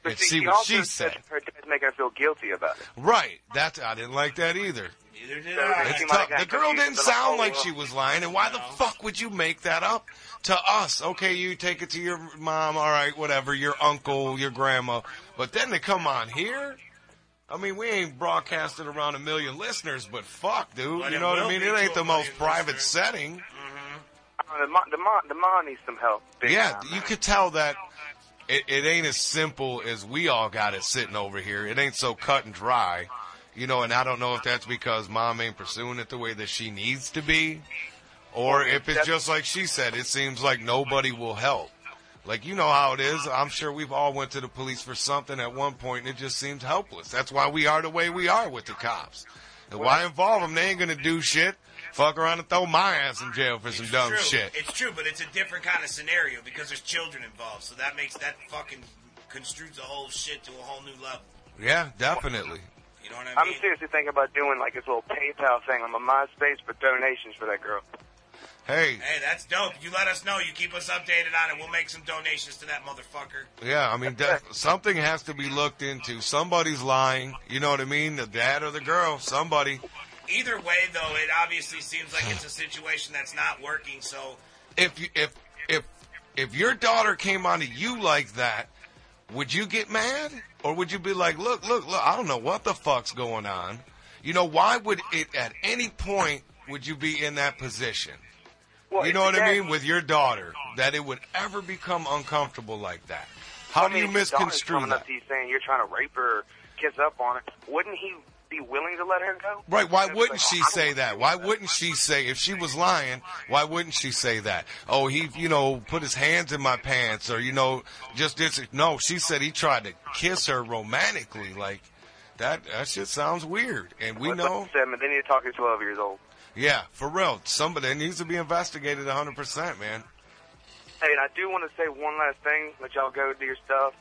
But
and see
she
what
also
she said.
Her dad's making her feel guilty about it.
Right? That's I didn't like that either.
Neither
did I.
It's
She might
tough.
have got
The girl
confused
didn't
with the
sound
whole
like
world.
she was lying, and why the fuck would you make that up to us? Okay, you take it to your mom, all right, whatever, your uncle, your grandma, but then to come on here. I mean, we ain't broadcasted around a million listeners, but fuck, dude.
But
you
it
know what I
will
mean?
be
It
to
ain't
a
the most
million
private setting.
Uh, the mom, the mom, the mom needs some help. Big
yeah,
time.
you could tell that it, it ain't as simple as we all got it sitting over here. It ain't so cut and dry, you know. And I don't know if that's because mom ain't pursuing it the way that she needs to be, or if it's just like she said. It seems like nobody will help. Like you know how it is. I'm sure we've all went to the police for something at one point, and it just seemed helpless. That's why we are the way we are with the cops. And why involve them? They ain't gonna do shit. Fuck around and throw my ass in jail for some dumb
True.
Oh, shit.
It's true, but it's a different kind of scenario because there's children involved. So that makes that fucking construes the whole shit to a whole new level.
Yeah, definitely.
You know what I mean?
I'm seriously thinking about doing like this little PayPal thing on my MySpace for donations for that girl.
Hey,
Hey, that's dope. You let us know. You keep us updated on it. We'll make some donations to that motherfucker.
Yeah, I mean, def- something has to be looked into. Somebody's lying. You know what I mean? The dad or the girl. Somebody.
Either way, though, it obviously seems like it's a situation that's not working. So
If you, if if if your daughter came onto you like that, would you get mad or would you be like, look, look, look? I don't know what the fuck's going on. You know, why would it at any point would you be in that position? you know what I mean with your daughter that it would ever become uncomfortable like that. How
I
do
mean,
you
if your daughter's
misconstrue
coming
that?
up to you saying you're trying to rape her, or kiss up on her. Wouldn't he be willing to let her go?
Right. Why
It's
wouldn't
like,
she
I don't
say that? Why wouldn't she say if she was lying? Why wouldn't she say that? Oh, he, you know, put his hands in my pants, or you know, just this. No, she said he tried to kiss her romantically. Like that. That shit sounds weird, and we
Let's
know.
let them, and they need to talk to 12 years old.
Yeah, for real. Somebody that needs to be investigated 100, percent man.
Hey, and I do want to say one last thing. Let y'all go do your stuff.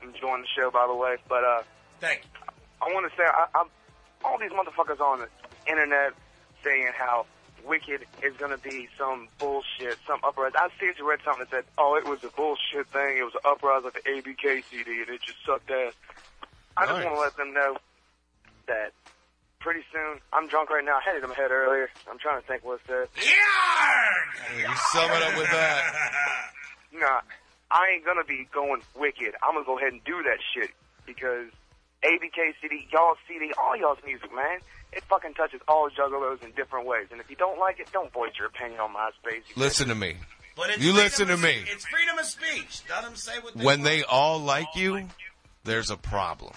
I'm enjoying the show, by the way. But uh,
thank you.
I want to say I, I'm all these motherfuckers on the internet saying how Wicked is going to be some bullshit, some uprising. I seriously read something that said, "Oh, it was a bullshit thing. It was an uprising of the ABK CD, and it just sucked ass." I just
Nice.
want to let them know that pretty soon. I'm drunk right now. I headed in my head earlier. I'm trying to think what's that.
Hey, You sum it up with that.
Nah, I ain't gonna be going wicked. I'm gonna go ahead and do that shit because ABK CD, y'all CD, all y'all's music, man. It fucking touches all juggalos in different ways. And if you don't like it, don't voice your opinion on MySpace.
Listen to me.
But it's
You
freedom
listen to
of-
me.
It's freedom of speech. Let them say what they
When
want.
they all like you, there's a problem.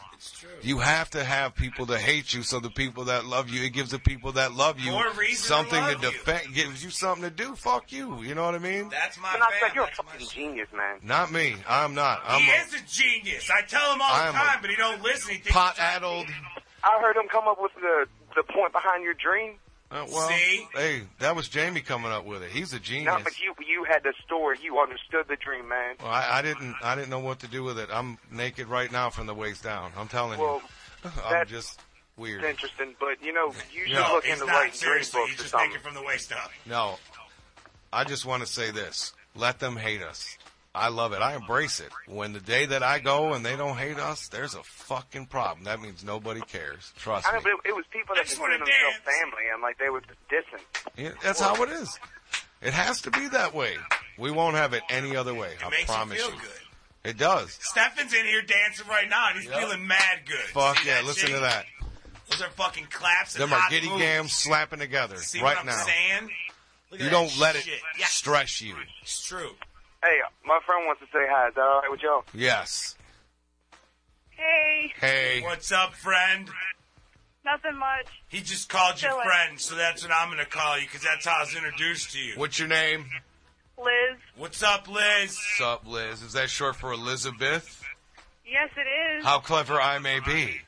You have to have people that hate you, so the people that love you, it gives the people that love you
More reason to
something
love you.
defend, gives you something to do. Fuck you, you know what I mean?
That's my
And I said,
family.
you're a fucking genius, man.
Not me. I'm not. I'm
he
a
is a genius. I tell him all
I am
the
a
time, but he don't listen. He thinks
pot addled.
I heard him come up with the the point behind your dream.
Uh, well,
See?
hey, that was Jamie coming up with it. He's a genius.
No, but you you had the story. You understood the dream, man.
Well, I, I didn't. I didn't know what to do with it. I'm naked right now from the waist down. I'm telling
Well,
you. I'm
that's
just weird.
It's interesting, but you know, you should
No,
look
it's
into
not.
writing dream
Seriously,
books
you
or
just
something.
Take it from the waist up.
No, I just want to say this. Let them hate us. I love it. I embrace it. When the day that I go and they don't hate us, there's a fucking problem. That means nobody cares. Trust
I
me.
know, but it, it was people that considered themselves family, and like they were dissing.
Yeah, that's how it is. It has to be that way. We won't have it any other way. I
makes you
promise
feel
It does.
Stefan's in here dancing right now, and he's feeling mad good.
Fuck
See
yeah!
that
Listen
shit?
to that.
Those are fucking claps. and
Them are
hot
giddy
moves.
gams slapping together
See
right
what I'm
now.
saying? Look at
You
that
don't let
shit.
it
Yeah.
stress you.
It's true.
Hey, my friend wants to say hi. Is that all right with y'all?
Yes.
Hey,
Hey.
What's up, friend?
nothing much.
He just called you
Chilling.
friend, so that's what I'm gonna call you because that's how I was introduced to you.
What's your name?
Liz,
What's up, Liz?
What's up, Liz? Is that short for Elizabeth?
yes, it is.
How clever I may be.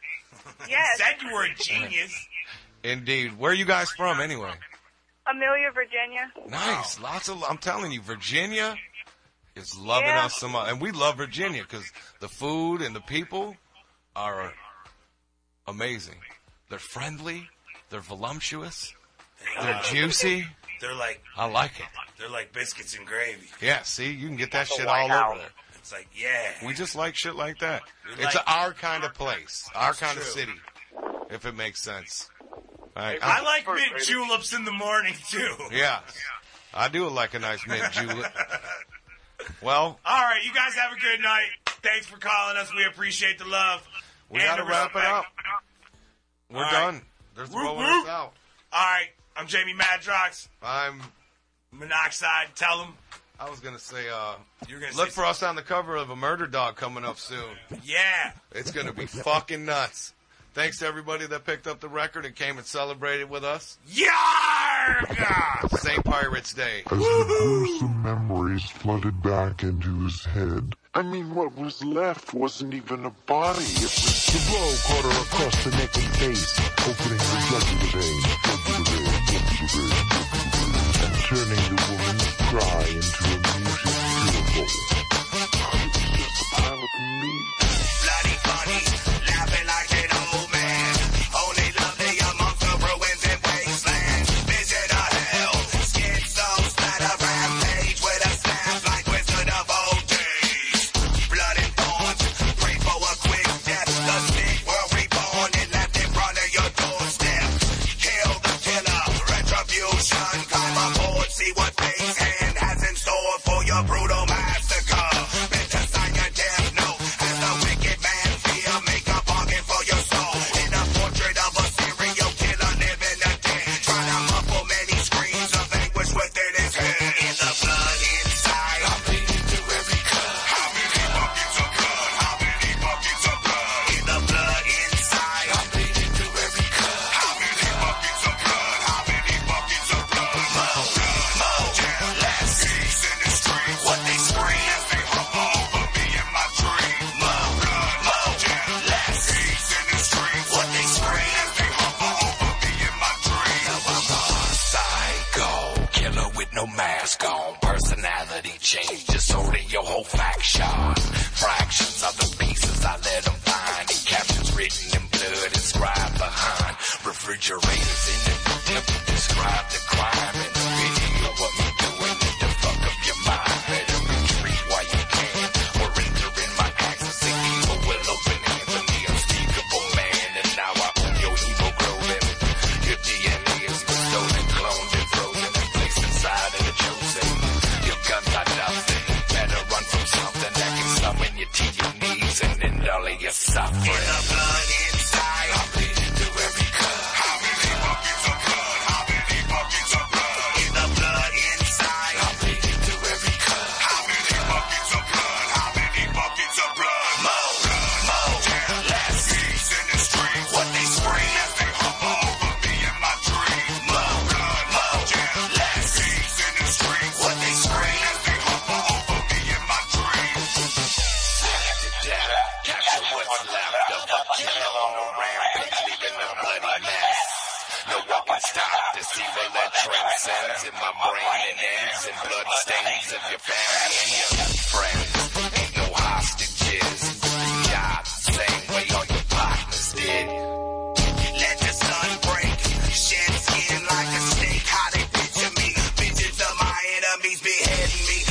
Yes.
said you were a genius.
Indeed. Where are you guys from, anyway?
Amelia, Virginia.
Nice. Lots of. I'm telling you, Virginia is loving
Yeah.
us so much, and we love Virginia because the food and the people are amazing. They're friendly. They're voluptuous. They're juicy.
Uh, They're like
I like it.
they're like biscuits and gravy.
Yeah. See, you can get that
Like a
shit
White
all
House.
over there.
It's like yeah.
We just like shit like that.
We
It's
like-
our kind of place, our
It's
kind of
true.
city, if it makes sense. All right,
I
I'm-
like mint juleps in the morning too.
Yeah, I do like a nice mint julep. Well,
All right, you guys have a good night. Thanks for calling us. We appreciate the love.
we
And
gotta
the
wrap it
respect.
up. We're
All right.
done. They're
Whoop,
throwing
whoop.
us out.
All right, I'm Jamie Madrox.
I'm
Monoxide. Tell them.
I was gonna say. uh
You're gonna
Look
say
for us on the cover of a Murder Dog coming up soon.
Yeah.
It's gonna be fucking nuts. Thanks to everybody that picked up the record and came and celebrated with us.
Yarga!
St. Pirates Day.
As the gruesome memories flooded back into his head. I mean, what was left wasn't even a body. It was the blow caught her across the neck and face, opening the jugular vein, jugular vein, jugular vein, jugular vein, and turning the woman's cry into a music syllable. It was just a pile of meat.
Bloody funny, laughing like an old man. Only lovely amongst the ruins and wastelands. Vision of hell, skin so splatter, rampage with a snap like wizard of old days. Blood and thorns, pray for a quick death. The sick were reborn and left in front of your doorstep. Kill the killer, retribution, come aboard, see what fate hand has in store for your brutal massacre. Better sign your death note as the wicked man fear, make a bargain for your soul. In the portrait of a serial killer living a day, trying to muffle many screams of anguish within his head. In the blood inside, I'm bleeding through every cut. How many buckets of blood? How many buckets of blood? In the blood inside, I'm bleeding through every cut. How many buckets of blood? How many buckets of blood? More blood, more death, less. Pigs in the street, what they scream as they hover over me in my dream. More blood, more death, less. Pigs in the street, what they scream as they hover over me in my dream. Now I'm a psycho killer with no mask on. Personality change, disorder your whole faction. Fractions of the pieces I let 'em find. And captions written in blood inscribed behind. Refrigerators in the temple describe the crime. And the video of me doing it to fuck up your mind. Better retreat while you can. Or enter in my axis and evil will open hands on the unspeakable man. And now I own your evil growing. Your DNA is stolen, cloned, and frozen and placed inside of the chosen. Your guns are nothing. Better run from something that can summon you to your knees and end all of your suffering. In the blood inside, I'm bleeding through every cut. How many buckets of blood? How many buckets of blood? In the blood inside, I'm bleeding through every cut. How many buckets of blood? How many buckets of blood? More blood, more
sounds in my brain and ends in blood stains of your family and your friends. Ain't no hostages. Job same way all your partners did.
Let the sun break. Shed skin like a snake. How they picture me. Pictures of my enemies beheading me.